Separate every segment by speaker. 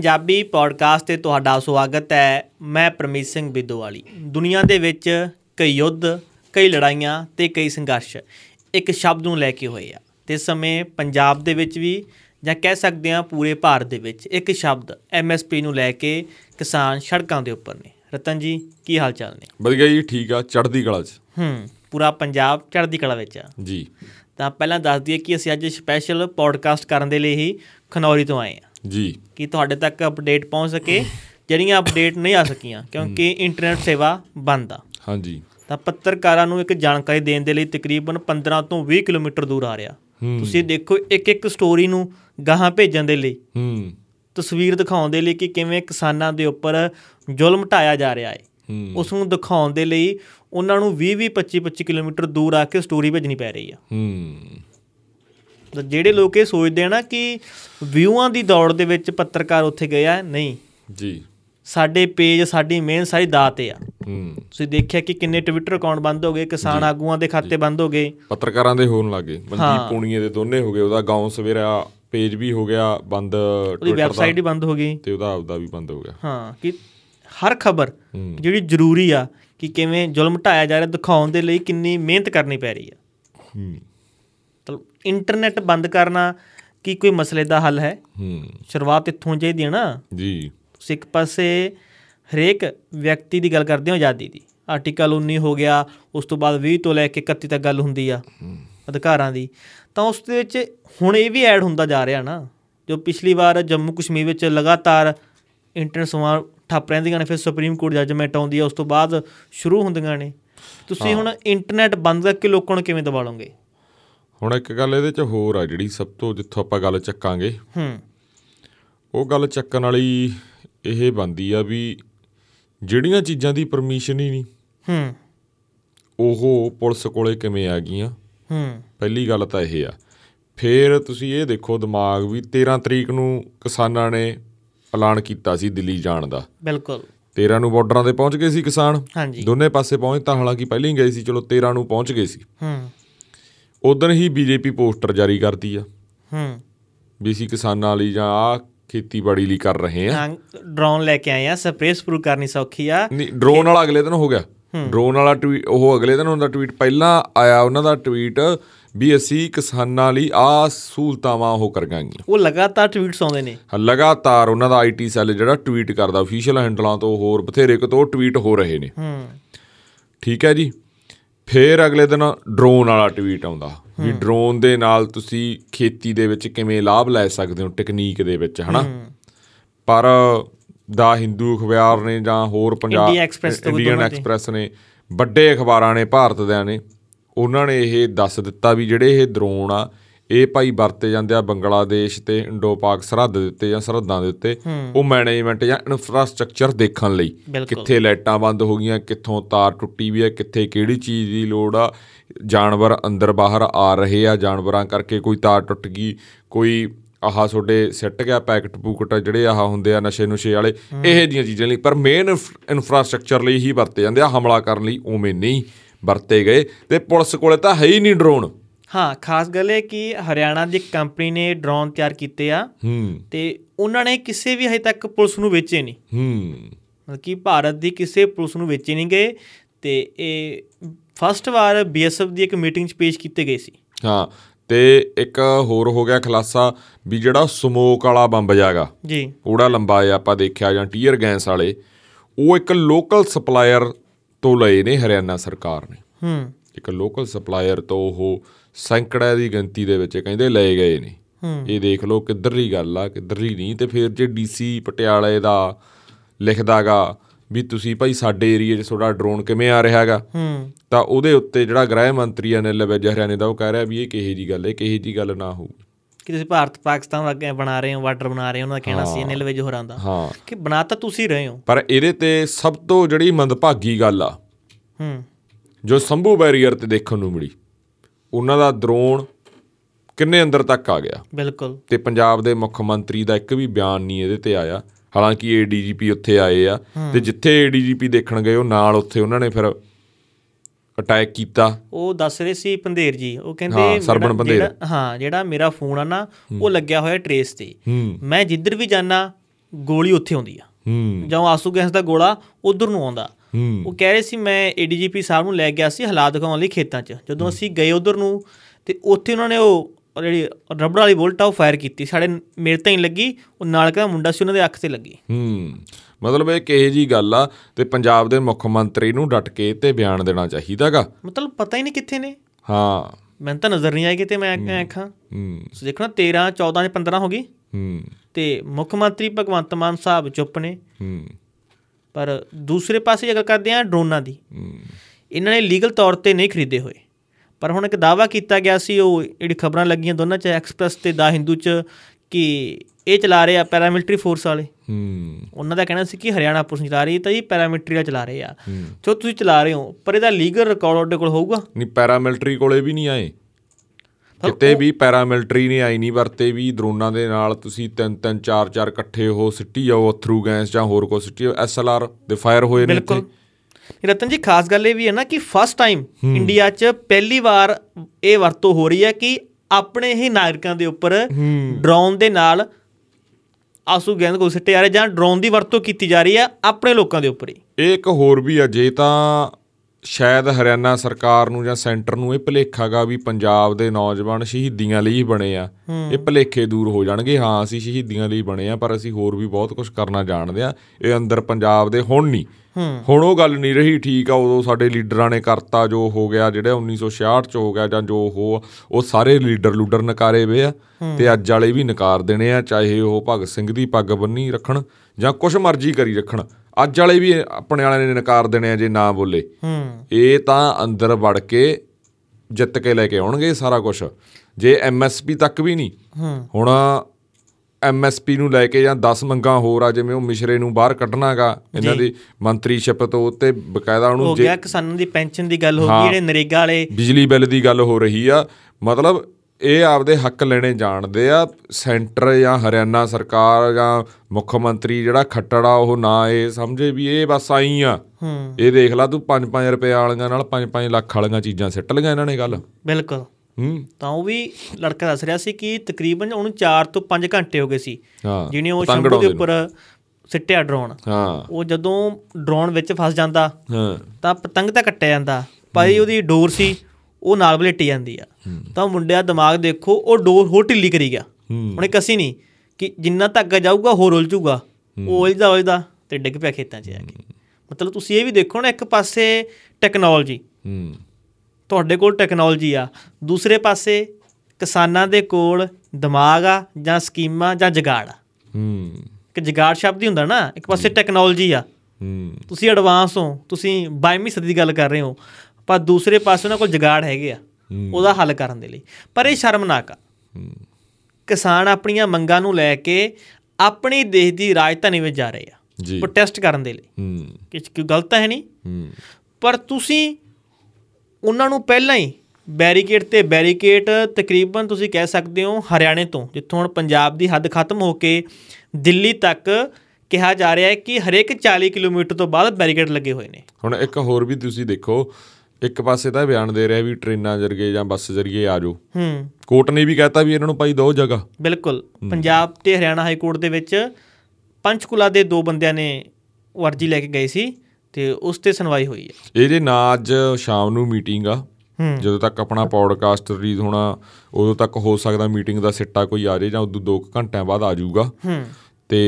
Speaker 1: Punjabi podcast ਤੇ ਤੁਹਾਡਾ ਸਵਾਗਤ ਹੈ ਮੈਂ ਪਰਮੀਤ ਸਿੰਘ ਬਿੱਦੋ ਵਾਲੀ ਦੁਨੀਆ ਦੇ ਵਿੱਚ ਕਈ ਯੁੱਧ ਕਈ ਲੜਾਈਆਂ ਤੇ ਕਈ ਸੰਘਰਸ਼ ਇੱਕ ਸ਼ਬਦ ਨੂੰ ਲੈ ਕੇ ਹੋਏ ਆ ਤੇ ਇਸ ਸਮੇਂ ਪੰਜਾਬ ਦੇ ਵਿੱਚ ਵੀ ਜਾਂ ਕਹਿ ਸਕਦੇ ਆ ਪੂਰੇ ਭਾਰਤ ਦੇ ਵਿੱਚ ਇੱਕ ਸ਼ਬਦ ਐਮਐਸਪੀ ਨੂੰ ਲੈ ਕੇ ਕਿਸਾਨ ਸੜਕਾਂ ਦੇ ਉੱਪਰ ਨੇ ਰਤਨ ਜੀ ਕੀ ਹਾਲ ਚਾਲ ਨੇ
Speaker 2: ਵਧੀਆ ਜੀ ਠੀਕ ਆ ਚੜ੍ਹਦੀ ਕਲਾ ਚ
Speaker 1: ਹੂੰ ਪੂਰਾ ਪੰਜਾਬ ਚੜ੍ਹਦੀ ਕਲਾ ਵਿੱਚ ਆ
Speaker 2: ਜੀ
Speaker 1: ਤਾਂ ਪਹਿਲਾਂ ਦੱਸ ਦਈਏ ਕਿ ਅਸੀਂ ਅੱਜ ਸਪੈਸ਼ਲ ਪੌਡਕਾਸਟ ਕਰਨ ਦੇ ਲਈ ਹੀ ਖਨੌਰੀ ਤੋਂ ਆਏ ਆ
Speaker 2: ਜੀ
Speaker 1: ਕਿ ਤੁਹਾਡੇ ਤੱਕ ਅਪਡੇਟ ਪਹੁੰਚ ਸਕੇ ਜਿਹੜੀਆਂ ਅਪਡੇਟ ਨਹੀਂ ਆ ਸਕੀਆਂ ਕਿਉਂਕਿ ਇੰਟਰਨੈਟ ਸੇਵਾ ਬੰਦ ਆ
Speaker 2: ਹਾਂਜੀ
Speaker 1: ਤਾਂ ਪੱਤਰਕਾਰਾਂ ਨੂੰ ਇੱਕ ਜਾਣਕਾਰੀ ਦੇਣ ਦੇ ਲਈ ਤਕਰੀਬਨ 15 ਤੋਂ 20 ਕਿਲੋਮੀਟਰ ਦੂਰ ਆ ਰਿਹਾ
Speaker 2: ਹੂੰ।
Speaker 1: ਤੁਸੀਂ ਦੇਖੋ ਇੱਕ ਇੱਕ ਸਟੋਰੀ ਨੂੰ ਗਾਹਾਂ ਭੇਜਣ ਦੇ ਲਈ
Speaker 2: ਹੂੰ
Speaker 1: ਤਸਵੀਰ ਦਿਖਾਉਣ ਦੇ ਲਈ ਕਿ ਕਿਵੇਂ ਕਿਸਾਨਾਂ ਦੇ ਉੱਪਰ ਜ਼ੁਲਮ ਢਾਇਆ ਜਾ ਰਿਹਾ ਹੈ
Speaker 2: ਹੂੰ
Speaker 1: ਉਸ ਨੂੰ ਦਿਖਾਉਣ ਦੇ ਲਈ ਉਹਨਾਂ ਨੂੰ 20 20 25 25 ਕਿਲੋਮੀਟਰ ਦੂਰ ਆ ਕੇ ਸਟੋਰੀ ਭੇਜਣੀ ਪੈ ਰਹੀ ਆ
Speaker 2: ਹੂੰ
Speaker 1: ਤਾਂ ਜਿਹੜੇ ਲੋਕ ਇਹ ਸੋਚਦੇ ਆ ਨਾ ਕਿ ਵਿਊਆਂ ਦੀ ਦੌੜ ਦੇ ਵਿੱਚ ਪੱਤਰਕਾਰ ਉੱਥੇ ਗਿਆ ਨਹੀਂ
Speaker 2: ਜੀ
Speaker 1: ਸਾਡੇ ਪੇਜ ਸਾਡੀ ਮੇਨ ਸਾਰੀ ਦਾਅ ਤੇ ਆ
Speaker 2: ਹੂੰ
Speaker 1: ਤੁਸੀਂ ਦੇਖਿਆ ਕਿ ਕਿੰਨੇ ਟਵਿੱਟਰ ਅਕਾਊਂਟ ਬੰਦ ਹੋ ਗਏ ਕਿਸਾਨ ਆਗੂਆਂ ਦੇ ਖਾਤੇ ਬੰਦ ਹੋ ਗਏ
Speaker 2: ਪੱਤਰਕਾਰਾਂ ਦੇ ਹੋਣ ਲੱਗੇ ਮਨਦੀਪ ਪੂਣੀਏ ਦੇ ਦੋਨੇ ਹੋ ਗਏ ਉਹਦਾ ਗਾਉਂ ਸਵੇਰਾ ਪੇਜ ਵੀ ਹੋ ਗਿਆ ਬੰਦ
Speaker 1: ਉਹਦੀ
Speaker 2: Twitter
Speaker 1: ਵੈਬਸਾਈਟ ਹੀ ਬੰਦ ਹੋ ਗਈ
Speaker 2: ਤੇ ਉਹਦਾ ਆਪਦਾ ਵੀ ਬੰਦ ਹੋ ਗਿਆ
Speaker 1: ਹਾਂ ਕਿ ਹਰ ਖਬਰ ਜਿਹੜੀ ਜ਼ਰੂਰੀ ਆ ਕਿ ਕਿਵੇਂ ਜ਼ੁਲਮ ਢਾਇਆ ਜਾ ਰਿਹਾ ਦਿਖਾਉਣ ਦੇ ਲਈ ਕਿੰਨੀ ਮਿਹਨਤ ਕਰਨੀ ਪੈ ਰਹੀ ਆ
Speaker 2: ਹੂੰ
Speaker 1: ਮਤਲਬ ਇੰਟਰਨੈਟ ਬੰਦ ਕਰਨਾ ਕੀ ਕੋਈ ਮਸਲੇ ਦਾ ਹੱਲ ਹੈ
Speaker 2: ਹੂੰ
Speaker 1: ਸ਼ੁਰੂਆਤ ਇੱਥੋਂ ਚਾਹੀਦੀ ਹੈ ਨਾ
Speaker 2: ਜੀ
Speaker 1: ਤੁਸੀਂ ਇੱਕ ਪਾਸੇ ਹਰੇਕ ਵਿਅਕਤੀ ਦੀ ਗੱਲ ਕਰਦੇ ਹੋ ਆਜ਼ਾਦੀ ਦੀ ਆਰਟੀਕਲ 19 ਹੋ ਗਿਆ ਉਸ ਤੋਂ ਬਾਅਦ 20 ਤੋਂ ਲੈ ਕੇ 31 ਤੱਕ ਗੱਲ ਹੁੰਦੀ ਆ ਅਧਿਕਾਰਾਂ ਦੀ ਤਾਂ ਉਸ ਦੇ ਵਿੱਚ ਹੁਣ ਇਹ ਵੀ ਐਡ ਹੁੰਦਾ ਜਾ ਰਿਹਾ ਨਾ ਜੋ ਪਿਛਲੀ ਵਾਰ ਜੰਮੂ ਕਸ਼ਮੀਰ ਵਿੱਚ ਲਗਾਤਾਰ ਇੰਟਰਨੈਟ ਸਮਾਂ ਠੱਪ ਰਹਿੰਦੀਆਂ ਨੇ ਫਿਰ ਸੁਪਰੀਮ ਕੋਰਟ ਜੱਜਮੈਂਟ ਆਉਂਦੀ ਆ ਉਸ ਤੋਂ ਬਾਅਦ ਸ਼ੁਰੂ ਹੁੰਦੀਆਂ ਨੇ ਤੁਸੀਂ ਹੁਣ ਇੰਟਰਨੈਟ ਬੰਦ ਕਰਕੇ ਲੋਕਾਂ ਨੂੰ ਕਿਵੇਂ ਦਬਾ ਲਓਗੇ
Speaker 2: ਹੁਣ ਇੱਕ ਗੱਲ ਇਹਦੇ ਚ ਹੋਰ ਆ ਜਿਹੜੀ ਸਭ ਤੋਂ ਜਿੱਥੋਂ ਆਪਾਂ ਗੱਲ ਚੱਕਾਂਗੇ
Speaker 1: ਹੂੰ
Speaker 2: ਉਹ ਗੱਲ ਚੱਕਣ ਵਾਲੀ ਇਹ ਬੰਦੀ ਆ ਵੀ ਜਿਹੜੀਆਂ ਚੀਜ਼ਾਂ ਦੀ ਪਰਮਿਸ਼ਨ ਹੀ ਨਹੀਂ
Speaker 1: ਹੂੰ
Speaker 2: ਉਹ ਪੁਲਿਸ ਕੋਲੇ ਕਿਵੇਂ ਆ ਗਈਆਂ
Speaker 1: ਹੂੰ
Speaker 2: ਪਹਿਲੀ ਗੱਲ ਤਾਂ ਇਹ ਆ ਫਿਰ ਤੁਸੀਂ ਇਹ ਦੇਖੋ ਦਿਮਾਗ ਵੀ 13 ਤਰੀਕ ਨੂੰ ਕਿਸਾਨਾਂ ਨੇ ਐਲਾਨ ਕੀਤਾ ਸੀ ਦਿੱਲੀ ਜਾਣ ਦਾ
Speaker 1: ਬਿਲਕੁਲ
Speaker 2: 13 ਨੂੰ ਬਾਰਡਰਾਂ ਤੇ ਪਹੁੰਚ ਗਏ ਸੀ ਕਿਸਾਨ
Speaker 1: ਹਾਂਜੀ
Speaker 2: ਦੋਨੇ ਪਾਸੇ ਪਹੁੰਚ ਤਾਂ ਹਾਲਾਂਕਿ ਪਹਿਲਾਂ ਹੀ ਗਏ ਸੀ ਚਲੋ 13 ਨੂੰ ਪਹੁੰਚ ਗਏ ਸੀ
Speaker 1: ਹੂੰ
Speaker 2: ਉਦੋਂ ਹੀ ਬੀਜੇਪੀ ਪੋਸਟਰ ਜਾਰੀ ਕਰਦੀ ਆ
Speaker 1: ਹੂੰ
Speaker 2: ਵੀ ਅਸੀਂ ਕਿਸਾਨਾਂ ਲਈ ਜਾਂ ਆ ਖੇਤੀਬਾੜੀ ਲਈ ਕਰ ਰਹੇ ਆ
Speaker 1: ਹਾਂ ਡਰੋਨ ਲੈ ਕੇ ਆਏ ਆ ਸਪਰੇਅ ਸਪਰੂ ਕਰਨੀ ਸੌਖੀ ਆ
Speaker 2: ਨਹੀਂ ਡਰੋਨ ਵਾਲਾ ਅਗਲੇ ਦਿਨ ਹੋ ਗਿਆ ਡਰੋਨ ਵਾਲਾ ਟਵੀਟ ਉਹ ਅਗਲੇ ਦਿਨ ਉਹਦਾ ਟਵੀਟ ਪਹਿਲਾਂ ਆਇਆ ਉਹਨਾਂ ਦਾ ਟਵੀਟ ਵੀ ਅਸੀਂ ਕਿਸਾਨਾਂ ਲਈ ਆ ਸਹੂਲਤਾਵਾਂ ਉਹ ਕਰਾਂਗੇ
Speaker 1: ਉਹ ਲਗਾਤਾਰ ਟਵੀਟਸ ਆਉਂਦੇ ਨੇ
Speaker 2: ਲਗਾਤਾਰ ਉਹਨਾਂ ਦਾ ਆਈਟੀ ਸੈੱਲ ਜਿਹੜਾ ਟਵੀਟ ਕਰਦਾ ਅਫੀਸ਼ੀਅਲ ਹੈਂਡਲਾਂ ਤੋਂ ਹੋਰ ਬਥੇਰੇ ਕੁ ਤੋਂ ਟਵੀਟ ਹੋ ਰਹੇ ਨੇ
Speaker 1: ਹੂੰ
Speaker 2: ਠੀਕ ਹੈ ਜੀ ਫਿਰ ਅਗਲੇ ਦਿਨ ਡਰੋਨ ਵਾਲਾ ਟਵੀਟ ਆਉਂਦਾ ਵੀ ਡਰੋਨ ਦੇ ਨਾਲ ਤੁਸੀਂ ਖੇਤੀ ਦੇ ਵਿੱਚ ਕਿਵੇਂ ਲਾਭ ਲੈ ਸਕਦੇ ਹੋ ਟੈਕਨੀਕ ਦੇ ਵਿੱਚ ਹਨਾ ਪਰ ਦਾ ਹਿੰਦੂ ਅਖਬਾਰ ਨੇ ਜਾਂ ਹੋਰ ਪੰਜਾਬ
Speaker 1: Indian Express ਤੋਂ
Speaker 2: Indian
Speaker 1: ਦੋਨਾਂ ਤੇ।
Speaker 2: Express ਨੇ ਵੱਡੇ ਅਖਬਾਰਾਂ ਨੇ ਭਾਰਤ ਦਿਆਂ ਨੇ ਉਹਨਾਂ ਨੇ ਇਹ ਦੱਸ ਦਿੱਤਾ ਵੀ ਜਿਹੜੇ ਇਹ ਡਰੋਨ ਆ ਇਹ ਭਾਈ ਵਰਤੇ ਜਾਂਦੇ ਆ ਬੰਗਲਾਦੇਸ਼ ਤੇ ਇੰਡੋ ਪਾਕ ਸਰਹੱਦ ਦੇ ਉੱਤੇ ਜਾਂ ਸਰਹੱਦਾਂ ਦੇ ਉੱਤੇ ਉਹ ਮੈਨੇਜਮੈਂਟ ਜਾਂ ਇਨਫਰਾਸਟ੍ਰਕਚਰ ਦੇਖਣ ਲਈ
Speaker 1: ਬਿਲਕੁਲ।
Speaker 2: ਕਿੱਥੇ ਲਾਈਟਾਂ ਬੰਦ ਹੋ ਗਈਆਂ ਕਿੱਥੋਂ ਤਾਰ ਟੁੱਟੀ ਵੀ ਹੈ ਕਿੱਥੇ ਕਿਹੜੀ ਚੀਜ਼ ਦੀ ਲੋੜ ਆ ਜਾਨਵਰ ਅੰਦਰ ਬਾਹਰ ਆ ਰਹੇ ਆ ਜਾਨਵਰਾਂ ਕਰਕੇ ਕੋਈ ਤਾਰ ਟੁੱਟ ਗਈ ਕੋਈ ਆਹ ਤੁਹਾਡੇ ਸਿੱਟ ਗਿਆ ਪੈਕਟ ਪੂਕਟ ਜਿਹੜੇ ਆਹ ਹੁੰਦੇ ਆ ਨਸ਼ੇ ਨੁਸ਼ੇ ਵਾਲੇ ਇਹ ਜੀਆਂ ਚੀਜ਼ਾਂ ਲਈ ਪਰ ਮੇਨ ਇਨਫਰਾਸਟ੍ਰਕਚਰ ਲਈ ਹੀ ਵਰਤੇ ਜਾਂਦੇ ਆ ਹਮਲਾ ਕਰਨ ਲਈ ਉਵੇਂ ਨਹੀਂ ਵਰਤੇ ਗਏ ਤੇ ਪੁਲਿਸ ਕੋਲੇ ਤਾਂ ਹੈ ਹੀ ਨਹੀਂ ਡਰੋਨ
Speaker 1: ਹਾਂ ਖਾਸ ਗੱਲ ਇਹ ਕਿ ਹਰਿਆਣਾ ਦੀ ਇੱਕ ਕੰਪਨੀ ਨੇ ਡਰੋਨ ਤਿਆਰ ਕੀਤੇ ਆ
Speaker 2: ਹੂੰ
Speaker 1: ਤੇ ਉਹਨਾਂ ਨੇ ਕਿਸੇ ਵੀ ਹਜੇ ਤੱਕ ਪੁਲਿਸ ਨੂੰ ਵੇਚੇ ਨਹੀਂ
Speaker 2: ਹੂੰ
Speaker 1: ਮਤਲਬ ਕਿ ਭਾਰਤ ਦੀ ਕਿਸੇ ਪੁਲਿਸ ਨੂੰ ਵੇਚੇ ਨਹੀਂ ਗਏ ਤੇ ਇਹ ਫਸਟ ਵਾਰ ਬੀਐਸਐਫ ਦੀ ਇੱਕ ਮੀਟਿੰਗ 'ਚ ਪੇਸ਼ ਕੀਤੇ ਗਏ ਸੀ
Speaker 2: ਹਾਂ ਤੇ ਇੱਕ ਹੋਰ ਹੋ ਗਿਆ ਖਲਾਸਾ ਵੀ ਜਿਹੜਾ ਸਮੋਕ ਵਾਲਾ ਬੰਬ ਜਾਗਾ
Speaker 1: ਜੀ
Speaker 2: ਓੜਾ ਲੰਬਾ ਹੈ ਆਪਾਂ ਦੇਖਿਆ ਜਾਂ ਟੀਅਰ ਗੈਸ ਵਾਲੇ ਉਹ ਇੱਕ ਲੋਕਲ ਸਪਲਾਇਰ ਤੋਂ ਲਏ ਨੇ ਹਰਿਆਣਾ ਸਰਕਾਰ ਨੇ
Speaker 1: ਹੂੰ
Speaker 2: ਇੱਕ ਲੋਕਲ ਸਪਲਾਇਰ ਤੋਂ ਉਹ ਸੈਂਕੜੇ ਦੀ ਗਿਣਤੀ ਦੇ ਵਿੱਚ ਕਹਿੰਦੇ ਲਏ ਗਏ ਨੇ
Speaker 1: ਹੂੰ।
Speaker 2: ਇਹ ਦੇਖ ਲਓ ਕਿੱਧਰਲੀ ਗੱਲ ਆ ਕਿੱਧਰਲੀ ਨਹੀਂ ਤੇ ਫਿਰ ਜੇ ਡੀਸੀ ਪਟਿਆਲੇ ਦਾ ਲਿਖਦਾਗਾ ਵੀ ਤੁਸੀਂ ਭਾਈ ਸਾਡੇ ਏਰੀਆ 'ਚ ਤੁਹਾਡਾ ਡਰੋਨ ਕਿਵੇਂ ਆ ਰਿਹਾਗਾ
Speaker 1: ਹੂੰ
Speaker 2: ਤਾਂ ਉਹਦੇ ਉੱਤੇ ਜਿਹੜਾ ਗ੍ਰਹਿ ਮੰਤਰੀ ਅਨਿਲ ਵਿਜ ਹਰਿਆਣੇ ਦਾ ਉਹ ਕਹਿ ਰਿਹਾ ਵੀ ਇਹ ਕਿਹੇ ਜੀ ਗੱਲ ਹੈ ਕਿਹੇ ਜੀ ਗੱਲ ਨਾ ਹੋਊਗੀ
Speaker 1: ਕਿ ਤੁਸੀਂ ਭਾਰਤ ਪਾਕਿਸਤਾਨ ਦਾ ਅੱਗੇ ਬਣਾ ਰਹੇ ਹੋ ਬਾਰਡਰ ਬਣਾ ਰਹੇ ਹੋ ਉਹਨਾਂ ਦਾ ਕਹਿਣਾ ਸੀ ਨਿਲਵੇ ਜੋਹਰਾਂ ਦਾ
Speaker 2: ਹਾਂ
Speaker 1: ਕਿ ਬਣਾ ਤਾਂ ਤੁਸੀਂ ਰਹੇ ਹੋ
Speaker 2: ਪਰ ਇਹਦੇ ਤੇ ਸਭ ਤੋਂ ਜਿਹੜੀ ਮੰਦਭਾਗੀ ਗੱਲ ਆ
Speaker 1: ਹੂੰ
Speaker 2: ਜੋ ਸੰਭੂ ਬੈਰੀਅਰ ਤੇ ਦੇਖਣ ਨੂੰ ਮਿਲੀ ਉਹਨਾਂ ਦਾ ਡਰੋਨ ਕਿੰਨੇ ਅੰਦਰ ਤੱਕ ਆ ਗਿਆ
Speaker 1: ਬਿਲਕੁਲ
Speaker 2: ਤੇ ਪੰਜਾਬ ਦੇ ਮੁੱਖ ਮੰਤਰੀ ਦਾ ਇੱਕ ਵੀ ਬਿਆਨ ਨਹੀਂ ਇਹਦੇ ਤੇ ਆਇਆ ਹਾਲਾਂਕਿ ਏਡੀਜੀਪੀ ਉੱਥੇ ਆਏ ਆ ਤੇ ਜਿੱਥੇ ਏਡੀਜੀਪੀ ਦੇਖਣ ਗਏ ਉਹ ਨਾਲ ਉੱਥੇ ਉਹਨਾਂ ਨੇ ਫਿਰ ਅਟੈਕ ਕੀਤਾ
Speaker 1: ਉਹ ਦੱਸ ਰਹੇ ਸੀ ਪੰਧੇਰ ਜੀ ਉਹ
Speaker 2: ਹਾਂ,
Speaker 1: ਕਹਿੰਦੇ
Speaker 2: ਸਰਵਣ
Speaker 1: ਮੇਰਾ-
Speaker 2: ਪੰਧੇਰ।
Speaker 1: ਜਿਹੜਾ- ਹਾਂ ਜਿਹੜਾ ਮੇਰਾ ਫੋਨ ਆ ਨਾ ਉਹ ਲੱਗਿਆ ਹੋਇਆ ਟ੍ਰੇਸ ਤੇ
Speaker 2: ਹੂੰ
Speaker 1: ਮੈਂ ਜਿੱਧਰ ਵੀ ਜਾਣਾ ਗੋਲੀ ਉੱਥੇ ਆਉਂਦੀ ਆ
Speaker 2: ਹੂੰ
Speaker 1: ਜਾਂ ਆਸੂ ਗੈਸ ਦਾ ਗੋਲਾ ਉਧਰ ਨੂੰ ਆਉਂਦਾ
Speaker 2: ਹੂੰ
Speaker 1: ਉਹ ਕਹਿ ਰਹੇ ਸੀ ਮੈਂ ਏਡੀਜੀਪੀ ਸਾਹਿਬ ਨੂੰ ਲੈ ਗਿਆ ਸੀ ਹਾਲਾਤ ਦਿਖਾਉਣ ਲਈ ਖੇਤਾਂ 'ਚ ਜਦੋਂ ਅਸੀਂ ਗਏ ਉਧਰ ਨੂੰ ਤੇ ਉੱਥੇ ਉਹਨਾਂ ਨੇ ਉਹ ਉਹ ਜਿਹੜੀ ਰਬੜ ਵਾਲੀ ਬੁਲਟ ਆ ਉਹ ਫਾਇਰ ਕੀਤੀ ਸਾਡੇ ਮੇਰੇ ਤਾਂ ਹੀ ਲੱਗੀ ਉਹ ਨਾਲ ਦਾ ਮੁੰਡਾ ਸੀ ਉਹਨਾਂ ਦੇ ਅੱਖ ਤੇ ਲੱਗੀ
Speaker 2: ਹੂੰ ਮਤਲਬ ਇਹ ਕਿਹੇ ਜੀ ਗੱਲ ਆ ਤੇ ਪੰਜਾਬ ਦੇ ਮੁੱਖ ਮੰਤਰੀ ਨੂੰ ਡਟ ਕੇ ਤੇ ਬਿਆਨ ਦੇਣਾ ਚਾਹੀਦਾਗਾ
Speaker 1: ਮਤਲਬ ਪਤਾ ਹੀ ਨਹੀਂ ਕਿੱਥੇ ਨੇ
Speaker 2: ਹਾਂ
Speaker 1: ਮੈਨੂੰ ਤਾਂ ਨਜ਼ਰ ਨਹੀਂ ਆਈ ਕਿਤੇ ਮੈਂ ਐਂ ਅੱਖਾਂ
Speaker 2: ਹੂੰ
Speaker 1: ਸੋ ਦੇਖੋ ਨਾ 13 14 ਤੇ 15 ਹੋ ਗਈ
Speaker 2: ਹੂੰ
Speaker 1: ਤੇ ਮੁੱਖ ਮੰਤਰੀ ਭਗਵੰਤ ਮਾਨ ਸਾਹਿਬ ਚੁੱਪ ਨੇ
Speaker 2: ਹੂੰ
Speaker 1: ਪਰ ਦੂਸਰੇ ਪਾਸੇ ਜੇ ਗੱਲ ਕਰਦੇ ਆ ਡਰੋਨਾਂ ਦੀ
Speaker 2: ਹੂੰ
Speaker 1: ਇਹਨਾਂ ਨੇ ਲੀਗਲ ਤੌਰ ਤੇ ਨਹੀਂ ਖਰੀਦੇ ਹੋਏ ਪਰ ਹੁਣ ਇੱਕ ਦਾਵਾ ਕੀਤਾ ਗਿਆ ਸੀ ਉਹ ਜਿਹੜੀ ਖਬਰਾਂ ਲੱਗੀਆਂ ਦੋਨਾਂ ਚ ਐਕਸਪ੍ਰੈਸ ਤੇ ਦਾ ਹਿੰਦੂ ਚ ਕਿ ਇਹ ਚਲਾ ਰਹੇ ਆ ਪੈਰਾਮਿਲਟਰੀ ਫੋਰਸ ਵਾਲੇ
Speaker 2: ਹੂੰ
Speaker 1: ਉਹਨਾਂ ਦਾ ਕਹਿਣਾ ਸੀ ਕਿ ਹਰਿਆਣਾ ਪੁਲਿਸ ਨਹੀਂ ਚਲਾ ਰਹੀ ਇਹ ਤਾਂ ਜੀ ਪੈਰਾਮਿਲਟਰੀ ਦਾ ਚਲਾ ਰਹੇ ਆ ਜੋ ਤੁਸੀਂ ਚਲਾ ਰਹੇ ਹੋ ਪਰ ਇਹਦਾ ਲੀਗਲ ਰਿਕਾਰਡ ਤੁਹਾਡੇ ਕੋਲ ਹੋਊਗਾ
Speaker 2: ਨਹੀਂ ਪੈਰਾਮਿਲਟਰੀ ਕੋਲੇ ਵੀ ਨਹੀਂ ਆਏ ਕਿਤੇ ਵੀ ਪੈਰਾਮਿਲਟਰੀ ਨਹੀਂ ਆਈ ਨਹੀਂ ਵਰਤੇ ਵੀ ਡਰੋਨਾਂ ਦੇ ਨਾਲ ਤੁਸੀਂ ਤਿੰਨ ਤਿੰਨ ਚਾਰ ਚਾਰ ਇਕੱਠੇ ਹੋ ਸਿੱਟੀ ਜਾਓ ਅਥਰੂ ਗੈਸ ਜਾਂ ਹੋਰ ਕੋਈ ਸਿੱਟੀ ਐਸਐਲਆਰ ਦੇ ਫਾਇਰ ਹੋਏ ਨੇ ਇੱਥੇ
Speaker 1: ਬਿਲਕੁਲ ਰਤਨ ਜੀ ਖਾਸ ਗੱਲ ਇਹ ਵੀ ਹੈ ਨਾ ਕਿ ਫਸਟ ਟਾਈਮ ਇੰਡੀਆ 'ਚ ਪਹਿਲੀ ਵਾਰ ਇਹ ਵਰਤੋਂ ਹੋ ਰਹੀ ਹੈ ਕਿ ਆਪਣੇ ਹੀ ਨਾਗਰਿਕਾਂ ਦੇ ਉੱਪਰ ਡਰੋਨ ਦੇ ਨਾਲ ਆਸੂ ਗੈਂਦ ਕੋ ਸਿੱਟੇ ਜਾ ਰਹੇ ਜਾਂ ਡਰੋਨ ਦੀ ਵਰਤੋਂ ਕੀਤੀ ਜਾ ਰਹੀ ਹੈ ਆਪਣੇ ਲੋਕਾਂ ਦੇ ਉੱਪਰ ਹੀ
Speaker 2: ਇਹ ਇੱਕ ਹੋਰ ਵੀ ਆ ਜੇ ਤਾਂ ਸ਼ਾਇਦ ਹਰਿਆਣਾ ਸਰਕਾਰ ਨੂੰ ਜਾਂ ਸੈਂਟਰ ਨੂੰ ਇਹ ਭਲੇਖਾਗਾ ਵੀ ਪੰਜਾਬ ਦੇ ਨੌਜਵਾਨ ਸ਼ਹੀਦੀਆਂ ਲਈ ਹੀ ਬਣੇ ਆ ਇਹ ਭਲੇਖੇ ਦੂਰ ਹੋ ਜਾਣਗੇ ਹਾਂ ਅਸੀਂ ਸ਼ਹੀਦੀਆਂ ਲਈ ਬਣੇ ਆ ਪਰ ਅਸੀਂ ਹੋਰ ਵੀ ਬਹੁਤ ਕੁਝ ਕਰਨਾ ਜਾਣਦੇ ਆ ਇਹ ਅੰਦਰ ਪੰਜਾਬ ਦੇ ਹੁਣ ਨਹੀਂ ਹੁਣ ਉਹ ਗੱਲ ਨਹੀਂ ਰਹੀ ਠੀਕ ਆ ਉਦੋਂ ਸਾਡੇ ਲੀਡਰਾਂ ਨੇ ਕਰਤਾ ਜੋ ਹੋ ਗਿਆ ਜਿਹੜਾ 1966 ਚ ਹੋ ਗਿਆ ਜਾਂ ਜੋ ਹੋ ਉਹ ਸਾਰੇ ਲੀਡਰ ਲੂਡਰ ਨਕਾਰੇ ਵੇ ਆ ਤੇ ਅੱਜ ਵਾਲੇ ਵੀ ਨਕਾਰ ਦੇਣੇ ਆ ਚਾਹੇ ਉਹ ਭਗਤ ਸਿੰਘ ਦੀ ਪੱਗ ਬੰਨੀ ਰੱਖਣ ਜਾਂ ਕੁਛ ਮਰਜ਼ੀ ਕਰੀ ਰੱਖਣ ਅੱਜ ਵਾਲੇ ਵੀ ਆਪਣੇ ਵਾਲਿਆਂ ਨੇ ਨਕਾਰ ਦੇਣੇ ਆ ਜੇ ਨਾ ਬੋਲੇ
Speaker 1: ਹੂੰ
Speaker 2: ਇਹ ਤਾਂ ਅੰਦਰ ਵੜ ਕੇ ਜਿੱਤ ਕੇ ਲੈ ਕੇ ਆਉਣਗੇ ਇਹ ਸਾਰਾ ਕੁਝ ਜੇ ਐਮਐਸਪੀ ਤੱਕ ਵੀ ਨਹੀਂ ਹੁਣ ਐਮਐਸਪੀ ਨੂੰ ਲੈ ਕੇ ਜਾਂ 10 ਮੰਗਾਂ ਹੋਰ ਆ ਜਿਵੇਂ ਉਹ ਮਿਸ਼ਰੇ ਨੂੰ ਬਾਹਰ ਕੱਢਣਾਗਾ ਇਹਨਾਂ ਦੀ ਮੰਤਰੀਸ਼ਿਪ ਤੋਂ ਤੇ ਬਕਾਇਦਾ
Speaker 1: ਹੋ
Speaker 2: ਉਹਨੂੰ ਜੇ
Speaker 1: ਗਿਆ ਕਿਸਾਨਾਂ ਦੀ ਪੈਨਸ਼ਨ ਦੀ ਗੱਲ ਹੋ ਗਈ ਜਿਹੜੇ ਨਰੇਗਾ ਵਾਲੇ
Speaker 2: ਬਿਜਲੀ ਬਿੱਲ ਦੀ ਗੱਲ ਹੋ ਰਹੀ ਆ ਮਤਲਬ ਇਹ ਆਪਦੇ ਹੱਕ ਲੈਣੇ ਜਾਣਦੇ ਆ ਸੈਂਟਰ ਜਾਂ ਹਰਿਆਣਾ ਸਰਕਾਰ ਜਾਂ ਮੁੱਖ ਮੰਤਰੀ ਜਿਹੜਾ ਖੱਟੜ ਆ ਉਹ ਨਾ ਇਹ ਸਮਝੇ ਵੀ ਇਹ ਬਸ ਆਈ ਆ
Speaker 1: ਹੂੰ
Speaker 2: ਇਹ ਦੇਖ ਲਾ ਤੂੰ 5-5 ਰੁਪਏ ਵਾਲੀਆਂ ਨਾਲ 5-5 ਲੱਖ ਵਾਲੀਆਂ ਚੀਜ਼ਾਂ ਸਿੱਟ ਲਈਆਂ ਇਹਨਾਂ ਨੇ ਗੱਲ
Speaker 1: ਬਿਲਕੁਲ
Speaker 2: ਹੂੰ
Speaker 1: ਤਾਂ ਉਹ ਵੀ ਲੜਕਾ ਦੱਸ ਰਿਹਾ ਸੀ ਕਿ ਤਕਰੀਬਨ ਉਹਨੂੰ 4 ਤੋਂ 5 ਘੰਟੇ ਹੋ ਗਏ ਸੀ
Speaker 2: ਹਾਂ
Speaker 1: ਜਿਹਨੇ ਉਹ
Speaker 2: ਪਤੰਗ
Speaker 1: ਸ਼ੰਭੂ ਦੇ
Speaker 2: ਉਡਾਉਂਦੇ
Speaker 1: ਉੱਪਰ ਸਿੱਟਿਆ ਡਰੋਨ
Speaker 2: ਨੂੰ। ਹਾਂ
Speaker 1: ਉਹ ਜਦੋਂ ਡਰੋਨ ਵਿੱਚ ਫਸ ਜਾਂਦਾ
Speaker 2: ਹਾਂ
Speaker 1: ਤਾਂ ਪਤੰਗ ਤਾਂ ਕੱਟਿਆ ਜਾਂਦਾ ਪਰ ਇਹ ਉਹਦੀ ਡੋਰ ਸੀ ਉਹ ਨਾਲ ਬਲੇਟੀ ਜਾਂਦੀ ਆ ਤਾਂ ਮੁੰਡਿਆ ਦਿਮਾਗ ਦੇਖੋ ਉਹ ਡੋਰ ਹੋਰ ਢਿੱਲੀ ਕਰੀ ਗਿਆ
Speaker 2: ਹੂੰ।
Speaker 1: ਹੁਣ ਇਹ ਕਸੀ ਨਹੀਂ ਕਿ ਜਿੰਨਾ ਧਾਗਾ ਜਾਊਗਾ ਹੋਰ ਉਲਝੂਗਾ ਉਹ ਉਲਝਦਾ ਉਲਝਦਾ ਤੇ ਡਿੱਗ ਪਿਆ ਖੇਤਾਂ 'ਚ ਜਾ ਕੇ ਮਤਲਬ ਤੁਸੀਂ ਇਹ ਵੀ ਦੇਖੋ ਨਾ ਇੱਕ ਪਾਸੇ ਟੈਕਨੋਲੋਜੀ
Speaker 2: ਹੂੰ
Speaker 1: ਤੁਹਾਡੇ ਕੋਲ ਟੈਕਨੋਲੋਜੀ ਆ ਦੂਸਰੇ ਪਾਸੇ ਕਿਸਾਨਾਂ ਦੇ ਕੋਲ ਦਿਮਾਗ ਆ ਜਾਂ ਸਕੀਮਾਂ ਜਾਂ ਜਗਾੜ ਆ
Speaker 2: ਹੂੰ
Speaker 1: ਇੱਕ ਜਗਾੜ ਸ਼ਬਦ ਹੀ ਹੁੰਦਾ ਨਾ ਇੱਕ ਪਾਸੇ ਟੈਕਨੋਲੋਜੀ ਆ
Speaker 2: ਹੂੰ
Speaker 1: ਤੁਸੀਂ ਐਡਵਾਂਸ ਹੋ ਤੁਸੀਂ 22ਵੀਂ ਸਦੀ ਦੀ ਗੱਲ ਕਰ ਰਹੇ ਹੋ ਪਰ ਦੂਸਰੇ ਪਾਸੇ ਉਹਨਾਂ ਕੋਲ ਜਗਾੜ ਹੈਗੇ ਆ ਉਹਦਾ ਹੱਲ ਕਰਨ ਦੇ ਲਈ ਪਰ ਇਹ ਸ਼ਰਮਨਾਕ ਆ ਕਿਸਾਨ ਆਪਣੀਆਂ ਮੰਗਾਂ ਨੂੰ ਲੈ ਕੇ ਆਪਣੇ ਦੇਸ਼ ਦੀ ਰਾਜਧਾਨੀ ਵਿੱਚ ਜਾ ਰਹੇ ਆ
Speaker 2: ਜੀ
Speaker 1: ਪ੍ਰੋਟੈਸਟ ਕਰਨ ਦੇ ਲਈ
Speaker 2: ਹੂੰ
Speaker 1: ਕਿ ਕੋਈ ਗਲਤ ਤਾਂ ਹੈ ਨਹੀਂ
Speaker 2: ਹੂੰ
Speaker 1: ਪਰ ਤੁਸੀਂ ਉਹਨਾਂ ਨੂੰ ਪਹਿਲਾਂ ਹੀ ਬੈਰੀਕੇਡ ਤੇ ਬੈਰੀਕੇਡ ਤਕਰੀਬਨ ਤੁਸੀਂ ਕਹਿ ਸਕਦੇ ਹੋ ਹਰਿਆਣੇ ਤੋਂ ਜਿੱਥੋਂ ਹੁਣ ਪੰਜਾਬ ਦੀ ਹੱਦ ਖਤਮ ਹੋ ਕੇ ਦਿੱਲੀ ਤੱਕ ਕਿਹਾ ਜਾ ਰਿਹਾ ਹੈ ਕਿ ਹਰੇਕ 40 ਕਿਲੋਮੀਟਰ ਤੋਂ ਬਾਅਦ ਬੈਰੀਕੇਡ ਲੱਗੇ ਹੋਏ ਨੇ
Speaker 2: ਹੁਣ ਇੱਕ ਹੋਰ ਵੀ ਤੁਸੀਂ ਦੇਖੋ ਇੱਕ ਪਾਸੇ ਤਾਂ ਇਹ ਬਿਆਨ ਦੇ ਰਿਹਾ ਵੀ ਟ੍ਰੇਨਾਂ ਜ਼ਰੀਏ ਜਾਂ ਬੱਸ ਜ਼ਰੀਏ ਆ ਜਾਓ
Speaker 1: ਹੂੰ
Speaker 2: ਕੋਰਟ ਨੇ ਵੀ ਕਹਿਤਾ ਵੀ ਇਹਨਾਂ ਨੂੰ ਭਾਈ ਦੋ ਜਗ੍ਹਾ
Speaker 1: ਬਿਲਕੁਲ ਪੰਜਾਬ ਤੇ ਹਰਿਆਣਾ ਹਾਈ ਕੋਰਟ ਦੇ ਵਿੱਚ ਪੰਚਕੁਲਾ ਦੇ ਦੋ ਬੰਦਿਆਂ ਨੇ ਉਹ ਅਰਜ਼ੀ ਲੈ ਕੇ ਗਏ ਸੀ ਤੇ ਉਸ ਤੇ ਸੁਣਵਾਈ ਹੋਈ ਹੈ
Speaker 2: ਇਹਦੇ ਨਾਲ ਅੱਜ ਸ਼ਾਮ ਨੂੰ ਮੀਟਿੰਗ ਆ
Speaker 1: ਹੂੰ।
Speaker 2: ਜਦੋਂ ਤੱਕ ਆਪਣਾ ਪੌਡਕਾਸਟ ਰਿਲੀਜ਼ ਹੋਣਾ ਉਦੋਂ ਤੱਕ ਹੋ ਸਕਦਾ ਮੀਟਿੰਗ ਦਾ ਸਿੱਟਾ ਕੋਈ ਆ ਜਾਏ ਜਾਂ ਉਦੋਂ ਦੋ ਕੁ ਘੰਟਿਆਂ ਬਾਅਦ ਆ ਜਾਊਗਾ
Speaker 1: ਹੂੰ
Speaker 2: ਤੇ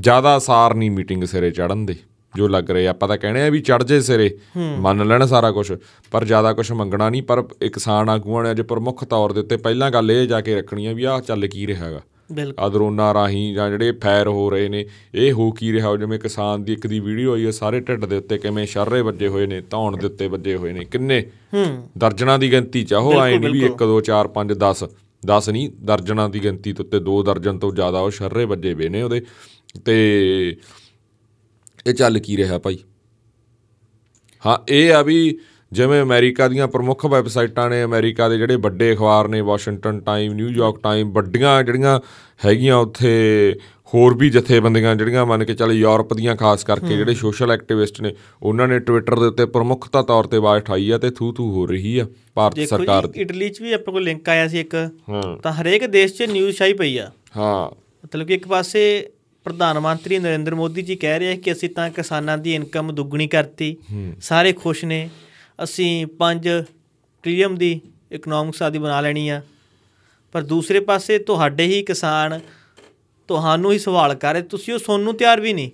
Speaker 2: ਜ਼ਿਆਦਾ ਸਾਰ ਨਹੀਂ ਮੀਟਿੰਗ ਸਿਰੇ ਚੜਨ ਦੇ ਜੋ ਲੱਗ ਰਿਹਾ ਆਪਾਂ ਤਾਂ ਕਹਿੰਦੇ ਆ ਵੀ ਚੜ ਜੇ ਸਿਰੇ ਮੰਨ ਲੈਣ ਸਾਰਾ ਕੁਝ ਪਰ ਜ਼ਿਆਦਾ ਕੁਝ ਮੰਗਣਾ ਨਹੀਂ ਪਰ ਇਹ ਕਿਸਾਨ ਆਗੂਆਂ ਨੇ ਅੱਜ ਪ੍ਰਮੁੱਖ ਤੌਰ ਦੇ ਉੱਤੇ ਪਹਿਲਾਂ ਗੱਲ ਇਹ ਜਾ ਕੇ ਰੱਖਣੀ ਆ ਵੀ ਆਹ ਚੱਲ ਕੀ ਰਿਹਾ ਹੈਗਾ
Speaker 1: ਬਿਲਕੁਲ
Speaker 2: ਆ ਡਰੋਨਾਂ ਰਾਹੀਂ ਜਾਂ ਜਿਹੜੇ ਫਾਇਰ ਹੋ ਰਹੇ ਨੇ ਇਹ ਹੋ ਕੀ ਰਿਹਾ ਹੋ ਜਿਵੇਂ ਕਿਸਾਨ ਦੀ ਇੱਕ ਦੀ ਵੀਡੀਓ ਆਈ ਹੈ ਸਾਰੇ ਢਿੱਡ ਦੇ ਉੱਤੇ ਕਿਵੇਂ ਸ਼ਰਰੇ ਵੱਜੇ ਹੋਏ ਨੇ ਧੌਣ ਦੇ ਉੱਤੇ ਵੱਜੇ ਹੋਏ ਨੇ ਕਿੰਨੇ
Speaker 1: ਹੂੰ
Speaker 2: ਦਰਜਨਾਂ ਦੀ ਗਿਣਤੀ ਚ ਆ, ਉਹ ਆਏ ਨਹੀਂ ਵੀ 1 2 4 5 10 10 ਨਹੀਂ ਦਰਜਨਾਂ ਦੀ ਗਿਣਤੀ ਦੇ ਉੱਤੇ ਦੋ ਦਰਜਨ ਤੋਂ ਜ਼ਿਆਦਾ ਉਹ ਸ਼ਰਰੇ ਵੱਜੇ ਹੋਏ ਨੇ ਉਹਦੇ ਤੇ ਇਹ ਚੱਲ ਕੀ ਰਿਹਾ ਭਾਈ ਹਾਂ ਇਹ ਆ ਵੀ ਜਿਵੇਂ ਅਮਰੀਕਾ ਦੀਆਂ ਪ੍ਰਮੁੱਖ ਵੈਬਸਾਈਟਾਂ ਨੇ ਅਮਰੀਕਾ ਦੇ ਜਿਹੜੇ ਵੱਡੇ ਅਖਬਾਰ ਨੇ ਵਾਸ਼ਿੰਗਟਨ ਟਾਈਮ ਨਿਊਯਾਰਕ ਟਾਈਮ ਵੱਡੀਆਂ ਜਿਹੜੀਆਂ ਹੈਗੀਆਂ ਉੱਥੇ ਹੋਰ ਵੀ ਜਥੇਬੰਦੀਆਂ ਜਿਹੜੀਆਂ ਮੰਨ ਕੇ ਚੱਲ ਯੂਰਪ ਦੀਆਂ ਖਾਸ ਕਰਕੇ ਜਿਹੜੇ ਸੋਸ਼ਲ ਐਕਟਿਵਿਸਟ ਨੇ ਉਹਨਾਂ ਨੇ ਟਵਿੱਟਰ ਦੇ ਉੱਤੇ ਪ੍ਰਮੁੱਖਤਾ ਤੌਰ ਤੇ ਆਵਾਜ਼ ਉਠਾਈ ਆ ਤੇ ਥੂ ਥੂ ਹੋ ਰਹੀ ਆ ਭਾਰਤ
Speaker 1: ਦੇਖੋ
Speaker 2: ਸਰਕਾਰ
Speaker 1: ਜੀ
Speaker 2: ਦੀ
Speaker 1: ਇਟਲੀ 'ਚ ਵੀ ਆਪਣੇ ਕੋਲ ਲਿੰਕ ਆਇਆ ਸੀ ਇੱਕ
Speaker 2: ਹਾਂ
Speaker 1: ਤਾਂ ਹਰੇਕ ਦੇਸ਼ 'ਚ ਨਿਊਜ਼ ਛਾਈ ਪਈ ਆ
Speaker 2: ਹਾਂ
Speaker 1: ਮਤਲਬ ਕਿ ਇੱਕ ਪਾਸੇ ਪ੍ਰਧਾਨ ਮੰਤਰੀ ਨਰਿੰਦਰ ਮੋਦੀ ਜੀ ਕਹਿ ਰਹੇ ਆ ਕਿ ਅਸੀਂ ਤਾਂ ਕਿਸਾਨਾਂ ਦੀ ਇਨਕਮ ਦੁੱਗਣੀ ਕਰਤੀ ਸਾਰੇ ਖੁਸ਼ ਨੇ ਅਸੀਂ 5 ਟ੍ਰਿਲੀਅਨ ਦੀ ਇਕਨੋਮਿਕਸ ਆਦੀ ਬਣਾ ਲੈਣੀ ਆ ਪਰ ਦੂਸਰੇ ਪਾਸੇ ਤੁਹਾਡੇ ਹੀ ਕਿਸਾਨ ਤੁਹਾਨੂੰ ਹੀ ਸਵਾਲ ਕਰ ਰਹੇ ਤੁਸੀਂ ਉਹ ਸੁਣਨ ਨੂੰ ਤਿਆਰ ਵੀ ਨਹੀਂ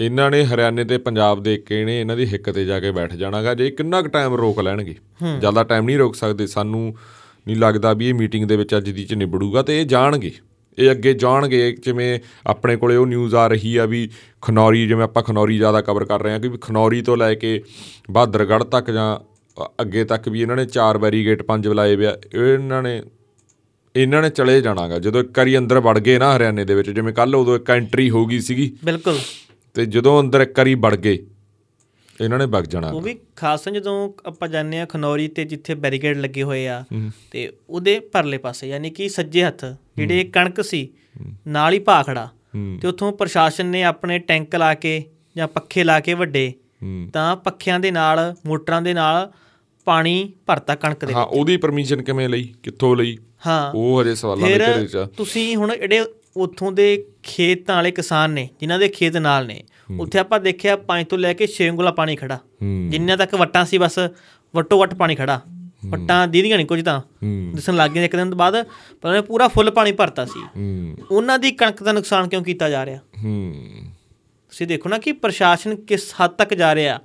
Speaker 2: ਇਹਨਾਂ ਨੇ ਹਰਿਆਣੇ ਤੇ ਪੰਜਾਬ ਦੇਖ ਕੇ ਨੇ ਇਹਨਾਂ ਦੀ ਹਿੱਕ ਤੇ ਜਾ ਕੇ ਬੈਠ ਜਾਣਾਗਾ ਜੇ ਕਿੰਨਾ ਕੁ ਟਾਈਮ ਰੋਕ ਲੈਣਗੇ ਜ਼ਿਆਦਾ ਟਾਈਮ ਨਹੀਂ ਰੋਕ ਸਕਦੇ ਸਾਨੂੰ ਨਹੀਂ ਲੱਗਦਾ ਵੀ ਇਹ ਮੀਟਿੰਗ ਦੇ ਵਿੱਚ ਅੱਜ ਦੀ ਚ ਨਿਬੜੂਗਾ ਤੇ ਇਹ ਜਾਣਗੇ ਇਹ ਅੱਗੇ ਜਾਣਗੇ ਜਿਵੇਂ ਆਪਣੇ ਕੋਲੇ ਉਹ ਨਿਊਜ਼ ਆ ਰਹੀ ਆ ਵੀ ਖਨੌਰੀ ਜਿਵੇਂ ਆਪਾਂ ਖਨੌਰੀ ਜ਼ਿਆਦਾ ਕਵਰ ਕਰ ਰਹੇ ਹਾਂ ਕਿ ਵੀ ਖਨੌਰੀ ਤੋਂ ਲੈ ਕੇ ਬਹਾਦਰਗੜ੍ਹ ਤੱਕ ਜਾਂ ਅ- ਅੱਗੇ ਤੱਕ ਵੀ ਇਹਨਾਂ ਨੇ ਚਾਰ ਬੈਰੀਗੇਟ ਪੰਜ ਬੁਲਾਏ ਵਿਆ ਇਹਨਾਂ ਨੇ ਇਹਨਾਂ ਨੇ ਚਲੇ ਜਾਣਾਗਾ ਜਦੋਂ ਇੱਕ ਵਾਰੀ ਅੰਦਰ ਵੜ ਗਏ ਨਾ ਹਰਿਆਣੇ ਦੇ ਵਿੱਚ ਜਿਵੇਂ ਕੱਲ ਉਦੋਂ ਇੱਕ ਐਂਟਰੀ ਹੋ ਗਈ ਸੀਗੀ
Speaker 1: ਬਿਲਕੁਲ
Speaker 2: ਤੇ ਜਦੋਂ ਅੰਦਰ ਇੱਕ ਵਾਰੀ ਵੜ ਗਏ ਇਹਨਾਂ ਨੇ ਵਗ ਜਾਣਾ
Speaker 1: ਉਹ ਵੀ ਖਾਸ ਤਾਂ ਜਦੋਂ ਆਪਾਂ ਜਾਂਦੇ ਆ ਖਨੌਰੀ ਤੇ ਜਿੱਥੇ ਬੈਰੀਕੇਡ ਲੱਗੇ ਹੋਏ ਆ ਤੇ ਉਹਦੇ ਪਰਲੇ ਪਾਸੇ ਯਾਨੀ ਕਿ ਸੱਜੇ ਹੱਥ ਜਿਹੜੇ ਕਣਕ ਸੀ ਨਾਲ ਹੀ ਭਾਖੜਾ
Speaker 2: ਹੂੰ।
Speaker 1: ਤੇ ਉੱਥੋਂ ਪ੍ਰਸ਼ਾਸਨ ਨੇ ਆਪਣੇ ਟੈਂਕ ਲਾ ਕੇ ਜਾਂ ਪੱਖੇ ਲਾ ਕੇ ਵੱਡੇ
Speaker 2: ਹੂੰ।
Speaker 1: ਤਾਂ ਪੱਖਿਆਂ ਦੇ ਨਾਲ ਮੋਟਰਾਂ ਦੇ ਨਾਲ ਪਾਣੀ ਭਰਤਾ ਕਣਕ ਦੇ
Speaker 2: ਹਾਂ ਉਹਦੀ ਪਰਮਿਸ਼ਨ ਕਿਵੇਂ ਲਈ ਕਿੱਥੋਂ ਲਈ
Speaker 1: ਹਾਂ
Speaker 2: ਉਹ ਹਜੇ ਸਵਾਲਾਂ ਦੇ
Speaker 1: ਫਿਰ
Speaker 2: ਘੇਰੇ ਚ ਆ।
Speaker 1: ਤੁਸੀਂ ਹੁਣ ਜਿਹੜੇ ਉੱਥੋਂ ਦੇ ਖੇਤਾਂ ਵਾਲੇ ਕਿਸਾਨ ਨੇ ਜਿਨ੍ਹਾਂ ਦੇ ਖੇਤ ਨਾਲ ਨੇ ਉੱਥੇ ਆਪਾਂ ਦੇਖਿਆ ਪੰਜ ਤੋਂ ਲੈ ਕੇ 6 ਉਂਗਲਾ ਪਾਣੀ ਖੜਾ
Speaker 2: ਹੂੰ
Speaker 1: ਜਿੰਨਾ ਤੱਕ ਵੱਟਾਂ ਸੀ ਬਸ ਵੱਟੋ ਵੱਟ ਪਾਣੀ ਖੜਾ ਵੱਟਾਂ ਦੀਦੀਆਂ ਨਹੀਂ ਕੁਝ ਤਾਂ
Speaker 2: ਹੂੰ
Speaker 1: ਦਿਸਣ ਲੱਗ ਗਈਆਂ ਇੱਕ ਦਿਨ ਤੋਂ ਬਾਅਦ ਪਰ ਉਹਨੇ ਪੂਰਾ ਫੁੱਲ ਪਾਣੀ ਭਰਤਾ ਸੀ
Speaker 2: ਹੂੰ
Speaker 1: ਉਹਨਾਂ ਦੀ ਕਣਕ ਦਾ ਨੁਕਸਾਨ ਕਿਉਂ ਕੀਤਾ ਜਾ ਰਿਹਾ
Speaker 2: ਹੂੰ
Speaker 1: ਤੁਸੀਂ ਦੇਖੋ ਨਾ ਕਿ ਪ੍ਰਸ਼ਾਸਨ ਕਿਸ ਹੱਦ ਤੱਕ ਜਾ ਰਿਹਾ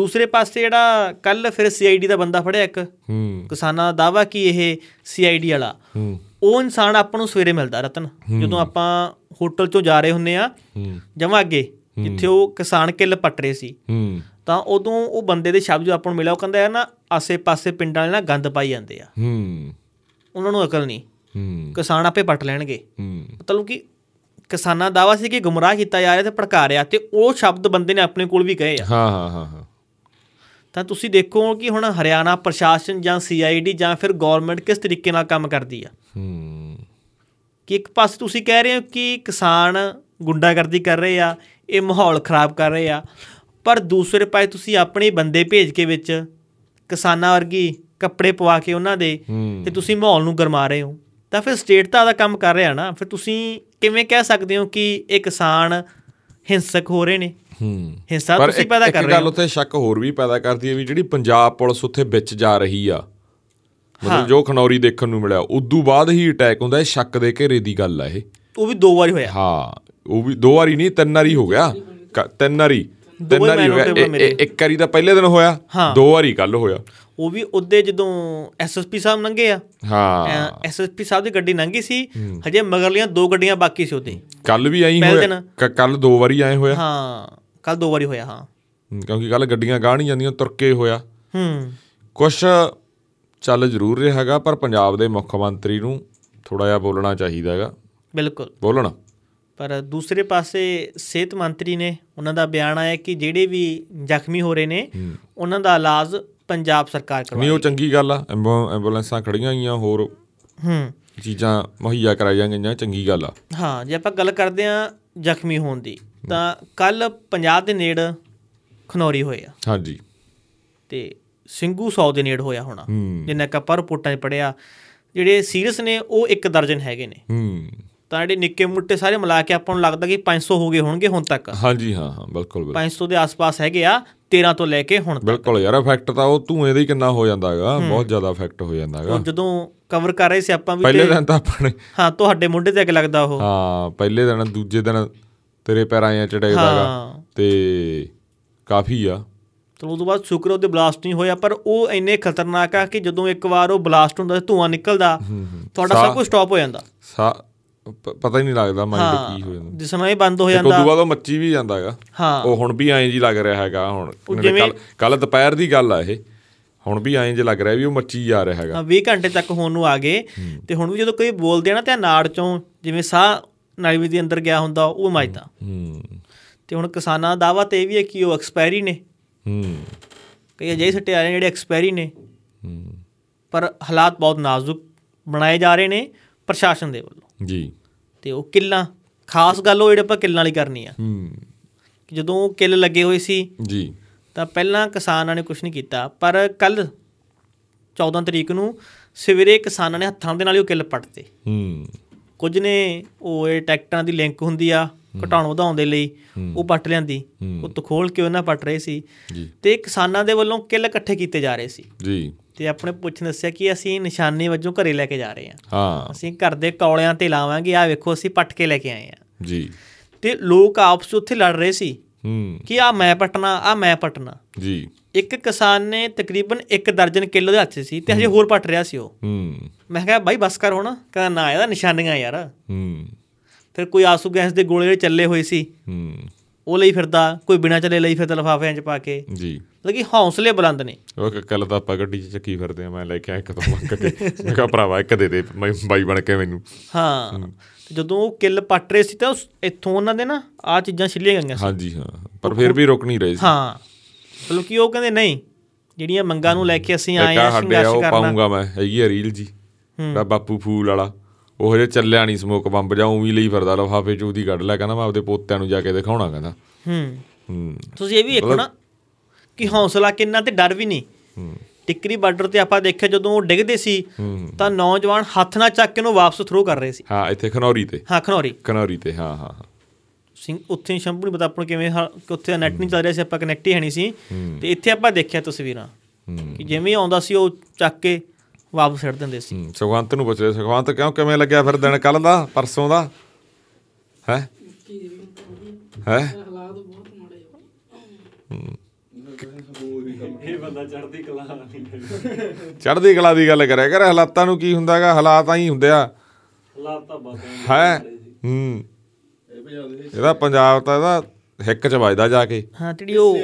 Speaker 1: ਦੂਸਰੇ ਪਾਸੇ ਜਿਹੜਾ ਕੱਲ ਫਿਰ ਸੀਆਈਡੀ ਦਾ ਬੰਦਾ ਫੜਿਆ ਇੱਕ
Speaker 2: ਹੂੰ
Speaker 1: ਕਿਸਾਨਾਂ ਦਾ ਦਾਵਾ ਕਿ ਇਹ ਸੀਆਈਡੀ ਵਾਲਾ
Speaker 2: ਹੂੰ
Speaker 1: ਉਹ ਇਨਸਾਨ ਆਪਾਂ ਨੂੰ ਸਵੇਰੇ ਮਿਲਦਾ ਰਤਨ ਜਦੋਂ ਆਪਾਂ ਹੋਟਲ ਚੋਂ ਜਾ ਰਹੇ ਹੁੰਨੇ ਆ
Speaker 2: ਹੂੰ
Speaker 1: ਜਮਾਂ ਅੱਗੇ ਜਿੱਥੇ ਉਹ ਕਿਸਾਨ ਕਿੱਲ ਪੱਟ ਰਹੇ ਸੀ
Speaker 2: ਹੂੰ
Speaker 1: ਤਾਂ ਉਦੋਂ ਉਹ ਬੰਦੇ ਦੇ ਸ਼ਬਦ ਜੋ ਆਪਾਂ ਨੂੰ ਮਿਲਿਆ ਉਹ ਕਹਿੰਦਾ ਯਾਰ ਨਾ ਆਸੇ-ਪਾਸੇ ਪਿੰਡਾਂ ਵਾਲੇ ਨਾ ਗੰਦ ਪਾਈ ਜਾਂਦੇ ਆ
Speaker 2: ਹੂੰ
Speaker 1: ਉਹਨਾਂ ਨੂੰ ਅਕਲ ਨਹੀਂ
Speaker 2: ਹੂੰ
Speaker 1: ਕਿਸਾਨ ਆਪੇ ਪੱਟ ਲੈਣਗੇ
Speaker 2: ਹੂੰ
Speaker 1: ਮਤਲਬ ਕਿ ਕਿਸਾਨਾਂ ਦਾ ਦਾਵਾ ਸੀ ਕਿ ਗੁੰਮਰਾਹ ਕੀਤਾ ਜਾ ਰਿਹਾ ਤੇ ਭੜਕਾ ਰਿਹਾ ਤੇ ਉਹ ਸ਼ਬਦ ਬੰਦੇ ਨੇ ਆਪਣੇ ਕੋਲ ਵੀ ਕਹੇ ਆ
Speaker 2: ਹਾਂ ਹਾਂ ਹਾਂ ਹਾਂ
Speaker 1: ਤਾਂ ਤੁਸੀਂ ਦੇਖੋ ਕਿ ਹੁਣ ਹਰਿਆਣਾ ਪ੍ਰਸ਼ਾਸਨ ਜਾਂ ਸੀਆਈਡੀ ਜਾਂ ਫਿਰ ਗਵਰਨਮੈਂਟ ਕਿਸ ਤਰੀਕੇ ਨਾਲ ਕੰਮ ਕਰਦੀ ਆ
Speaker 2: ਹੂੰ
Speaker 1: ਕਿ ਇੱਕ ਪਾਸੇ ਤੁਸੀਂ ਕਹਿ ਰਹੇ ਹੋ ਕਿ ਕਿਸਾਨ ਗੁੰਡਾਗਰਦੀ ਕਰ ਰਹੇ ਆ ਇਹ ਮਾਹੌਲ ਖਰਾਬ ਕਰ ਰਹੇ ਆ ਪਰ ਦੂਸਰੇ ਪਾਸੇ ਤੁਸੀਂ ਆਪਣੇ ਬੰਦੇ ਭੇਜ ਕੇ ਵਿੱਚ ਕਿਸਾਨਾਂ ਵਰਗੀ ਕੱਪੜੇ ਪਵਾ ਕੇ ਉਹਨਾਂ ਦੇ
Speaker 2: ਹੂੰ
Speaker 1: ਤੇ ਤੁਸੀਂ ਮਾਹੌਲ ਨੂੰ ਗਰਮਾ ਰਹੇ ਹੋ ਤਾਂ ਫਿਰ ਸਟੇਟ ਤਾਂ ਆਦਾ ਕੰਮ ਕਰ ਰਿਹਾ ਨਾ ਫਿਰ ਤੁਸੀਂ ਕਿਵੇਂ ਕਹਿ ਸਕਦੇ ਹੋ ਕਿ ਇਹ ਕਿਸਾਨ ਹਿੰਸਕ ਹੋ ਰਹੇ ਨੇ
Speaker 2: ਹੂੰ
Speaker 1: ਹਿੰਸਾ
Speaker 2: ਪਰ
Speaker 1: ਤੁਸੀਂ
Speaker 2: ਇੱਕ-
Speaker 1: ਪੈਦਾ ਕਰ
Speaker 2: ਇੱਕ
Speaker 1: ਰਹੇ
Speaker 2: ਗੱਲ
Speaker 1: ਹੋ
Speaker 2: ਉੱਥੇ ਸ਼ੱਕ ਹੋਰ ਵੀ ਪੈਦਾ ਕਰਦੀ ਹੈ ਵੀ ਜਿਹੜੀ ਪੰਜਾਬ ਪੁਲਿਸ ਉੱਥੇ ਵਿੱਚ ਜਾ ਰਹੀ ਆ
Speaker 1: ਹਾਂ।
Speaker 2: ਮਤਲਬ ਜੋ ਖਨੌਰੀ ਦੇਖਣ ਨੂੰ ਮਿਲਿਆ ਉਦੋਂ ਬਾਅਦ ਹੀ ਅਟੈਕ ਹੁੰਦਾ ਇਹ ਸ਼ੱਕ ਦੇ ਘੇਰੇ ਦੀ ਗੱਲ ਆ ਇਹ
Speaker 1: ਉਹ ਵੀ ਦੋ ਵਾਰੀ ਹੋਇਆ
Speaker 2: ਹਾਂ ਉਹ ਵੀ ਦੋ ਵਾਰੀ ਨਹੀਂ ਤਿੰਨ ਵਾਰੀ ਹੋ ਗਿਆ ਕ- ਤਿੰਨ ਵਾਰੀ
Speaker 1: ਦੋ
Speaker 2: ਤਿੰਨ
Speaker 1: ਹੀ
Speaker 2: ਵਾਰੀ ਹੋ ਗਿਆ
Speaker 1: man
Speaker 2: ਇਹ- ਇਹ- ਇੱਕ ਵਾਰੀ ਤਾਂ ਪਹਿਲੇ ਦਿਨ ਹੋਇਆ
Speaker 1: ਹਾਂ।
Speaker 2: ਦੋ ਵਾਰੀ ਕੱਲ ਹੋਇਆ
Speaker 1: ਉਹ ਵੀ ਉਹਦੇ ਜਦੋਂ ਐਸਐਸਪੀ ਸਾਹਿਬ ਲੰਘੇ ਆ
Speaker 2: ਹਾਂ
Speaker 1: ਐਸਐਸਪੀ ਸਾਹਿਬ ਦੀ ਗੱਡੀ ਲੰਘੀ ਸੀ ਹਜੇ ਮਗਰਲੀਆਂ ਦੋ ਗੱਡੀਆਂ ਬਾਕੀ ਸੀ ਉਹਦੇ
Speaker 2: ਕੱਲ ਵੀ ਆਈ
Speaker 1: ਪਹਿਲੇ
Speaker 2: ਹੋਇਆ ਕੱਲ ਦੋ ਵਾਰੀ ਆਏ ਹੋਇਆ
Speaker 1: ਹਾਂ ਕੱਲ ਦੋ ਵਾਰੀ ਹੋਇਆ ਹਾਂ
Speaker 2: ਹਮ, ਕਿਉਂਕਿ ਕੱਲ ਗੱਡੀਆਂ ਗਾਹ ਨਹੀਂ ਜਾਂਦੀਆਂ ਤੁਰ ਕੇ ਹੋਇਆ
Speaker 1: ਹੂੰ
Speaker 2: ਕੁਛ ਚੱਲ ਜ਼ਰੂਰ ਰਿਹਾ ਹੈਗਾ ਪਰ ਪੰਜਾਬ ਦੇ ਮੁੱਖ ਮੰਤਰੀ ਨੂੰ ਥੋੜਾ ਜਿਹਾ ਬੋਲਣਾ ਚਾਹੀਦਾ ਹੈਗਾ
Speaker 1: ਬਿਲਕੁਲ
Speaker 2: ਬੋਲਣਾ
Speaker 1: ਪਰ ਦੂਸਰੇ ਪਾਸੇ ਸਿਹਤ ਮੰਤਰੀ ਨੇ ਉਹਨਾਂ ਦਾ ਬਿਆਨ ਆਇਆ ਕਿ ਜਿਹੜੇ ਵੀ ਜ਼ਖਮੀ ਹੋ ਰਹੇ ਨੇ ਉਹਨਾਂ ਦਾ ਇਲਾਜ ਪੰਜਾਬ ਸਰਕਾਰ ਕਰਵਾ
Speaker 2: ਨਹੀਂ ਉਹ ਚੰਗੀ ਗੱਲ ਆ ਐਂਬੂ- ਐਂਬੂਲੈਂਸਾਂ ਖੜੀਆਂ ਗਈਆਂ ਹੋਰ
Speaker 1: ਹੂੰ
Speaker 2: ਚੀਜ਼ਾਂ ਮੁਹੱਈਆ ਕਰਾਈਆਂ ਗਈਆਂ ਚੰਗੀ ਗੱਲ ਆ
Speaker 1: ਹਾਂ ਜੇ ਆਪਾਂ ਗੱਲ ਕਰਦੇ ਹਾਂ ਜ਼ਖਮੀ ਹੋਣ ਦੀ ਤਾਂ ਕੱਲ ਪੰਜਾਬ ਦੇ ਨੇੜ ਖਨੌਰੀ ਹੋਇਆ
Speaker 2: ਹਾਂਜੀ
Speaker 1: ਤੇ ਸਿੰਘੂ 100 ਦੇ ਨੇੜ ਹੋਇਆ ਹੋਣਾ
Speaker 2: ਹੂੰ
Speaker 1: ਜਿੰਨਾ ਕਿ ਆਪਾਂ ਰਿਪੋਰਟਾਂ 'ਚ ਪੜਿਆ ਜਿਹੜੇ ਸੀਰੀਅਸ ਨੇ ਉਹ ਇੱਕ ਦਰਜਨ ਹੈਗੇ ਨੇ
Speaker 2: ਹੂੰ
Speaker 1: ਤਾਂ ਜਿਹੜੇ ਨਿੱਕੇ ਮੁੱਟੇ ਸਾਰੇ ਮਿਲਾ ਕੇ ਆਪਾਂ ਨੂੰ ਲੱਗਦਾ ਕਿ 500 ਹੋ ਗਏ ਹੋਣਗੇ ਹੁਣ ਤੱਕ
Speaker 2: ਹਾਂਜੀ ਹਾਂ ਹਾਂ ਬਿਲਕੁਲ ਬਿਲਕੁਲ
Speaker 1: 500 ਦੇ ਆਸ-ਪਾਸ ਹੈਗੇ ਆ 13 ਤੋਂ ਲੈ ਕੇ ਹੁਣ ਤੱਕ।
Speaker 2: ਬਿਲਕੁਲ ਯਾਰ ਇਫੈਕਟ ਤਾਂ ਉਹ ਧੂਏ ਦਾ ਹੀ ਕਿੰਨਾ ਹੋ ਜਾਂਦਾ ਹੈਗਾ ਬਹੁਤ ਜ਼ਿਆਦਾ ਇਫੈਕਟ ਹੋ ਜਾਂਦਾ ਹੈਗਾ
Speaker 1: ਉਹ ਜਦੋਂ ਕਵਰ ਕਰ ਰਹੇ ਸੀ ਆਪਾਂ ਵੀ
Speaker 2: ਪਹਿਲੇ
Speaker 1: ਤੇ
Speaker 2: ਦਿਨ ਤਾਂ ਆਪਣੇ
Speaker 1: ਹਾਂ ਤੁਹਾਡੇ ਮੁੰਡੇ ਤੇ ਅੱਗ ਲੱਗਦਾ ਉਹ
Speaker 2: ਹਾਂ ਪਹਿਲੇ ਦਿਨ ਦੂਜੇ ਦਿਨ ਤੇਰੇ ਪੈਰਾਂ ਆ ਚੜੇਗਾ
Speaker 1: ਹਾਂ
Speaker 2: ਤੇ ਕਾਫੀ ਆ
Speaker 1: ਤੇ ਉਸ ਤੋਂ ਬਾਅਦ ਸ਼ੁਕਰ ਉਹਦੇ ਬਲਾਸਟ ਨਹੀਂ ਹੋਇਆ ਪਰ ਉਹ ਇੰਨੇ ਖਤਰਨਾਕ ਆ ਕਿ ਜਦੋਂ ਇੱਕ ਵਾਰ ਉਹ ਬਲਾਸਟ ਹੁੰਦਾ ਤੇ ਧੂਆਂ ਨਿਕਲਦਾ ਤੁਹਾਡਾ
Speaker 2: ਸਾਹ-
Speaker 1: ਸਭ ਕੁਝ ਸਟਾਪ ਹੋ ਜਾਂਦਾ
Speaker 2: ਸਾ ਪ- ਪਤਾ ਹੀ ਨਹੀਂ ਲੱਗਦਾ ਮਾਈਂਡ
Speaker 1: ਹਾਂ
Speaker 2: ਕੀ ਹੋ ਜਾਂਦਾ
Speaker 1: ਦਿਸਣਾ ਹੀ ਬੰਦ ਹੋ
Speaker 2: ਇੱਕ ਉਦੋਂ
Speaker 1: ਜਾਂਦਾ
Speaker 2: ਬਾਅਦ ਉਹ ਮੱਚੀ ਵੀ ਜਾਂਦਾ ਹੈਗਾ
Speaker 1: ਹਾਂ
Speaker 2: ਉਹ ਹੁਣ ਵੀ ਐਂ ਜੀ ਲੱਗ ਰਿਹਾ ਹੈਗਾ ਹੁਣ
Speaker 1: ਜਿਵੇਂ-
Speaker 2: ਕੱਲ ਕੱਲ ਦੁਪਹਿਰ ਦੀ ਗੱਲ ਆ ਇਹ ਹੁਣ ਵੀ ਐਂ ਜੇ ਲੱਗ ਰਿਹਾ ਵੀ ਉਹ ਮੱਚੀ ਜਾ ਰਿਹਾ ਹੈਗਾ
Speaker 1: ਹਾਂ 20 ਘੰਟੇ ਤੱਕ ਹੋਣ ਨੂੰ ਆ ਗਏ ਤੇ ਹੁਣ ਵੀ ਜਦੋਂ ਕੋਈ ਬੋਲਦੇ ਆ ਨਾ ਤੇ ਆਹ ਨਾੜ ਚੋਂ ਜਿਵੇਂ ਸਾਹ ਨਾਲੀ ਦੇ ਅੰਦਰ ਗਿਆ ਹੁੰਦਾ ਉਹ ਮੱਚਦਾ
Speaker 2: ਹੂੰ
Speaker 1: ਤੇ ਹੁਣ ਕਿਸਾਨਾਂ ਦਾ ਦਾਵਾ ਤੇ ਇਹ ਵੀ ਹੈ ਕਿ ਉਹ ਐਕਸਪਾਇਰੀ ਨੇ
Speaker 2: ਹੂੰ
Speaker 1: ਕਈ ਅਜਿਹੇ ਸੱਟੇ ਆ ਰਹੇ ਨੇ ਜਿਹੜੇ ਐਕਸਪਾਇਰੀ ਨੇ
Speaker 2: ਹੂੰ
Speaker 1: ਪਰ ਹਾਲਾਤ ਬਹੁਤ ਨਾਜ਼ੁਕ ਬਣਾਏ ਜਾ ਰਹੇ ਨੇ ਪ੍ਰਸ਼ਾਸਨ ਦੇ ਵੱਲੋਂ
Speaker 2: ਜੀ
Speaker 1: ਤੇ ਉਹ ਕਿੱਲਾਂ ਖਾਸ ਗੱਲ ਉਹ ਜਿਹੜੇ ਆਪਾਂ ਕਿੱਲਾਂ ਵਾਲੀ ਕਰਨੀ ਆ
Speaker 2: ਹੂੰ
Speaker 1: ਕਿ ਜਦੋਂ ਉਹ ਕਿੱਲ ਲੱਗੇ ਹੋਏ ਸੀ
Speaker 2: ਜੀ
Speaker 1: ਤਾਂ ਪਹਿਲਾਂ ਕਿਸਾਨਾਂ ਨੇ ਕੁਝ ਨਹੀਂ ਕੀਤਾ ਪਰ ਕੱਲ 14 ਤਰੀਕ ਨੂੰ ਸਵੇਰੇ ਕਿਸਾਨਾਂ ਨੇ ਹੱਥਾਂ ਦੇ ਨਾਲ ਹੀ ਉਹ ਕਿੱਲ ਪੱਟਤੇ
Speaker 2: ਹੂੰ
Speaker 1: ਕੁਝ ਨੇ ਉਹ ਇਹ ਟੈਕਟਾਂ ਦੀ ਲਿੰਕ ਹੁੰਦੀ ਆ ਘਟਾਉਣ ਵਧਾਉਣ ਦੇ ਲਈ ਉਹ ਪੱਟ ਲਿਆਂਦੀ ਉਹ ਤੋਂ ਖੋਲ ਕੇ ਉਹਨਾਂ ਪੱਟ ਰਹੇ ਸੀ
Speaker 2: ਜੀ
Speaker 1: ਤੇ ਕਿਸਾਨਾਂ ਦੇ ਵੱਲੋਂ ਕਿੱਲ ਇਕੱਠੇ ਕੀਤੇ ਜਾ ਰਹੇ ਸੀ
Speaker 2: ਜੀ
Speaker 1: ਤੇ ਆਪਣੇ ਪੁੱਛ ਨੇ ਦੱਸਿਆ ਕਿ ਅਸੀਂ ਨਿਸ਼ਾਨੇ ਵਜੋਂ ਘਰੇ ਲੈ ਕੇ ਜਾ ਰਹੇ ਹਾਂ
Speaker 2: ਹਾਂ
Speaker 1: ਅਸੀਂ ਘਰ ਦੇ ਕੌਲਿਆਂ ਤੇ ਲਾਵਾਂਗੇ ਆ ਵੇਖੋ ਅਸੀਂ ਪੱਟ ਕੇ ਲੈ ਕੇ ਆਏ ਹਾਂ
Speaker 2: ਜੀ
Speaker 1: ਤੇ ਲੋਕ ਆਪਸ ਵਿੱਚ ਉੱਥੇ ਲੜ ਰਹੇ ਸੀ
Speaker 2: ਹੂੰ
Speaker 1: ਕਿ ਆ ਮੈਂ ਪਟਣਾ ਆ ਮੈਂ ਪਟਣਾ
Speaker 2: ਜੀ
Speaker 1: ਇੱਕ ਕਿਸਾਨ ਨੇ ਤਕਰੀਬਨ ਇੱਕ ਦਰਜਨ ਕਿਲੋ ਦੇ ਹੱਥ 'ਚ ਸੀ ਤੇ ਹਜੇ ਹੋਰ ਪਟ ਰਿਹਾ ਸੀ ਉਹ
Speaker 2: ਹੂੰ
Speaker 1: ਮੈਂ ਕਿਹਾ ਬਾਈ ਬਸ ਕਰ ਹੁਣ ਕਹਿੰਦਾ ਨਾ ਇਹਦਾ ਨਿਸ਼ਾਨੀਆਂ ਯਾਰ
Speaker 2: ਹੂੰ
Speaker 1: ਫਿਰ ਕੋਈ ਆਸੂ ਗੈਸ ਦੇ ਗੋਲੇ ਜਿਹੜੇ ਚੱਲੇ ਹੋਏ ਸੀ
Speaker 2: ਹੂੰ
Speaker 1: ਉਹ ਲਈ ਫਿਰਦਾ ਕੋਈ ਬਿਨਾਂ ਚੱਲੇ ਲਈ ਫਿਰਦਾ ਲਫਾਫਿਆਂ 'ਚ ਪਾ ਕੇ
Speaker 2: ਜੀ
Speaker 1: ਮਤਲਬ ਕਿ ਹੌਸਲੇ ਬੁਲੰਦ ਨੇ
Speaker 2: ਉਹ ਕੱਲ ਤਾਂ ਆਪਾਂ ਗੱਡੀ 'ਚ ਚੱਕੀ ਫਿਰਦੇ ਆ ਮੈਂ ਲੈ ਕੇ ਆਇਆ ਇੱਕ ਤੋਂ ਮੰਗ ਕੇ ਮੈਂ ਕਿਹਾ ਭਰਾਵਾ ਇੱਕ ਦੇ ਦੇ ਮੈਂ ਬਾਈ ਬਣ ਕੇ ਮੈਨੂੰ
Speaker 1: ਹਾਂ ਤੇ ਜਦੋਂ ਉਹ ਕਿੱਲ ਪੱਟ ਰਹੇ ਸੀ ਤਾਂ ਉਸ- ਇੱਥੋਂ ਉਹਨਾਂ ਦੇ ਨਾ ਆ ਚੀਜ਼ਾਂ ਛਿੱਲੀਆਂ ਗਈਆਂ ਸੀ
Speaker 2: ਹਾਂਜੀ ਹਾਂ ਪਰ ਫਿਰ ਵੀ ਰੁਕ ਨਹੀਂ ਰਹੇ ਸੀ
Speaker 1: ਹਾਂ ਮਤਲਬ ਕਿ ਉਹ ਕਹਿੰਦੇ ਨਹੀਂ ਜਿਹੜੀਆਂ ਮੰਗਾਂ ਨੂੰ ਲੈ ਕੇ ਅਸੀਂ ਆਏ
Speaker 2: ਇੱਕਾ
Speaker 1: ਆ
Speaker 2: ਸਾਡੇ ਆ
Speaker 1: ਸੰਘਰਸ਼
Speaker 2: ਉਹ
Speaker 1: ਕਰਨਾ
Speaker 2: ਪਾਉਂਗਾ ਮੈਂ ਹੈਗੀ ਆ ਰੀਲ ਜੀ ਜਿਹੜਾ ਬਾਪੂ ਫੂਲ ਵਾਲਾ ਉਹ ਹਜੇ ਚੱਲਿਆ ਨਹੀਂ ਸਮੋਕ ਬੰਬ ਜਾਂ ਉਵੇਂ ਲਈ ਫਿਰਦਾ ਲਫਾਫੇ ਚ ਉਹਦੀ ਕੱਢ ਲੈ ਕਹਿੰਦਾ ਮੈਂ ਆਪਦੇ ਪੋਤਿਆਂ ਨੂੰ ਜਾ ਕੇ ਦਿਖਾਉਣਾ ਕਹਿੰਦਾ
Speaker 1: ਹੂੰ
Speaker 2: ਹੂੰ
Speaker 1: ਤੁਸੀਂ ਇਹ ਵੀ ਵੇਖੋ ਨਾ ਕਿ ਹੌਸਲਾ ਕਿੰਨਾ ਤੇ ਡਰ ਵੀ ਨਹੀਂ ਟਿੱਕਰੀ ਬਾਰਡਰ ਤੇ ਆਪਾਂ ਦੇਖਿਆ ਜਦੋਂ ਉਹ ਡਿੱਗਦੇ ਸੀ ਤਾਂ ਨੌਜਵਾਨ ਹੱਥ ਨਾਲ ਚੱਕ ਕੇ ਉਹਨੂੰ ਵਾਪਸ ਥਰੋ ਕਰ ਰਹੇ ਸੀ
Speaker 2: ਹਾਂ ਇੱਥੇ ਖਨੌਰੀ ਤੇ
Speaker 1: ਹਾਂ ਖਨੌਰੀ
Speaker 2: ਖਨੌਰੀ ਤੇ ਹਾਂ ਹਾਂ ਹਾਂ।
Speaker 1: ਸਿੰਘ ਉੱਥੇ ਸ਼ੰਭੂ ਨਹੀਂ ਪਤਾ ਆਪਾਂ ਨੂੰ ਕਿਵੇਂ ਹਾ- ਕਿ ਉੱਥੇ ਨੈਟ ਨਹੀਂ ਚੱਲ ਰਿਹਾ ਸੀ ਆਪਾਂ ਕਨੈਕਟ ਹੀ ਹੈ ਨਹੀਂ ਸੀ ਤੇ ਇੱਥੇ ਆਪਾਂ ਦੇਖਿਆ ਤਸਵੀਰਾਂ ਕਿ ਜਿਵੇਂ ਹੀ ਆਉਂਦਾ ਸੀ ਉਹ ਚੱਕ ਕੇ ਵਾਪਸ ਛੱਡ ਦਿੰਦੇ ਸੀ
Speaker 2: ਹੂੰ ਸੁਖਵੰਤ ਨੂੰ ਪੁੱਛ ਰਿਹਾ ਸੁਖਵੰਤ ਕਿਉਂ ਕਿਵੇਂ ਲੱਗਿਆ ਫਿਰ ਦਿਨ ਕੱਲ ਦਾ ਪਰਸੋਂ ਦਾ ਹੈ ਹੈ ਚੜ੍ਹਦੀ ਕਲਾ ਦੀ ਗੱਲ ਕਰਿਆ ਕਰ ਹਾਲਾਤਾਂ ਨੂੰ ਕੀ ਹੁੰਦਾਗਾ ਹਾਲਾਤ ਆਈ ਹੁੰਦੇ ਆ ਹੈ ਹੂੰ ਇਹਦਾ ਪੰਜਾਬ ਤਾਂ ਇਹਦਾ ਹਿੱਕ ਚ ਵੱਜਦਾ ਜਾ ਕੇ
Speaker 1: ਹਾਂ ਜਿਹੜੀ ਉਹ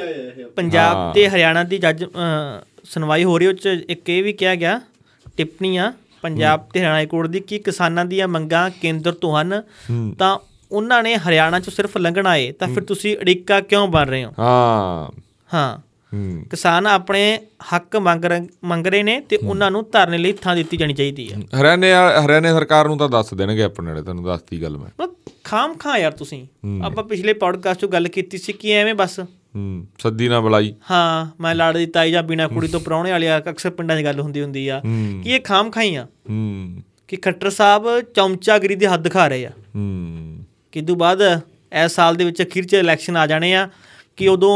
Speaker 1: ਪੰਜਾਬ ਤੇ ਹਰਿਆਣਾ ਦੀ ਜੱਜ ਅ, ਸੁਣਵਾਈ ਹੋ ਰਹੀ ਉਹ ਚ ਇੱਕ ਇਹ ਵੀ ਕਿਹਾ ਗਿਆ ਟਿੱਪਣੀ ਆ ਪੰਜਾਬ ਤੇ ਹਰਿਆਣਾ ਹਾਈ ਕੋਰਟ ਦੀ ਕਿ ਕਿਸਾਨਾਂ ਦੀਆਂ ਮੰਗਾਂ ਕੇਂਦਰ ਤੋਂ ਹਨ ਤਾਂ ਉਹਨਾਂ ਨੇ ਹਰਿਆਣਾ ਚ ਸਿਰਫ ਲੰਘਣਾ ਏ ਤਾਂ ਫਿਰ ਤੁਸੀਂ ਅੜਿੱਕਾ ਕਿਉਂ ਬਣ ਰਹੇ ਹੋ
Speaker 2: ਹਾਂ
Speaker 1: ਹਾਂ
Speaker 2: ਹੂੰ
Speaker 1: ਕਿਸਾਨ ਆਪਣੇ ਹੱਕ ਮੰਗ ਰਹੇ- ਮੰਗ ਰਹੇ ਨੇ ਤੇ ਉਹਨਾਂ ਨੂੰ ਧਰਨੇ ਲਈ ਥਾਂ ਦਿੱਤੀ ਜਾਣੀ ਚਾਹੀਦੀ ਹੈ
Speaker 2: ਹਰਿਆਣੇ ਹਰਿਆਣੇ ਸਰਕਾਰ ਨੂੰ ਤਾਂ ਦੱਸ ਦੇਣਗੇ ਆਪਣੇ ਵਾਲੇ ਤੈਨੂੰ ਦੱਸਤੀ ਗੱਲ ਮੈਂ
Speaker 1: ਮਤਲਬ ਖਾਮ ਖਾਂ ਯਾਰ ਤੁਸੀਂ ਆਪਾਂ ਪਿਛਲੇ ਪੌਡਕਾਸਟ 'ਚ ਗੱਲ ਕੀਤੀ ਸੀ ਕਿ ਐਵੇਂ ਬਸ
Speaker 2: ਹੂੰ ਸੱਦੀ ਨਾ ਬੁਲਾਈ
Speaker 1: ਹਾਂ ਮੈਂ ਲਾੜ ਦੀ ਤਾਈ ਜਾਂ ਬਿਨਾ ਕੁੜੀ ਤੋਂ ਪ੍ਰਾਹੁਣੇ ਵਾਲੀ ਆ ਅਕਸਰ ਪਿੰਡਾਂ 'ਚ ਗੱਲ ਹੁੰਦੀ ਹੁੰਦੀ ਆ
Speaker 2: ਹੂੰ
Speaker 1: ਕਿ ਇਹ ਖਾਮ ਖਾਈ ਆ
Speaker 2: ਹੂੰ
Speaker 1: ਕਿ ਖੱਟਰ ਸਾਹਿਬ ਚਮਚਾਗਰੀ ਦੀ ਹੱਦ ਖਾ ਰਹੇ ਆ
Speaker 2: ਹੂੰ
Speaker 1: ਕਿ ਤੋਂ ਬਾਅਦ ਇਸ ਸਾਲ ਦੇ ਵਿੱਚ ਅਖੀਰ 'ਚ ਇਲੈਕਸ਼ਨ ਆ ਜਾਣੇ ਆ ਕਿ ਉਦੋਂ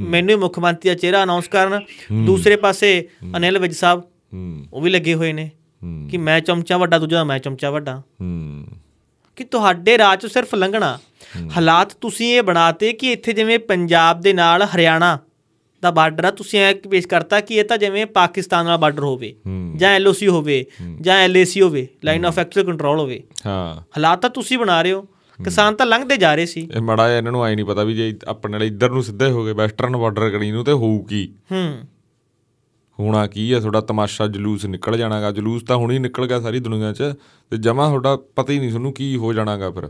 Speaker 1: ਮੈਨੂੰ ਹੀ ਮੁੱਖ ਮੰਤਰੀ ਦਾ ਚਿਹਰਾ ਅਨਾਉਂਸ ਕਰਨ ਦੂਸਰੇ ਪਾਸੇ ਅਨਿਲ ਵਿਜ ਸਾਹਿਬ
Speaker 2: ਹੂੰ
Speaker 1: ਉਹ ਵੀ ਲੱਗੇ ਹੋਏ ਨੇ
Speaker 2: ਹੂੰ
Speaker 1: ਕਿ ਮੈਂ ਚਮਚਾ ਵੱਡਾ ਦੂਜਾ ਮੈਂ ਚਮਚਾ ਵੱਡਾ
Speaker 2: ਹੂੰ
Speaker 1: ਕਿ ਤੁਹਾਡੇ ਰਾਜ 'ਚ ਸਿਰਫ ਲੰਘਣਾ ਹਾਲਾਤ ਤੁਸੀਂ ਇਹ ਬਣਾਤੇ ਕਿ ਇੱਥੇ ਜਿਵੇਂ ਪੰਜਾਬ ਦੇ ਨਾਲ ਹਰਿਆਣਾ ਦਾ ਬਾਰਡਰ ਆ ਤੁਸੀਂ ਇਹ ਪੇਸ਼ ਕਰਤਾ ਕਿ ਇਹ ਤਾਂ ਜਿਵੇਂ ਪਾਕਿਸਤਾਨ ਨਾਲ ਬਾਰਡਰ ਹੋਵੇ
Speaker 2: ਹੂੰ।
Speaker 1: ਜਾਂ ਐਲਓਸੀ ਹੋਵੇ ਜਾਂ ਐਲਏਸੀ ਹੋਵੇ ਲਾਈਨ ਆਫ ਐਕਚੁਅਲ ਕੰਟਰੋਲ ਹੋਵੇ
Speaker 2: ਹਾਂ
Speaker 1: ਹਾਲਾਤ ਤਾਂ ਤੁਸੀਂ ਬਣਾ ਰਹੇ ਹੋ ਕਿਸਾਨ ਤਾਂ ਲੰਘਦੇ ਜਾ ਰਹੇ ਸੀ
Speaker 2: ਇਹ ਮੜਾ ਇਹਨਾਂ ਨੂੰ ਆਈ ਨਹੀਂ ਪਤਾ ਵੀ ਜੇ ਆਪਣੇ ਵਾਲੇ ਇੱਧਰ ਨੂੰ ਸਿੱਧੇ ਹੋ ਗਏ ਵੈਸਟਰਨ ਬਾਰਡਰ ਕਰੀ ਨੂੰ ਤੇ ਹੋਊ ਕੀ
Speaker 1: ਹੂੰ
Speaker 2: ਹੋਣਾ ਕੀ ਆ ਤੁਹਾਡਾ ਤਮਾਸ਼ਾ ਜਲੂਸ ਨਿਕਲ ਜਾਣਾਗਾ ਜਲੂਸ ਤਾਂ ਹੁਣ ਹੀ ਨਿਕਲ ਗਿਆ ਸਾਰੀ ਦੁਨੀਆ 'ਚ ਤੇ ਜਮਾ ਤੁਹਾਡਾ ਪਤਾ ਹੀ ਨਹੀਂ ਤੁਹਾਨੂੰ ਕੀ ਹੋ ਜਾਣਾਗਾ ਫਿਰ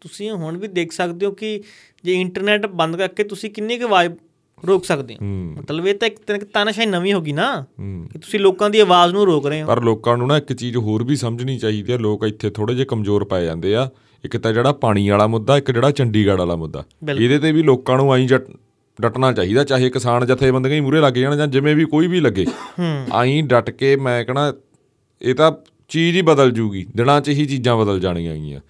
Speaker 1: ਤੁਸੀਂ ਹੁਣ ਵੀ ਦੇਖ ਸਕਦੇ ਹੋ ਕਿ ਜੇ ਇੰਟਰਨੈਟ ਬੰਦ ਕਰਕੇ ਤੁਸੀਂ ਕਿੰਨੀ ਕੁ ਆਵਾਜ਼ ਰੋਕ ਸਕਦੇ ਹੋ
Speaker 2: ਹੂੰ
Speaker 1: ਮਤਲਬ ਇਹ ਤਾਂ ਇੱਕ ਤਰ੍ਹਾਂ ਦੀ ਤਾਨਾਸ਼ਾਹੀ ਨਵੀਂ ਹੋ ਗਈ ਨਾ
Speaker 2: ਹੂੰ
Speaker 1: ਕਿ ਤੁਸੀਂ ਲੋਕਾਂ ਦੀ ਆਵਾਜ਼ ਨੂੰ ਰੋਕ ਰਹੇ ਹੋ
Speaker 2: ਪਰ ਲੋਕਾਂ ਨੂੰ ਨਾ ਇੱਕ ਚੀਜ਼ ਹੋਰ ਵੀ ਸਮਝਣੀ ਚਾਹੀਦੀ ਆ ਲੋਕ ਇੱਥੇ ਥੋੜੇ ਜਿਹੇ ਕਮਜ਼ੋਰ ਪਏ ਜਾਂਦੇ ਆ ਇੱਕ ਤਾਂ ਜਿਹੜਾ ਪਾਣੀ ਵਾਲਾ ਮੁੱਦਾ ਇੱਕ ਜਿਹੜਾ ਚੰਡੀਗੜ੍ਹ ਵਾਲਾ ਮੁੱਦਾ
Speaker 1: ਬਿਲਕੁਲ।
Speaker 2: ਇਹਦੇ ਤੇ ਵੀ ਲੋਕਾਂ ਨੂੰ ਆਈ ਡਟਣਾ ਚਾਹੀਦਾ ਚਾਹੇ ਕਿਸਾਨ ਜਥੇਬੰਦੀਆਂ ਹੀ ਮੂਰੇ ਲੱਗ ਜਾਣ ਜਾਂ ਜਿਵੇਂ ਵੀ ਕੋਈ ਵੀ ਲੱਗੇ ਆਈ ਡਟ ਕੇ ਮੈਂ ਕਹਣਾ ਇਹ ਤਾਂ ਚੀਜ਼ ਹੀ ਬਦਲ ਜੂਗੀ ਦਿਨਾਂ 'ਚ ਹੀ ਚੀਜ਼ਾਂ ਬਦਲ ਜਾਣੀਆਂ ਹੈਗੀਆਂ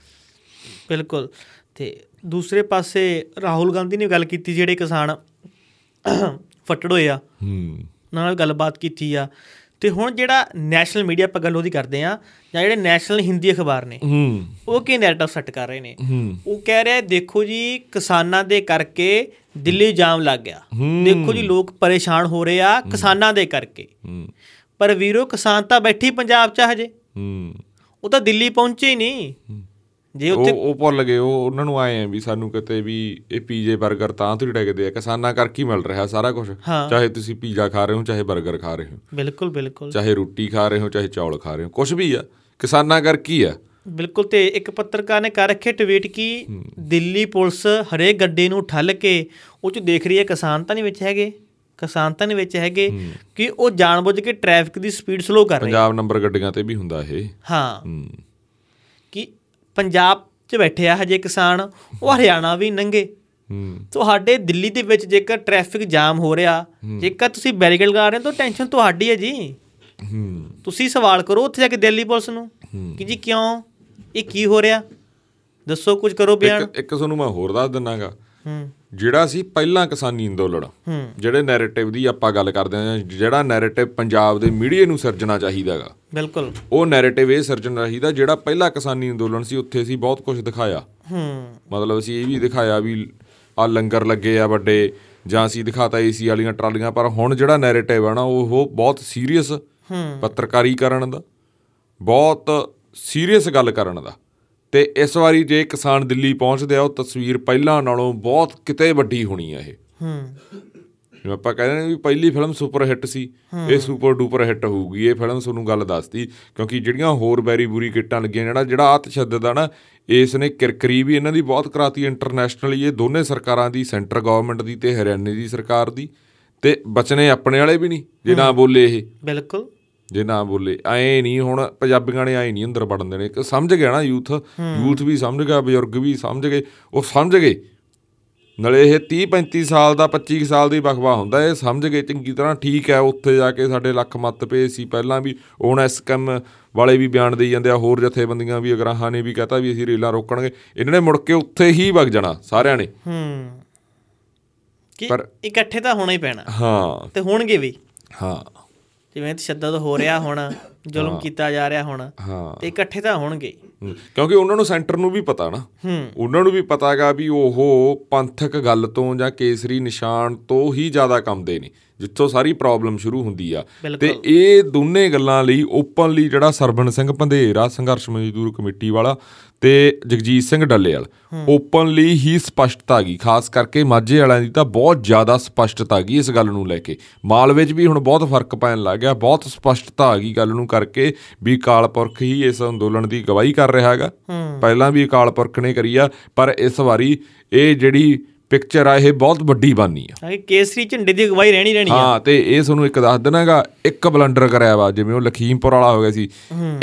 Speaker 1: ਬਿਲਕੁਲ ਤੇ ਦੂਸਰੇ ਪਾਸੇ ਰਾਹੁਲ ਗਾਂਧੀ ਨੇ ਗੱਲ ਕੀਤੀ ਜਿਹੜੇ ਕਿਸਾਨ ਫੱਟੜ ਹੋਏ ਆ
Speaker 2: ਹੂੰ
Speaker 1: ਉਹਨਾਂ ਨਾਲ ਗੱਲਬਾਤ ਕੀਤੀ ਆ ਤੇ ਹੁਣ ਜਿਹੜਾ ਨੈਸ਼ਨਲ ਮੀਡੀਆ ਆਪਾਂ ਗੱਲ ਉਹਦੀ ਕਰਦੇ ਆ ਜਾਂ ਜਿਹੜੇ ਨੈਸ਼ਨਲ ਹਿੰਦੀ ਅਖਬਾਰ ਨੇ
Speaker 2: ਹੂੰ
Speaker 1: ਉਹ ਕੀ ਨੈਰੇਟਿਵ ਸੈੱਟ ਕਰ ਰਹੇ ਨੇ
Speaker 2: ਹੂੰ
Speaker 1: ਉਹ ਕਹਿ ਰਿਹਾ ਦੇਖੋ ਜੀ ਕਿਸਾਨਾਂ ਦੇ ਕਰਕੇ ਦਿੱਲੀ ਜਾਮ ਲੱਗ ਗਿਆ ਦੇਖੋ ਜੀ ਲੋਕ ਪਰੇਸ਼ਾਨ ਹੋ ਰਹੇ ਆ ਕਿਸਾਨਾਂ ਦੇ ਕਰਕੇ
Speaker 2: ਹੂੰ
Speaker 1: ਪਰ ਵੀਰੋ ਕਿਸਾਨ ਤਾਂ ਬੈਠੇ ਹੀ ਪੰਜਾਬ 'ਚ ਆ ਹਜੇ
Speaker 2: ਹੂੰ
Speaker 1: ਉਹ ਤਾਂ ਦਿੱਲੀ ਪਹੁੰਚੇ ਹੀ ਨਹੀਂ ਜੇ
Speaker 2: ਉਹ
Speaker 1: ਉੱਥੇ
Speaker 2: ਉਹ ਭੁੱਲ ਗਏ ਉਹ ਉਹਨਾਂ ਨੂੰ ਆਏ ਆ ਵੀ ਸਾਨੂੰ ਕਿਤੇ ਵੀ ਇਹ ਪੀਜ਼ੇ 버ਗਰ ਤਾਂ ਤੁਸੀਂ ਡੈਗਦੇ ਆ ਕਿਸਾਨਾਂ ਕਰਕੇ ਹੀ ਮਿਲ ਰਿਹਾ ਸਾਰਾ ਕੁਝ
Speaker 1: ਹਾਂ।
Speaker 2: ਚਾਹੇ ਤੁਸੀਂ ਪੀਜ਼ਾ ਖਾ ਰਹੇ ਹੋ ਚਾਹੇ 버ਗਰ ਖਾ ਰਹੇ ਹੋ
Speaker 1: ਬਿਲਕੁਲ ਬਿਲਕੁਲ
Speaker 2: ਚਾਹੇ ਰੋਟੀ ਖਾ ਰਹੇ ਹੋ ਚਾਹੇ ਚੌਲ ਖਾ ਰਹੇ ਹੋ ਕੁਝ ਵੀ ਆ ਕਿਸਾਨਾਂ ਕਰਕੇ ਹੀ ਆ
Speaker 1: ਬਿਲਕੁਲ ਤੇ ਇੱਕ ਪੱਤਰਕਾਰ ਨੇ ਕਰ ਰੱਖੇ ਟਵੀਟ ਕਿ ਦਿੱਲੀ ਪੁਲਿਸ ਹਰੇਕ ਗੱਡੀ ਨੂੰ ਠੱਲ ਕੇ ਉਹ ਚ ਦੇਖ ਰਹੀ ਹੈ ਕਿਸਾਨ ਤਾਂ ਨਹੀਂ ਵਿੱਚ ਹੈਗੇ ਕਿਸਾਨ ਤਾਂ ਨਹੀਂ ਵਿੱਚ ਹੈਗੇ ਕਿ ਉਹ ਜਾਣਬੁੱਝ ਕੇ ਟ੍ਰੈਫਿਕ ਦੀ ਸਪੀਡ ਸਲੋ ਕਰ ਰਹੇ
Speaker 2: ਪੰਜਾਬ ਨੰਬਰ ਗੱਡੀਆਂ ਤੇ ਵੀ ਹੁੰਦਾ ਇਹ
Speaker 1: ਹਾਂ
Speaker 2: ਹੂੰ
Speaker 1: ਕਿ ਪੰਜਾਬ 'ਚ ਬੈਠੇ ਆ ਹਜੇ ਕਿਸਾਨ ਉਹ ਹਰਿਆਣਾ ਵੀ ਨੰਗੇ
Speaker 2: ਹੂੰ
Speaker 1: ਤੁਹਾਡੇ ਦਿੱਲੀ ਦੇ ਵਿੱਚ ਜੇਕਰ ਟ੍ਰੈਫਿਕ ਜਾਮ ਹੋ ਰਿਹਾ ਜੇਕਰ ਤੁਸੀਂ ਬੈਰੀਕੇਡ ਲਗਾ ਰਹੇ ਹੋ ਤਾਂ ਟੈਨਸ਼ਨ ਤੁਹਾਡੀ ਹੈ ਜੀ
Speaker 2: ਹੂੰ
Speaker 1: ਤੁਸੀਂ ਸਵਾਲ ਕਰੋ ਉੱਥੇ ਜਾ ਕੇ ਦਿੱਲੀ ਪੁਲਿਸ ਨੂੰ ਕਿ ਜੀ ਕਿਉਂ ਇਹ ਕੀ ਹੋ ਰਿਹਾ ਦੱਸੋ ਕੁਝ ਕਰੋ ਬਿਆਨ
Speaker 2: ਇੱਕ ਇੱਕ ਤੁਹਾਨੂੰ ਮੈਂ ਹੋਰ ਦੱਸ ਦਿੰਨਾਗਾ
Speaker 1: ਹੂੰ
Speaker 2: ਜਿਹੜਾ ਸੀ ਪਹਿਲਾਂ ਕਿਸਾਨੀ ਅੰਦੋਲਨ
Speaker 1: ਹੂੰ।
Speaker 2: ਜਿਹੜੇ ਨੈਰੇਟਿਵ ਦੀ ਆਪਾਂ ਗੱਲ ਕਰਦੇ ਹਾਂ ਜਿਹੜਾ ਨੈਰੇਟਿਵ ਪੰਜਾਬ ਦੇ ਮੀਡੀਆ ਨੂੰ ਸਿਰਜਣਾ ਚਾਹੀਦਾਗਾ
Speaker 1: ਬਿਲਕੁਲ
Speaker 2: ਉਹ ਨੈਰੇਟਿਵ ਇਹ ਸਿਰਜਣਾ ਚਾਹੀਦਾ ਜਿਹੜਾ ਪਹਿਲਾ ਕਿਸਾਨੀ ਅੰਦੋਲਨ ਸੀ ਉੱਥੇ ਅਸੀਂ ਬਹੁਤ ਕੁਝ ਦਿਖਾਇਆ
Speaker 1: ਹੂੰ
Speaker 2: ਮਤਲਬ ਅਸੀਂ ਇਹ ਵੀ ਦਿਖਾਇਆ ਵੀ ਆ ਲੰਗਰ ਲੱਗੇ ਆ ਵੱਡੇ ਜਾਂ ਅਸੀਂ ਦਿਖਾਤਾ ਏਸੀ ਵਾਲੀਆਂ ਟਰਾਲੀਆਂ ਪਰ ਹੁਣ ਜਿਹੜਾ ਨੈਰੇਟਿਵ ਆ ਨਾ ਉਹ ਬਹੁਤ ਸੀਰੀਅਸ ਪੱਤਰਕਾਰੀ ਕਰਨ ਦਾ ਬਹੁਤ ਸੀਰੀਅਸ ਗੱਲ ਕਰਨ ਦਾ ਤੇ ਇਸ ਵਾਰੀ ਜੇ ਕਿਸਾਨ ਦਿੱਲੀ ਪਹੁੰਚਦੇ ਆ ਉਹ ਤਸਵੀਰ ਪਹਿਲਾਂ ਨਾਲੋਂ ਬਹੁਤ ਕਿਤੇ ਵੱਡੀ ਹੋਣੀ ਆ ਇਹ
Speaker 1: ਹੂੰ
Speaker 2: ਜਿਵੇਂ ਆਪਾਂ ਕਹਿੰਦੇ ਨੇ ਵੀ ਪਹਿਲੀ ਫਿਲਮ ਸੁਪਰ ਹਿੱਟ ਸੀ ਇਹ ਸੁਪਰ ਡੂਪਰ ਹਿੱਟ ਹੋਊਗੀ ਇਹ ਫਿਲਮ ਤੁਹਾਨੂੰ ਗੱਲ ਦੱਸਦੀ ਕਿਉਂਕਿ ਜਿਹੜੀਆਂ ਹੋਰ ਬੈਰੀ ਬੁਰੀ ਕਿੱਟਾਂ ਲੱਗੀਆਂ ਜਿਹੜਾ ਜਿਹੜਾ ਆ ਤਸ਼ੱਦਦ ਆ ਨਾ ਇਸ ਨੇ ਕਿਰਕਰੀ ਵੀ ਇਹਨਾਂ ਦੀ ਬਹੁਤ ਕਰਾਤੀ ਇੰਟਰਨੈਸ਼ਨਲੀ ਇਹ ਦੋਨੇ ਸਰਕਾਰਾਂ ਦੀ ਸੈਂਟਰ ਗਵਰਨਮੈਂਟ ਦੀ ਤੇ ਹਰਿਆਣੇ ਦੀ ਸਰਕਾਰ ਦੀ ਤੇ ਬਚਨੇ ਆਪਣੇ ਵਾਲੇ ਵੀ ਨਹੀਂ ਜੇ ਨਾ ਬੋਲੇ ਇਹ
Speaker 1: ਬਿਲਕੁਲ
Speaker 2: ਜੇ ਨਾ ਬੋਲੇ ਐ ਨਹੀਂ ਹੁਣ ਪੰਜਾਬੀਆਂ ਨੇ ਐ ਨਹੀਂ ਅੰਦਰ ਵੜਨ ਦੇਣੇ ਕਿ ਸਮਝ ਗਿਆ ਨਾ ਯੂਥ ਯੂਥ ਵੀ ਸਮਝ ਗਿਆ ਬਜ਼ੁਰਗ ਵੀ ਸਮਝ ਗਏ ਉਹ ਸਮਝ ਗਏ ਨਾਲੇ ਇਹ 30 35 ਸਾਲ ਦਾ 25 ਕੁ ਸਾਲ ਦੀ ਬਖਵਾ ਹੁੰਦਾ ਇਹ ਸਮਝ ਗਏ ਚੰਗੀ ਤਰ੍ਹਾਂ ਠੀਕ ਹੈ ਉੱਥੇ ਜਾ ਕੇ ਸਾਡੇ ਲੱਖ ਮੱਤ ਪਏ ਸੀ ਪਹਿਲਾਂ ਵੀ ਹੁਣ ਇਸ ਕੰਮ ਵਾਲੇ ਵੀ ਬਿਆਨ ਦੇਈ ਜਾਂਦੇ ਆ ਹੋਰ ਜਥੇਬੰਦੀਆਂ ਵੀ ਅਗਰਾਹਾਂ ਨੇ ਵੀ ਕਹਤਾ ਵੀ ਅਸੀਂ ਰੇਲਾਂ ਰੋਕਣਗੇ ਇਹਨਾਂ ਨੇ ਮੁੜ ਕੇ ਉੱਥੇ ਹੀ ਵਗ ਜਾਣਾ ਸਾਰਿਆਂ ਨੇ
Speaker 1: ਹੂੰ ਕਿ
Speaker 2: ਪਰ-
Speaker 1: ਇਕੱਠੇ ਤਾਂ ਹੋਣਾ ਹੀ ਪੈਣਾ
Speaker 2: ਹਾਂ
Speaker 1: ਤੇ ਹੋਣਗੇ ਵੀ
Speaker 2: ਹਾਂ
Speaker 1: ਜਿਵੇਂ ਤਸ਼ੱਦਦ ਹੋ ਰਿਹਾ ਹੁਣ ਜ਼ੁਲਮ ਕੀਤਾ ਜਾ ਰਿਹਾ ਹੁਣ
Speaker 2: ਹਾਂ
Speaker 1: ਤੇ ਇਕੱਠੇ ਤਾਂ ਹੋਣਗੇ
Speaker 2: ਹਮ, ਕਿਉਂਕਿ ਉਹਨਾਂ ਨੂੰ ਸੈਂਟਰ ਨੂੰ ਵੀ ਪਤਾ ਨਾ
Speaker 1: ਹੂੰ
Speaker 2: ਉਹਨਾਂ ਨੂੰ ਵੀ ਪਤਾ ਹੈਗਾ ਵੀ ਉਹ ਪੰਥਕ ਗੱਲ ਤੋਂ ਜਾਂ ਕੇਸਰੀ ਨਿਸ਼ਾਨ ਤੋਂ ਹੀ ਜ਼ਿਆਦਾ ਕੰਮਦੇ ਨੇ ਜਿੱਥੋਂ ਸਾਰੀ ਪ੍ਰੋਬਲਮ ਸ਼ੁਰੂ ਹੁੰਦੀ ਆ ਤੇ
Speaker 1: ਬਿਲਕੁਲ।
Speaker 2: ਇਹ ਦੋਨੇ ਗੱਲਾਂ ਲਈ ਓਪਨਲੀ ਜਿਹੜਾ ਸਰਬਨ ਸਿੰਘ ਪੰਧੇਰਾ ਸੰਘਰਸ਼ ਮਜ਼ਦੂਰ ਕਮੇਟੀ ਵਾਲਾ ਤੇ ਜਗਜੀਤ ਸਿੰਘ ਡੱਲੇਵਾਲ ਓਪਨਲੀ ਹੀ ਸਪਸ਼ਟਤਾ ਆ ਗਈ ਖਾਸ ਕਰਕੇ ਮਾਝੇ ਵਾਲਿਆਂ ਦੀ ਤਾਂ ਬਹੁਤ ਜ਼ਿਆਦਾ ਸਪਸ਼ਟਤਾ ਆ ਗਈ ਇਸ ਗੱਲ ਨੂੰ ਲੈ ਕੇ ਮਾਲਵੇ 'ਚ ਵੀ ਹੁਣ ਬਹੁਤ ਫਰਕ ਪੈਣ ਲੱਗ ਗਿਆ ਬਹੁਤ ਸਪਸ਼ਟਤਾ ਆ ਗਈ ਗੱਲ ਨੂੰ ਕਰਕੇ ਵੀ ਅਕਾਲ ਪੁਰਖ ਹੀ ਇਸ ਅੰਦੋਲਨ ਦੀ ਗਵਾਹੀ ਕਰ ਰਿਹਾ ਹੈਗਾ ਪਹਿਲਾਂ ਵੀ ਅਕਾਲ ਪੁਰਖ ਨੇ ਕਰੀ ਆ ਪਰ ਇਸ ਵਾਰੀ ਇਹ ਜਿਹੜੀ ਪਿਕਚਰ ਆ ਇਹ ਬਹੁਤ ਵੱਡੀ ਬਾਨੀ ਆ
Speaker 1: ਤਾਂ ਕਿ ਕੇਸਰੀ ਝੰਡੇ ਦੀ ਅਗਵਾਈ ਰਹਿਣੀ ਰਹਿਣੀ ਆ
Speaker 2: ਹਾਂ ਤੇ ਇਹ ਤੁਹਾਨੂੰ ਇੱਕ ਦੱਸ ਦੇਣਾਗਾ ਇੱਕ ਬਲੰਡਰ ਕਰਿਆ ਵਾ ਜਿਵੇਂ ਉਹ ਲਖੀਮਪੁਰ ਵਾਲਾ ਹੋ ਗਿਆ ਸੀ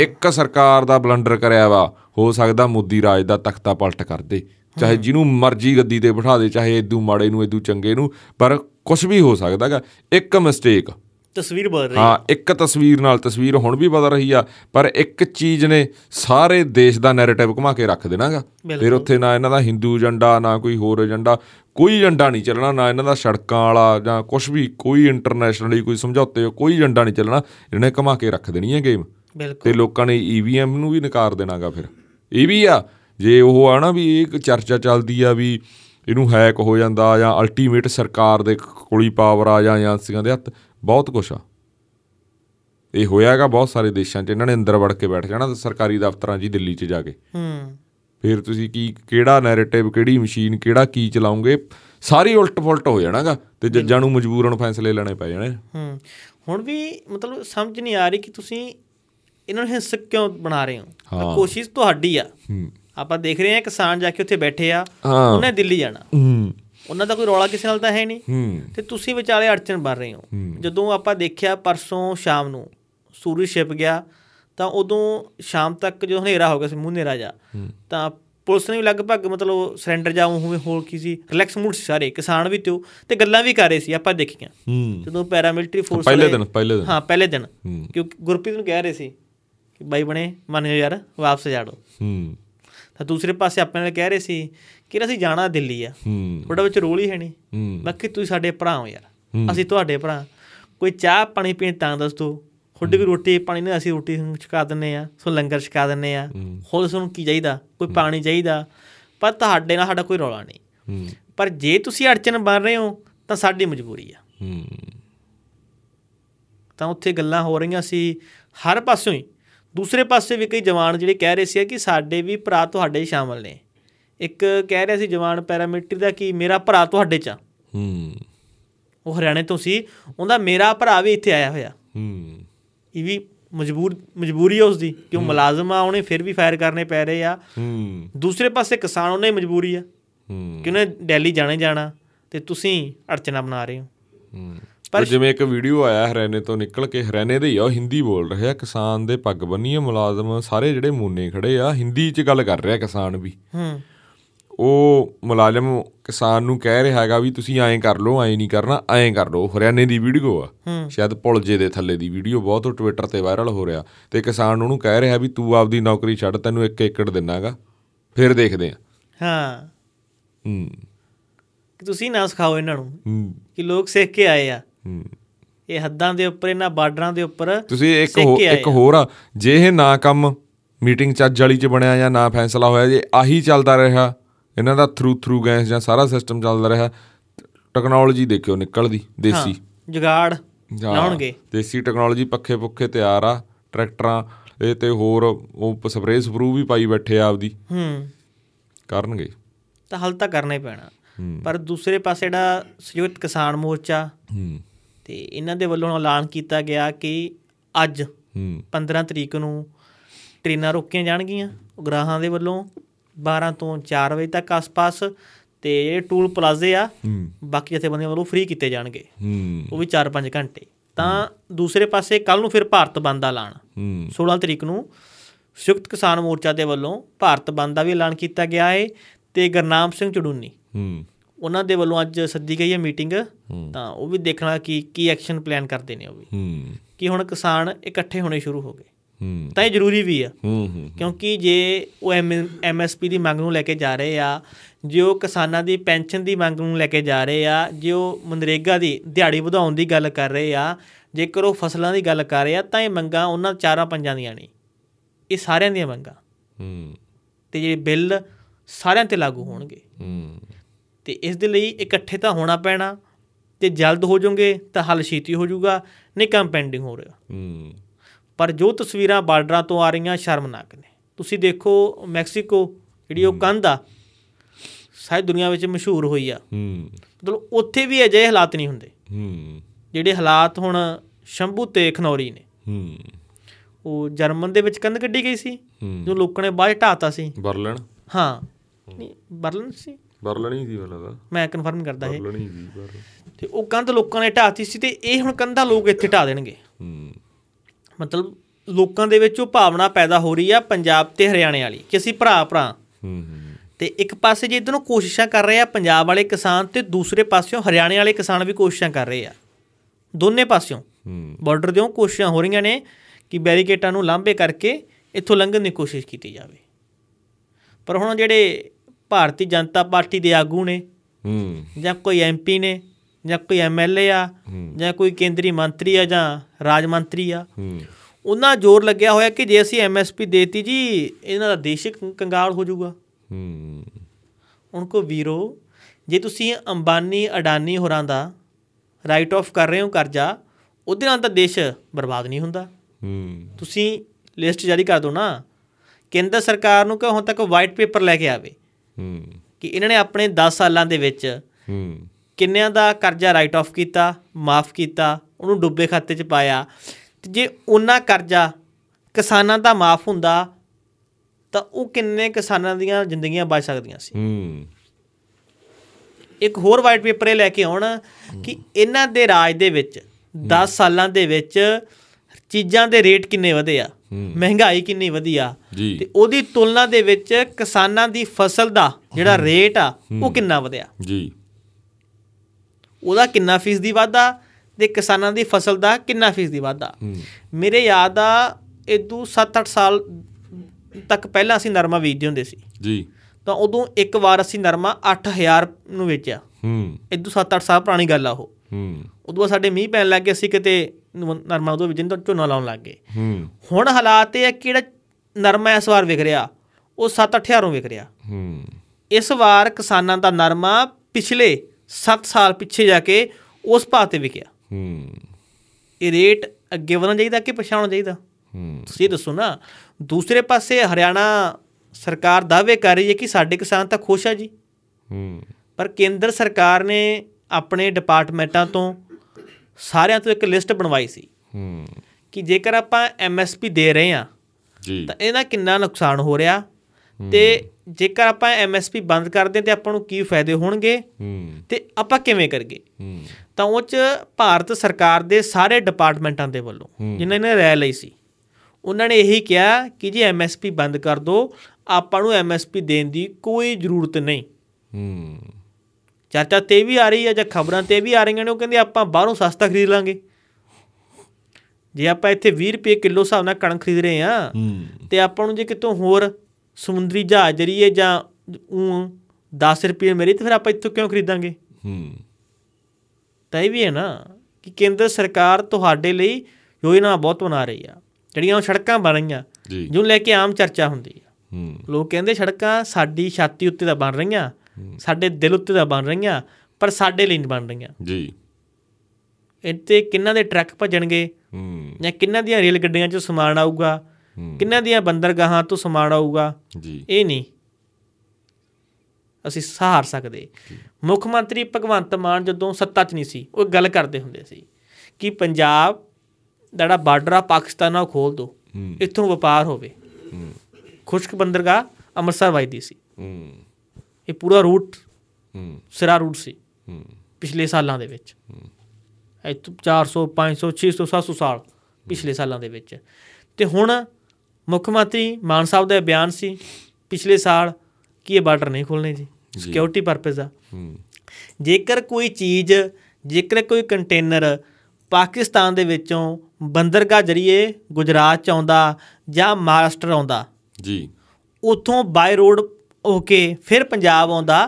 Speaker 2: ਇੱਕ ਸਰਕਾਰ ਦਾ ਬਲੰਡਰ ਕਰਿਆ ਵਾ ਹੋ ਸਕਦਾ ਮੋਦੀ ਰਾਜ ਦਾ ਤਖਤਾ ਪਲਟ ਕਰ ਦੇ ਚਾਹੇ ਜਿਹਨੂੰ ਮਰਜ਼ੀ ਗੱਦੀ ਤੇ ਬਿਠਾ ਦੇ ਚਾਹੇ ਇਦੂ ਮਾੜੇ ਨੂੰ ਇਦੂ ਚੰਗੇ ਨੂੰ ਪਰ ਕੁਝ ਵੀ ਹੋ ਸਕਦਾਗਾ ਇੱਕ ਮਿਸਟੇਕ
Speaker 1: ਤਸਵੀਰ ਬਦਲ ਰਹੀ
Speaker 2: ਹਾਂ ਇੱਕ ਤਸਵੀਰ ਨਾਲ ਤਸਵੀਰ ਹੁਣ ਵੀ ਬਦਲ ਰਹੀ ਆ ਪਰ ਇੱਕ ਚੀਜ਼ ਨੇ ਸਾਰੇ ਦੇਸ਼ ਦਾ ਨੈਰੇਟਿਵ ਘੁਮਾ ਕੇ ਰੱਖ ਦੇਣਾਗਾ ਫਿਰ ਉੱਥੇ ਨਾ ਇਹਨਾਂ ਦਾ ਹਿੰਦੂ ਏਜੰਡਾ ਨਾ ਕੋਈ ਹੋਰ ਏਜੰਡਾ ਕੋਈ ਏਜੰਡਾ ਨਹੀਂ ਚੱਲਣਾ ਨਾ ਇਹਨਾਂ ਦਾ ਸੜਕਾਂ ਵਾਲਾ ਜਾਂ ਕੁਝ ਵੀ ਕੋਈ ਇੰਟਰਨੈਸ਼ਨਲੀ ਕੋਈ ਸਮਝੌਤੇ ਕੋਈ ਏਜੰਡਾ ਨਹੀਂ ਚੱਲਣਾ ਇਹਨੇ ਘੁਮਾ ਕੇ ਰੱਖ ਦੇਣੀ ਹੈ ਗੇਮ
Speaker 1: ਬਿਲਕੁਲ
Speaker 2: ਤੇ ਲੋਕਾਂ ਨੇ ਈਵੀਐਮ ਨੂੰ ਵੀ ਨਕਾਰ ਦੇਣਾਗਾ ਫਿਰ ਇਹ ਵੀ ਆ ਜੇ ਉਹ ਆ ਨਾ ਵੀ ਇਹ ਇੱਕ ਚਰਚਾ ਚੱਲਦੀ ਆ ਵੀ ਇਹਨੂੰ ਹੈਕ ਹੋ ਜਾਂਦਾ ਜਾਂ ਅਲਟੀਮੇਟ ਸਰਕਾਰ ਦੇ ਕੋਲੀ ਪਾਵਰ ਆ ਜਾਂ ਏਜੰਸੀਆਂ ਦੇ ਹੱਥ ਬਹੁਤ ਕੁਛ ਆ ਇਹ ਹੋਇਆਗਾ ਬਹੁਤ ਸਾਰੇ ਦੇਸ਼ਾਂ 'ਚ ਇਹਨਾਂ ਨੇ ਅੰਦਰ ਵੜ ਕੇ ਬੈਠ ਜਾਣਾ ਤੇ ਸਰਕਾਰੀ ਦਫ਼ਤਰਾਂ 'ਚ ਹੀ ਦਿੱਲੀ 'ਚ ਜਾ ਕੇ
Speaker 1: ਹੂੰ
Speaker 2: ਫਿਰ ਤੁਸੀਂ ਕੀ ਕਿਹੜਾ ਨੈਰੇਟਿਵ ਕਿਹੜੀ ਮਸ਼ੀਨ ਕਿਹੜਾ ਕੀ ਚਲਾਉਂਗੇ ਸਾਰੀ ਉਲਟ ਫੁਲਟ ਹੋ ਜਾਣਾਗਾ ਤੇ ਜੱਜਾਂ ਨੂੰ ਮਜਬੂਰਨ ਫੈਸਲੇ ਲੈਣੇ ਪੈ ਜਾਣੇ
Speaker 1: ਹੂੰ ਹੁਣ ਵੀ ਮਤਲਬ ਸਮਝ ਨਹੀਂ ਆ ਰਹੀ ਕਿ ਤੁਸੀਂ ਇਹਨਾਂ ਨੂੰ ਹਿੰਸਕ ਕਿਉਂ ਬਣਾ ਰਹੇ ਹੋ ਤਾਂ
Speaker 2: ਹਾਂ।
Speaker 1: ਕੋਸ਼ਿਸ਼ ਤੁਹਾਡੀ ਆ
Speaker 2: ਹੂੰ
Speaker 1: ਆਪਾਂ ਦੇਖ ਰਹੇ ਹਾਂ ਕਿਸਾਨ ਜਾ ਕੇ ਉੱਥੇ ਬੈਠੇ ਆ
Speaker 2: ਹਾਂ।
Speaker 1: ਉਹਨੇ ਦਿੱਲੀ ਜਾਣਾ
Speaker 2: ਹੂੰ
Speaker 1: ਉਹਨਾਂ ਦਾ ਕੋਈ ਰੌਲਾ ਕਿਸੇ ਨਾਲ ਤਾਂ ਹੈ ਨਹੀਂ
Speaker 2: ਹੂੰ
Speaker 1: ਤੇ ਤੁਸੀਂ ਵਿਚਾਲੇ ਅੜਚਣ ਬਣ ਰਹੇ ਹੋ ਜਦੋਂ ਆਪਾਂ ਦੇਖਿਆ ਪਰਸੋਂ ਸ਼ਾਮ ਨੂੰ ਸੂਰਜ ਛਿਪ ਗਿਆ ਤਾਂ ਉਦੋਂ ਸ਼ਾਮ ਤੱਕ ਜਦੋਂ ਹਨੇਰਾ ਹੋ ਗਿਆ ਸੀ ਮੂੰਹ ਹਨੇਰਾ ਜਾ ਤਾਂ ਪੁਲਿਸ ਨੇ ਵੀ ਲਗਭਗ ਮਤਲਬ ਸਰੈਂਡਰ ਜਾਂ ਹੋਵੇ ਹੋਰ ਕੀ ਸੀ ਰਿਲੈਕਸ ਮੂਡ ਸੀ ਸਾਰੇ ਕਿਸਾਨ ਵੀ ਤੇ ਉਹ ਤੇ ਗੱਲਾਂ ਵੀ ਕਰ ਰਹੇ ਸੀ ਆਪਾਂ ਦੇਖੀਆਂ
Speaker 2: ਹੂੰ
Speaker 1: ਜਦੋਂ ਪੈਰਾਮਿਲਟਰੀ ਫੋਰਸ
Speaker 2: ਪਹਿਲੇ ਦਿਨ ਪਹਿਲੇ ਦਿਨ
Speaker 1: ਹਾਂ ਪਹਿਲੇ ਦਿਨ
Speaker 2: ਹੂੰ।
Speaker 1: ਕਿਉਂਕਿ ਗੁਰਪ੍ਰੀਤ ਨੂੰ ਕਹਿ ਰਹੇ ਸੀ ਕਿ ਬਾਈ ਬਣੇ ਮੰਨ ਜਾਓ ਯਾਰ ਵਾਪਸ ਜਾੜੋ
Speaker 2: ਹੂੰ
Speaker 1: ਤਾਂ ਦੂਸਰੇ ਪਾਸੇ ਆਪਣੇ ਨਾਲ ਕਹਿ ਰਹੇ ਸੀ ਕਿ ਅਸੀਂ ਜਾਣਾ ਦਿੱਲੀ ਆ
Speaker 2: ਹੂੰ
Speaker 1: ਤੁਹਾਡਾ ਵਿੱਚ ਰੋਲ ਹੀ ਹੈ ਨਹੀਂ
Speaker 2: ਹੂੰ
Speaker 1: ਬਾਕੀ ਤੁਸੀਂ ਸਾਡੇ ਭਰਾ ਹੋ ਯਾਰ ਅਸੀਂ ਤੁਹਾਡੇ ਭਰਾ ਕੋਈ ਚਾਹ ਪਾਣੀ ਪੀਣ ਤਾਂ ਦੱਸ ਦੋ ਤੁਹਾਡੀ ਕੋਈ ਰੋਟੀ ਪਾਣੀ ਨਹੀਂ ਅਸੀਂ ਰੋਟੀ ਤੁਹਾਨੂੰ ਛਕਾ ਦਿੰਨੇ ਆ ਸੋ ਲੰਗਰ ਛਕਾ ਦਿੰਨੇ ਆ ਹੋਰ ਤੁਹਾਨੂੰ ਕੀ ਚਾਹੀਦਾ ਕੋਈ ਪਾਣੀ ਚਾਹੀਦਾ ਪਰ ਤੁਹਾਡੇ ਨਾਲ ਸਾਡਾ ਕੋਈ ਰੌਲਾ ਨਹੀਂ
Speaker 2: ਹੂੰ
Speaker 1: ਪਰ ਜੇ ਤੁਸੀਂ ਅੜਚਨ ਬਣ ਰਹੇ ਹੋ ਤਾਂ ਸਾਡੀ ਮਜਬੂਰੀ ਆ
Speaker 2: ਹੂੰ
Speaker 1: ਤਾਂ ਉੱਥੇ ਗੱਲਾਂ ਹੋ ਰਹੀਆਂ ਸੀ ਹਰ ਪਾਸਿਓਂ ਹੀ ਦੂਸਰੇ ਪਾਸੇ ਵੀ ਕਈ ਜਵਾਨ ਜਿਹੜੇ ਕਹਿ ਰਹੇ ਸੀ ਕਿ ਸਾਡੇ ਵੀ ਭਰਾ ਤੁਹਾਡੇ 'ਚ ਸ਼ਾਮਲ ਨੇ ਇੱਕ ਕਹਿ ਰਿਹਾ ਸੀ ਜਵਾਨ ਪੈਰਾਮਿਲਟਰੀ ਦਾ ਕਿ ਮੇਰਾ ਭਰਾ ਤੁਹਾਡੇ 'ਚ ਆ
Speaker 2: ਹੂੰ
Speaker 1: ਉਹ ਹਰਿਆਣੇ ਤੋਂ ਸੀ ਉਹਦਾ ਮੇਰਾ ਭਰਾ ਵੀ ਇੱਥੇ ਆਇਆ ਹੋਇਆ
Speaker 2: ਹੂੰ
Speaker 1: ਇਹ ਵੀ ਮਜਬੂਰ ਮਜਬੂਰੀ ਆ ਉਸਦੀ ਕਿ ਉਹ ਮੁਲਾਜ਼ਮ ਆ ਉਹਨੇ ਫਿਰ ਵੀ ਫਾਇਰ ਕਰਨੇ ਪੈ ਰਹੇ ਆ
Speaker 2: ਹੂੰ
Speaker 1: ਦੂਸਰੇ ਪਾਸੇ ਕਿਸਾਨ ਉਹਨੇ ਮਜਬੂਰੀ ਆ
Speaker 2: ਹੂੰ
Speaker 1: ਕਿ ਉਹਨੇ ਦਿੱਲੀ ਜਾਣਾ ਹੀ ਜਾਣਾ ਤੇ ਤੁਸੀਂ ਅੜਚਨਾ ਬਣਾ ਰਹੇ ਹੋ
Speaker 2: ਹੂੰ।
Speaker 1: ਪਰ-
Speaker 2: ਪਰ ਜਿਵੇਂ ਇੱਕ ਵੀਡੀਓ ਆਇਆ ਹਰਿਆਣੇ ਤੋਂ ਨਿਕਲ ਕੇ ਹਰਿਆਣੇ ਦੇ ਹੀ ਆ ਉਹ ਹਿੰਦੀ ਬੋਲ ਰਿਹਾ ਕਿਸਾਨ ਦੇ ਪੱਗ ਬੰਨੀ ਆ ਮੁਲਾਜ਼ਮ ਸਾਰੇ ਜਿਹੜੇ ਮੂਨੇ ਖੜੇ ਆ ਹਿੰਦੀ 'ਚ ਗੱਲ ਕਰ ਰਿਹਾ ਕਿਸਾਨ ਵੀ
Speaker 1: ਹੂੰ
Speaker 2: ਉਹ ਮੁਲਾਜ਼ਮ ਕਿਸਾਨ ਨੂੰ ਕਹਿ ਰਿਹਾ ਹੈਗਾ ਵੀ ਤੁਸੀਂ ਐਂ ਕਰ ਲਓ ਐਂ ਨਹੀਂ ਕਰਨਾ ਐਂ ਕਰ ਲਓ ਹਰਿਆਣੇ ਦੀ ਵੀਡੀਓ ਆ ਸ਼ਾਇਦ ਪੁਲਜੇ ਦੇ ਥੱਲੇ ਦੀ ਵੀਡੀਓ ਬਹੁਤ ਟਵਿੱਟਰ ਤੇ ਵਾਇਰਲ ਹੋ ਰਿਹਾ ਤੇ ਕਿਸਾਨ ਉਹਨੂੰ ਕਹਿ ਰਿਹਾ ਵੀ ਤੂੰ ਆਪਦੀ ਨੌਕਰੀ ਛੱਡ ਤੈਨੂੰ 1 ਏਕੜ ਦਿੰਨਾਗਾ ਫਿਰ ਦੇਖਦੇ ਆ
Speaker 1: ਹਾਂ
Speaker 2: ਹੂੰ
Speaker 1: ਕਿ ਤੁਸੀਂ ਨਾ ਸਿਖਾਓ ਇਹਨਾਂ ਨੂੰ
Speaker 2: ਹੂੰ
Speaker 1: ਕਿ ਲੋਕ ਸਿੱਖ ਕੇ ਆਏ ਆ
Speaker 2: ਹੂੰ।
Speaker 1: ਇਹ ਹੱਦਾਂ ਦੇ ਉੱਪਰ ਇਹਨਾਂ ਬਾਰਡਰਾਂ ਦੇ ਉੱਪਰ
Speaker 2: ਤੁਸੀਂ ਇੱਕ
Speaker 1: ਸਿੱਖ
Speaker 2: ਹੋ-
Speaker 1: ਕੇ ਆਏ
Speaker 2: ਇੱਕ ਹੋਰ ਆ ਜੇ ਇਹ ਨਾ ਕੰਮ ਮੀਟਿੰਗ ਚੱਜ ਵਾਲੀ ਚ ਬਣਿਆ ਜਾਂ ਨਾ ਫੈਸਲਾ ਹੋਇਆ ਜੇ ਆਹੀ ਚੱਲਦਾ ਰਿਹਾ ਇਹਨਾਂ ਦਾ ਥਰੂ ਥਰੂ ਗੈਸ ਜਾਂ ਸਾਰਾ ਸਿਸਟਮ ਚੱਲਦਾ ਰਿਹਾ ਟੈਕਨੋਲੋਜੀ ਦੇਖਿਓ ਨਿਕਲਦੀ ਦੇਸੀ
Speaker 1: ਹਾਂ, ਜੁਗਾੜ
Speaker 2: ਜਾਂ
Speaker 1: ਲਾਉਣਗੇ
Speaker 2: ਦੇਸੀ ਟੈਕਨੋਲੋਜੀ ਪੱਖੇ ਪੁੱਖੇ ਤਿਆਰ ਆ ਟਰੈਕਟਰਾਂ ਇਹ ਤੇ ਹੋਰ ਉਹ ਸਪਰੇਅ ਸਪਰੂ ਵੀ ਪਾਈ ਬੈਠੇ ਆ ਆਪਦੀ
Speaker 1: ਹੂੰ
Speaker 2: ਕਰਨਗੇ
Speaker 1: ਤਾਂ ਹੱਲ ਤਾਂ ਕਰਨਾ ਹੀ ਪੈਣਾ ਪਰ ਦੂਸਰੇ ਪਾਸੇ ਜਿਹੜਾ ਸੰਯੁਕਤ ਕਿਸਾਨ ਮੋਰਚਾ
Speaker 2: ਹੂੰ
Speaker 1: ਤੇ ਇਹਨਾਂ ਦੇ ਵੱਲੋਂ ਐਲਾਨ ਕੀਤਾ ਗਿਆ ਕਿ ਅੱਜ
Speaker 2: ਹੂੰ
Speaker 1: 15 ਤਰੀਕ ਨੂੰ ਟ੍ਰੇਨਾਂ ਰੋਕੀਆਂ ਜਾਣਗੀਆਂ ਉਗਰਾਹਾਂ ਦੇ ਵੱਲੋਂ 12 ਤੋਂ 4 ਵਜੇ ਤੱਕ ਆਸ-ਪਾਸ ਤੇ ਜਿਹੜੇ ਟੂਲ ਪਲਾਜ਼ੇ ਆ
Speaker 2: ਹੂੰ
Speaker 1: ਬਾਕੀ ਜਥੇਬੰਦੀਆਂ ਵੱਲੋਂ ਫ੍ਰੀ ਕੀਤੇ ਜਾਣਗੇ
Speaker 2: ਹੂੰ
Speaker 1: ਉਹ ਵੀ 4-5 ਘੰਟੇ ਤਾਂ ਦੂਸਰੇ ਪਾਸੇ ਕੱਲ ਨੂੰ ਫਿਰ ਭਾਰਤ ਬੰਦ ਦਾ ਐਲਾਨ
Speaker 2: ਹੂੰ
Speaker 1: 16 ਤਰੀਕ ਨੂੰ ਸੰਯੁਕਤ ਕਿਸਾਨ ਮੋਰਚਾ ਦੇ ਵੱਲੋਂ ਭਾਰਤ ਬੰਦ ਦਾ ਵੀ ਐਲਾਨ ਕੀਤਾ ਗਿਆ ਹੈ ਤੇ ਗਰਨਾਮ ਸਿੰਘ ਚੜੂਨੀ
Speaker 2: ਹੂੰ
Speaker 1: ਉਹਨਾਂ ਦੇ ਵੱਲੋਂ ਅੱਜ ਸੱਦੀ ਗਈ ਹੈ ਮੀਟਿੰਗ ਤਾਂ ਉਹ ਵੀ ਦੇਖਣਾ ਕਿ ਕੀ ਐਕਸ਼ਨ ਪਲਾਨ ਕਰਦੇ ਨੇ ਉਹ ਵੀ
Speaker 2: ਹੂੰ
Speaker 1: ਕਿ ਹੁਣ ਕਿਸਾਨ ਇਕੱਠੇ ਹੋਣੇ ਸ਼ੁਰੂ ਹੋ ਗਏ
Speaker 2: ਹੂੰ
Speaker 1: ਤਾਂ ਇਹ ਜ਼ਰੂਰੀ ਵੀ ਆ
Speaker 2: ਹੂੰ ਹੂੰ
Speaker 1: ਕਿਉਂਕਿ ਜੇ ਉਹ ਐਮਐਸਪੀ ਦੀ ਮੰਗ ਨੂੰ ਲੈ ਕੇ ਜਾ ਰਹੇ ਆ ਜੇ ਉਹ ਕਿਸਾਨਾਂ ਦੀ ਪੈਨਸ਼ਨ ਦੀ ਮੰਗ ਨੂੰ ਲੈ ਕੇ ਜਾ ਰਹੇ ਆ ਜੇ ਉਹ ਮਨਰੇਗਾ ਦੀ ਦਿਹਾੜੀ ਵਧਾਉਣ ਦੀ ਗੱਲ ਕਰ ਰਹੇ ਆ ਜੇਕਰ ਉਹ ਫਸਲਾਂ ਦੀ ਗੱਲ ਕਰ ਰਹੇ ਆ ਤਾਂ ਇਹ ਮੰਗਾਂ ਉਹਨਾਂ ਚਾਰਾਂ ਪੰਜਾਂ ਦੀਆਂ ਨਹੀਂ ਇਹ ਸਾਰਿਆਂ ਦੀਆਂ ਮੰਗਾਂ
Speaker 2: ਹੂੰ
Speaker 1: ਤੇ ਜੇ ਬਿੱਲ ਸਾਰਿਆਂ ਤੇ ਲਾਗੂ ਹੋਣਗੇ
Speaker 2: ਹੂੰ
Speaker 1: ਤੇ ਇਸ ਦੇ ਲਈ ਇਕੱਠੇ ਤਾਂ ਹੋਣਾ ਪੈਣਾ ਤੇ ਜਲਦ ਹੋ ਜਾਓਗੇ ਤਾਂ ਹੱਲ ਛੇਤੀ ਹੋ ਜਾਊਗਾ ਨਹੀਂ ਕੰਮ ਪੈਂਡਿੰਗ ਹੋ ਰਿਹਾ
Speaker 2: ਹੂੰ
Speaker 1: ਪਰ ਜੋ ਤਸਵੀਰਾਂ ਬਾਰਡਰਾਂ ਤੋਂ ਆ ਰਹੀਆਂ ਸ਼ਰਮਨਾਕ ਨੇ ਤੁਸੀਂ ਦੇਖੋ ਮੈਕਸੀਕੋ ਜਿਹੜੀ ਉਹ ਕੰਧ ਆ ਸਾਰੀ ਦੁਨੀਆ ਵਿੱਚ ਮਸ਼ਹੂਰ ਹੋਈ ਆ
Speaker 2: ਹੂੰ
Speaker 1: ਮਤਲਬ ਉੱਥੇ ਵੀ ਅਜਿਹੇ ਹਾਲਾਤ ਨਹੀਂ ਹੁੰਦੇ
Speaker 2: ਹੂੰ
Speaker 1: ਜਿਹੜੇ ਹਾਲਾਤ ਹੁਣ ਸ਼ੰਭੂ ਤੇ ਖਨੌਰੀ ਨੇ
Speaker 2: ਹੂੰ
Speaker 1: ਉਹ ਜਰਮਨ ਦੇ ਵਿੱਚ ਕੰਧ ਕੱਢੀ ਗਈ ਸੀ
Speaker 2: ਹੂੰ।
Speaker 1: ਜੋ ਲੋਕਾਂ ਨੇ ਬਾਅਦ 'ਚ ਢਾਤਾ ਸੀ
Speaker 2: ਬਰਲਨ
Speaker 1: ਹਾਂ ਨਹੀਂ, ਬਰਲਿਨ ਸੀ
Speaker 2: ਬਰਲਨ ਹੀ ਸੀ ਮੈਨੂੰ ਲੱਗਦਾ
Speaker 1: ਮੈਂ ਕਨਫਰਮ ਕਰਦਾ ਇਹ
Speaker 2: ਬਰਲਨ ਹੀ ਸੀ ਬਰਲਨ
Speaker 1: ਤੇ ਉਹ ਕੰਧ ਲੋਕਾਂ ਨੇ ਢਾਤੀ ਸੀ ਤੇ ਇਹ ਹੁਣ ਕੰਧਾਂ ਲੋਕ ਇੱਥੇ ਢਾ ਦੇਣਗੇ
Speaker 2: ਹੂੰ
Speaker 1: ਮਤਲਬ ਲੋਕਾਂ ਦੇ ਵਿੱਚ ਉਹ ਭਾਵਨਾ ਪੈਦਾ ਹੋ ਰਹੀ ਆ ਪੰਜਾਬ ਤੇ ਹਰਿਆਣੇ ਵਾਲੀ ਕਿ ਅਸੀਂ ਭਰਾ ਭਰਾ
Speaker 2: ਹੂੰ ਹੂੰ
Speaker 1: ਤੇ ਇੱਕ ਪਾਸੇ ਜੇ ਇਧਰੋਂ ਕੋਸ਼ਿਸ਼ਾਂ ਕਰ ਰਹੇ ਆ ਪੰਜਾਬ ਵਾਲੇ ਕਿਸਾਨ ਤੇ ਦੂਸਰੇ ਪਾਸਿਓਂ ਹਰਿਆਣੇ ਵਾਲੇ ਕਿਸਾਨ ਵੀ ਕੋਸ਼ਿਸ਼ਾਂ ਕਰ ਰਹੇ ਆ ਦੋਨੇ ਪਾਸਿਓਂ
Speaker 2: ਹੂੰ
Speaker 1: ਬਾਰਡਰ ਦਿਓ ਕੋਸ਼ਿਸ਼ਾਂ ਹੋ ਰਹੀਆਂ ਨੇ ਕਿ ਬੈਰੀਕੇਟਾਂ ਨੂੰ ਲਾਂਭੇ ਕਰਕੇ ਇੱਥੋਂ ਲੰਘਣ ਦੀ ਕੋਸ਼ਿਸ਼ ਕੀਤੀ ਜਾਵੇ ਪਰ ਹੁਣ ਜਿਹੜੇ ਭਾਰਤੀ ਜਨਤਾ ਪਾਰਟੀ ਦੇ ਆਗੂ ਨੇ
Speaker 2: ਹੂੰ
Speaker 1: ਜਾਂ ਕੋਈ ਐਮਪੀ ਨੇ ਜਾਂ ਕੋਈ ਐਮਐਲਏ ਆ ਜਾਂ ਕੋਈ ਕੇਂਦਰੀ ਮੰਤਰੀ ਆ ਜਾਂ ਰਾਜ ਮੰਤਰੀ ਆ
Speaker 2: ਹੂੰ
Speaker 1: ਉਹਨਾਂ ਜ਼ੋਰ ਲੱਗਿਆ ਹੋਇਆ ਕਿ ਜੇ ਅਸੀਂ ਐਮਐਸਪੀ ਦੇਤੀ ਜੀ ਇਹਨਾਂ ਦਾ ਦੇਸ਼ ਹੀ ਕੰ- ਕੰਗਾਲ ਹੋ ਜਾਊਗਾ
Speaker 2: ਹੂੰ
Speaker 1: ਹੁਣ ਕੋ ਵੀਰੋ ਜੇ ਤੁਸੀਂ ਅੰਬਾਨੀ ਅਡਾਨੀ ਹੋਰਾਂ ਦਾ ਰਾਈਟ ਆਫ ਕਰ ਰਹੇ ਹੋ ਕਰਜ਼ਾ ਉਹਦੇ ਨਾਲ ਤਾਂ ਦੇਸ਼ ਬਰਬਾਦ ਨਹੀਂ ਹੁੰਦਾ
Speaker 2: ਹੂੰ
Speaker 1: ਤੁਸੀਂ ਲਿਸਟ ਜਾਰੀ ਕਰ ਦਿਓ ਨਾ ਕੇਂਦਰ ਸਰਕਾਰ ਨੂੰ ਕਹੋ ਹੁਣ ਤੱਕ ਵਾਈਟ ਪੇਪਰ ਲੈ ਕੇ ਆਵੇ
Speaker 2: ਹੂੰ
Speaker 1: ਕਿ ਇਹਨਾਂ ਨੇ ਆਪਣੇ 10 ਸਾਲਾਂ ਦੇ ਵਿੱਚ
Speaker 2: ਹੂੰ
Speaker 1: ਕਿੰਨਿਆਂ ਦਾ ਕਰਜ਼ਾ ਰਾਈਟ ਆਫ ਕੀਤਾ ਮਾਫ ਕੀਤਾ ਉਹਨੂੰ ਡੁੱਬੇ ਖਾਤੇ 'ਚ ਪਾਇਆ ਤੇ ਜੇ ਉਹਨਾਂ ਕਰਜ਼ਾ ਕਿਸਾਨਾਂ ਦਾ ਮਾਫ ਹੁੰਦਾ ਤਾਂ ਉਹ ਕਿੰਨੇ ਕਿਸਾਨਾਂ ਦੀਆਂ ਜ਼ਿੰਦਗੀਆਂ ਬਚ ਸਕਦੀਆਂ ਸੀ
Speaker 2: ਹੂੰ
Speaker 1: ਇੱਕ ਹੋਰ ਵਾਈਟ ਪੇਪਰ ਇਹ ਲੈ ਕੇ ਆਉਣ ਕਿ ਇਹਨਾਂ ਦੇ ਰਾਜ ਦੇ ਵਿੱਚ 10 ਸਾਲਾਂ ਦੇ ਵਿੱਚ ਚੀਜ਼ਾਂ ਦੇ ਰੇਟ ਕਿੰਨੇ ਵਧੇ ਆ ਮਹਿੰਗਾਈ ਕਿੰਨੀ ਵਧੀ ਆ
Speaker 2: ਜੀ
Speaker 1: ਤੇ ਉਹਦੀ ਤੁਲਨਾ ਦੇ ਵਿੱਚ ਕਿਸਾਨਾਂ ਦੀ ਫਸਲ ਦਾ ਜਿਹੜਾ ਰੇਟ ਆ ਉਹ ਕਿੰਨਾ ਵਧਿਆ
Speaker 2: ਜੀ
Speaker 1: ਉਹਦਾ ਕਿੰਨਾ ਫੀਸਦੀ ਵਾਧਾ ਤੇ ਕਿਸਾਨਾਂ ਦੀ ਫਸਲ ਦਾ ਕਿੰਨਾ ਫੀਸਦੀ ਵਾਧਾ
Speaker 2: ਹੂੰ
Speaker 1: ਮੇਰੇ ਯਾਦ ਆ ਇਦੋਂ 7-8 ਸਾਲ ਤੱਕ ਪਹਿਲਾਂ ਅਸੀਂ ਨਰਮਾ ਬੀਜਦੇ ਹੁੰਦੇ ਸੀ
Speaker 2: ਜੀ
Speaker 1: ਤਾਂ ਉਦੋਂ ਇੱਕ ਵਾਰ ਅਸੀਂ ਨਰਮਾ 8000 ਨੂੰ ਵੇਚਿਆ
Speaker 2: ਹੂੰ
Speaker 1: ਇਦੋਂ 7-8 ਸਾਲ ਪੁਰਾਣੀ ਗੱਲ ਆ ਉਹ
Speaker 2: ਹੂੰ
Speaker 1: ਉਦੋਂ ਬਾਅਦ ਸਾਡੇ ਮੀਂਹ ਪੈਣ ਲੱਗ ਗਏ ਅਸੀਂ ਕਿਤੇ ਨ- ਨਰਮਾ ਉਦੋਂ ਬੀਜਣ ਤੋਂ ਝੋਨਾ ਲਾਉਣ ਲੱਗ ਗਏ
Speaker 2: ਹੂੰ
Speaker 1: ਹੁਣ ਹਾਲਾਤ ਇਹ ਆ ਕਿ ਜਿਹੜਾ ਨਰਮਾ ਇਸ ਵਾਰ ਵਿਕ ਰਿਹਾ ਉਹ 7-8000 ਨੂੰ ਵਿਕ ਰਿਹਾ
Speaker 2: ਹੂੰ
Speaker 1: ਇਸ ਵਾਰ ਕਿਸਾਨਾਂ ਦਾ ਨਰਮਾ ਪਿਛਲੇ 7 ਸਾਲ ਪਿੱਛੇ ਜਾ ਕੇ ਉਸ ਭਾਅ ਤੇ ਵਿਕਿਆ
Speaker 2: ਹੂੰ
Speaker 1: ਇਹ ਰੇਟ ਅੱਗੇ ਵਧਣਾ ਚਾਹੀਦਾ ਕਿ ਪਛਾਣਾ ਚਾਹੀਦਾ
Speaker 2: ਹੂੰ
Speaker 1: ਤੁਸੀਂ ਇਹ ਦੱਸੋ ਨਾ ਦੂਸਰੇ ਪਾਸੇ ਹਰਿਆਣਾ ਸਰਕਾਰ ਦਾਅਵੇ ਕਰ ਰਹੀ ਹੈ ਕਿ ਸਾਡੇ ਕਿਸਾਨ ਤਾਂ ਖੁਸ਼ ਆ ਜੀ
Speaker 2: ਹੂੰ
Speaker 1: ਪਰ ਕੇਂਦਰ ਸਰਕਾਰ ਨੇ ਆਪਣੇ ਡਿਪਾਰਟਮੈਂਟਾਂ ਤੋਂ ਸਾਰਿਆਂ ਤੋਂ ਇੱਕ ਲਿਸਟ ਬਣਵਾਈ ਸੀ
Speaker 2: ਹੂੰ
Speaker 1: ਕਿ ਜੇਕਰ ਆਪਾਂ ਐਮਐਸਪੀ ਦੇ ਰਹੇ ਹਾਂ
Speaker 2: ਜੀ
Speaker 1: ਤਾਂ ਇਹਦਾ ਕਿੰਨਾ ਨੁਕਸਾਨ ਹੋ ਰਿਹਾ ਤੇ ਜੇਕਰ ਆਪਾਂ ਐਮਐਸਪੀ ਬੰਦ ਕਰਦੇ ਤੇ ਆਪਾਂ ਨੂੰ ਕੀ ਫਾਇਦੇ ਹੋਣਗੇ
Speaker 2: ਹੂੰ
Speaker 1: ਤੇ ਆਪਾਂ ਕਿਵੇਂ ਕਰਗੇ
Speaker 2: ਹੂੰ
Speaker 1: ਤਾਂ ਉਹ ਚ ਭਾਰਤ ਸਰਕਾਰ ਦੇ ਸਾਰੇ ਡਿਪਾਰਟਮੈਂਟਾਂ ਦੇ ਵੱਲੋਂ ਜਿਨ੍ਹਾਂ ਨੇ ਰਾਇ ਲਈ ਸੀ ਉਹਨਾਂ ਨੇ ਇਹੀ ਕਿਹਾ ਕਿ ਜੀ ਐਮਐਸਪੀ ਬੰਦ ਕਰ ਦਿਓ ਆਪਾਂ ਨੂੰ ਐਮਐਸਪੀ ਦੇਣ ਦੀ ਕੋਈ ਜ਼ਰੂਰਤ ਨਹੀਂ
Speaker 2: ਹੂੰ
Speaker 1: ਚਰਚਾ ਤੇ ਵੀ ਆ ਰਹੀ ਹੈ ਜਾਂ ਖਬਰਾਂ ਤੇ ਵੀ ਆ ਰਹੀਆਂ ਨੇ ਉਹ ਕਹਿੰਦੇ ਆਪਾਂ ਬਾਹਰੋਂ ਸਸਤਾ ਖਰੀਦ ਲਾਂਗੇ ਜੇ ਆਪਾਂ ਇੱਥੇ 20 ਰੁਪਏ ਕਿਲੋ ਹਿਸਾਬ ਨਾਲ ਕਣਕ ਖਰੀਦ ਰਹੇ ਆ
Speaker 2: ਹੂੰ
Speaker 1: ਤੇ ਆਪਾਂ ਨੂੰ ਜੇ ਕਿਤੋਂ ਹੋਰ ਸਮੁੰਦਰੀ ਜਹਾਜ਼ ਜਰੀਏ ਜਾਂ ਊਂ 10 ਰੁਪਏ ਮਿਲੇ ਤੇ ਫਿਰ ਆਪਾਂ ਇੱਥੋਂ ਕਿਉਂ ਖਰੀਦਾਂਗੇ
Speaker 2: ਹੂੰ
Speaker 1: ਤਾਂ ਇਹ ਵੀ ਹੈ ਨਾ ਕਿ ਕੇਂਦਰ ਸਰਕਾਰ ਤੁਹਾਡੇ ਲਈ ਯੋਜਨਾ ਬਹੁਤ ਬਣਾ ਰਹੀ ਆ ਜਿਹੜੀਆਂ ਉਹ ਸੜਕਾਂ ਬਣ ਰਹੀਆਂ
Speaker 2: ਜੀ
Speaker 1: ਜਿਹਨੂੰ ਲੈ ਕੇ ਆਮ ਚਰਚਾ ਹੁੰਦੀ ਆ
Speaker 2: ਹੂੰ
Speaker 1: ਲੋਕ ਕਹਿੰਦੇ ਸੜਕਾਂ ਸਾਡੀ ਛਾਤੀ ਉੱਤੇ ਤਾਂ ਬਣ ਰਹੀਆਂ ਸਾਡੇ ਦਿਲ ਉੱਤੇ ਤਾਂ ਬਣ ਰਹੀਆਂ ਪਰ ਸਾਡੇ ਲਈ ਨਹੀਂ ਬਣ ਰਹੀਆਂ
Speaker 2: ਜੀ
Speaker 1: ਇੱਥੇ ਕਿੰਨਾਂ ਦੇ ਟਰੱਕ ਭੱਜਣਗੇ
Speaker 2: ਹੂੰ
Speaker 1: ਜਾਂ ਕਿੰਨਾਂ ਦੀਆਂ ਰੇਲ ਗੱਡੀਆਂ 'ਚੋਂ ਸਮਾਨ ਆਊਗਾ
Speaker 2: ਹੂੰ
Speaker 1: ਕਿੰਨਾਂ ਦੀਆਂ ਬੰਦਰਗਾਹਾਂ ਤੋਂ ਸਮਾਨ ਆਊਗਾ
Speaker 2: ਜੀ
Speaker 1: ਇਹ ਨਹੀਂ ਅਸੀਂ ਸਹਾਰ ਸਕਦੇ ਮੁੱਖ ਮੰਤਰੀ ਭਗਵੰਤ ਮਾਨ ਜਦੋਂ ਸੱਤਾ 'ਚ ਨਹੀਂ ਸੀ ਉਹ ਗੱਲ ਕਰਦੇ ਹੁੰਦੇ ਸੀ ਕਿ ਪੰਜਾਬ ਦਾ ਜਿਹੜਾ ਬਾਰਡਰ ਆ ਪਾਕਿਸਤਾਨ ਨਾਲ ਖੋਲ ਦਿਓ
Speaker 2: ਹੂੰ
Speaker 1: ਇੱਥੋਂ ਵਪਾਰ ਹੋਵੇ
Speaker 2: ਹੂੰ
Speaker 1: ਖੁਸ਼ਕ ਬੰਦਰਗਾਹ ਅੰਮ੍ਰਿਤਸਰ ਵਜਦੀ ਸੀ
Speaker 2: ਹੂੰ
Speaker 1: ਇਹ ਪੂਰਾ ਰੂਟ
Speaker 2: ਹੂੰ
Speaker 1: ਸਿਰਾ ਰੂਟ ਸੀ
Speaker 2: ਹੂੰ
Speaker 1: ਪਿਛਲੇ ਸਾਲਾਂ ਦੇ ਵਿੱਚ ਇੱਥੋਂ 400 500 600 700 ਸਾਲ ਪਿਛਲੇ ਸਾਲਾਂ ਦੇ ਵਿੱਚ ਤੇ ਹੁਣ ਮੁੱਖ ਮੰਤਰੀ ਮਾਨ ਸਾਹਿਬ ਦਾ ਇਹ ਬਿਆਨ ਸੀ ਪਿਛਲੇ ਸਾਲ ਕਿ ਇਹ ਬਾਰਡਰ ਨਹੀਂ ਖੋਲਣੇ ਜੀ ਸਿਕਿਉਰਿਟੀ ਪਰਪਸ ਆ
Speaker 2: ਹੂੰ
Speaker 1: ਜੇਕਰ ਕੋਈ ਚੀਜ਼ ਜੇਕਰ ਕੋਈ ਕੰਟੇਨਰ ਪਾਕਿਸਤਾਨ ਦੇ ਵਿੱਚੋਂ ਬੰਦਰਗਾਹ ਜਰੀਏ ਗੁਜਰਾਤ ਚ ਆਉਂਦਾ ਜਾਂ ਮਹਾਰਾਸ਼ਟਰ ਆਉਂਦਾ
Speaker 2: ਜੀ
Speaker 1: ਉਥੋਂ ਬਾਈ ਰੋਡ ਹੋ ਕੇ ਫਿਰ ਪੰਜਾਬ ਆਉਂਦਾ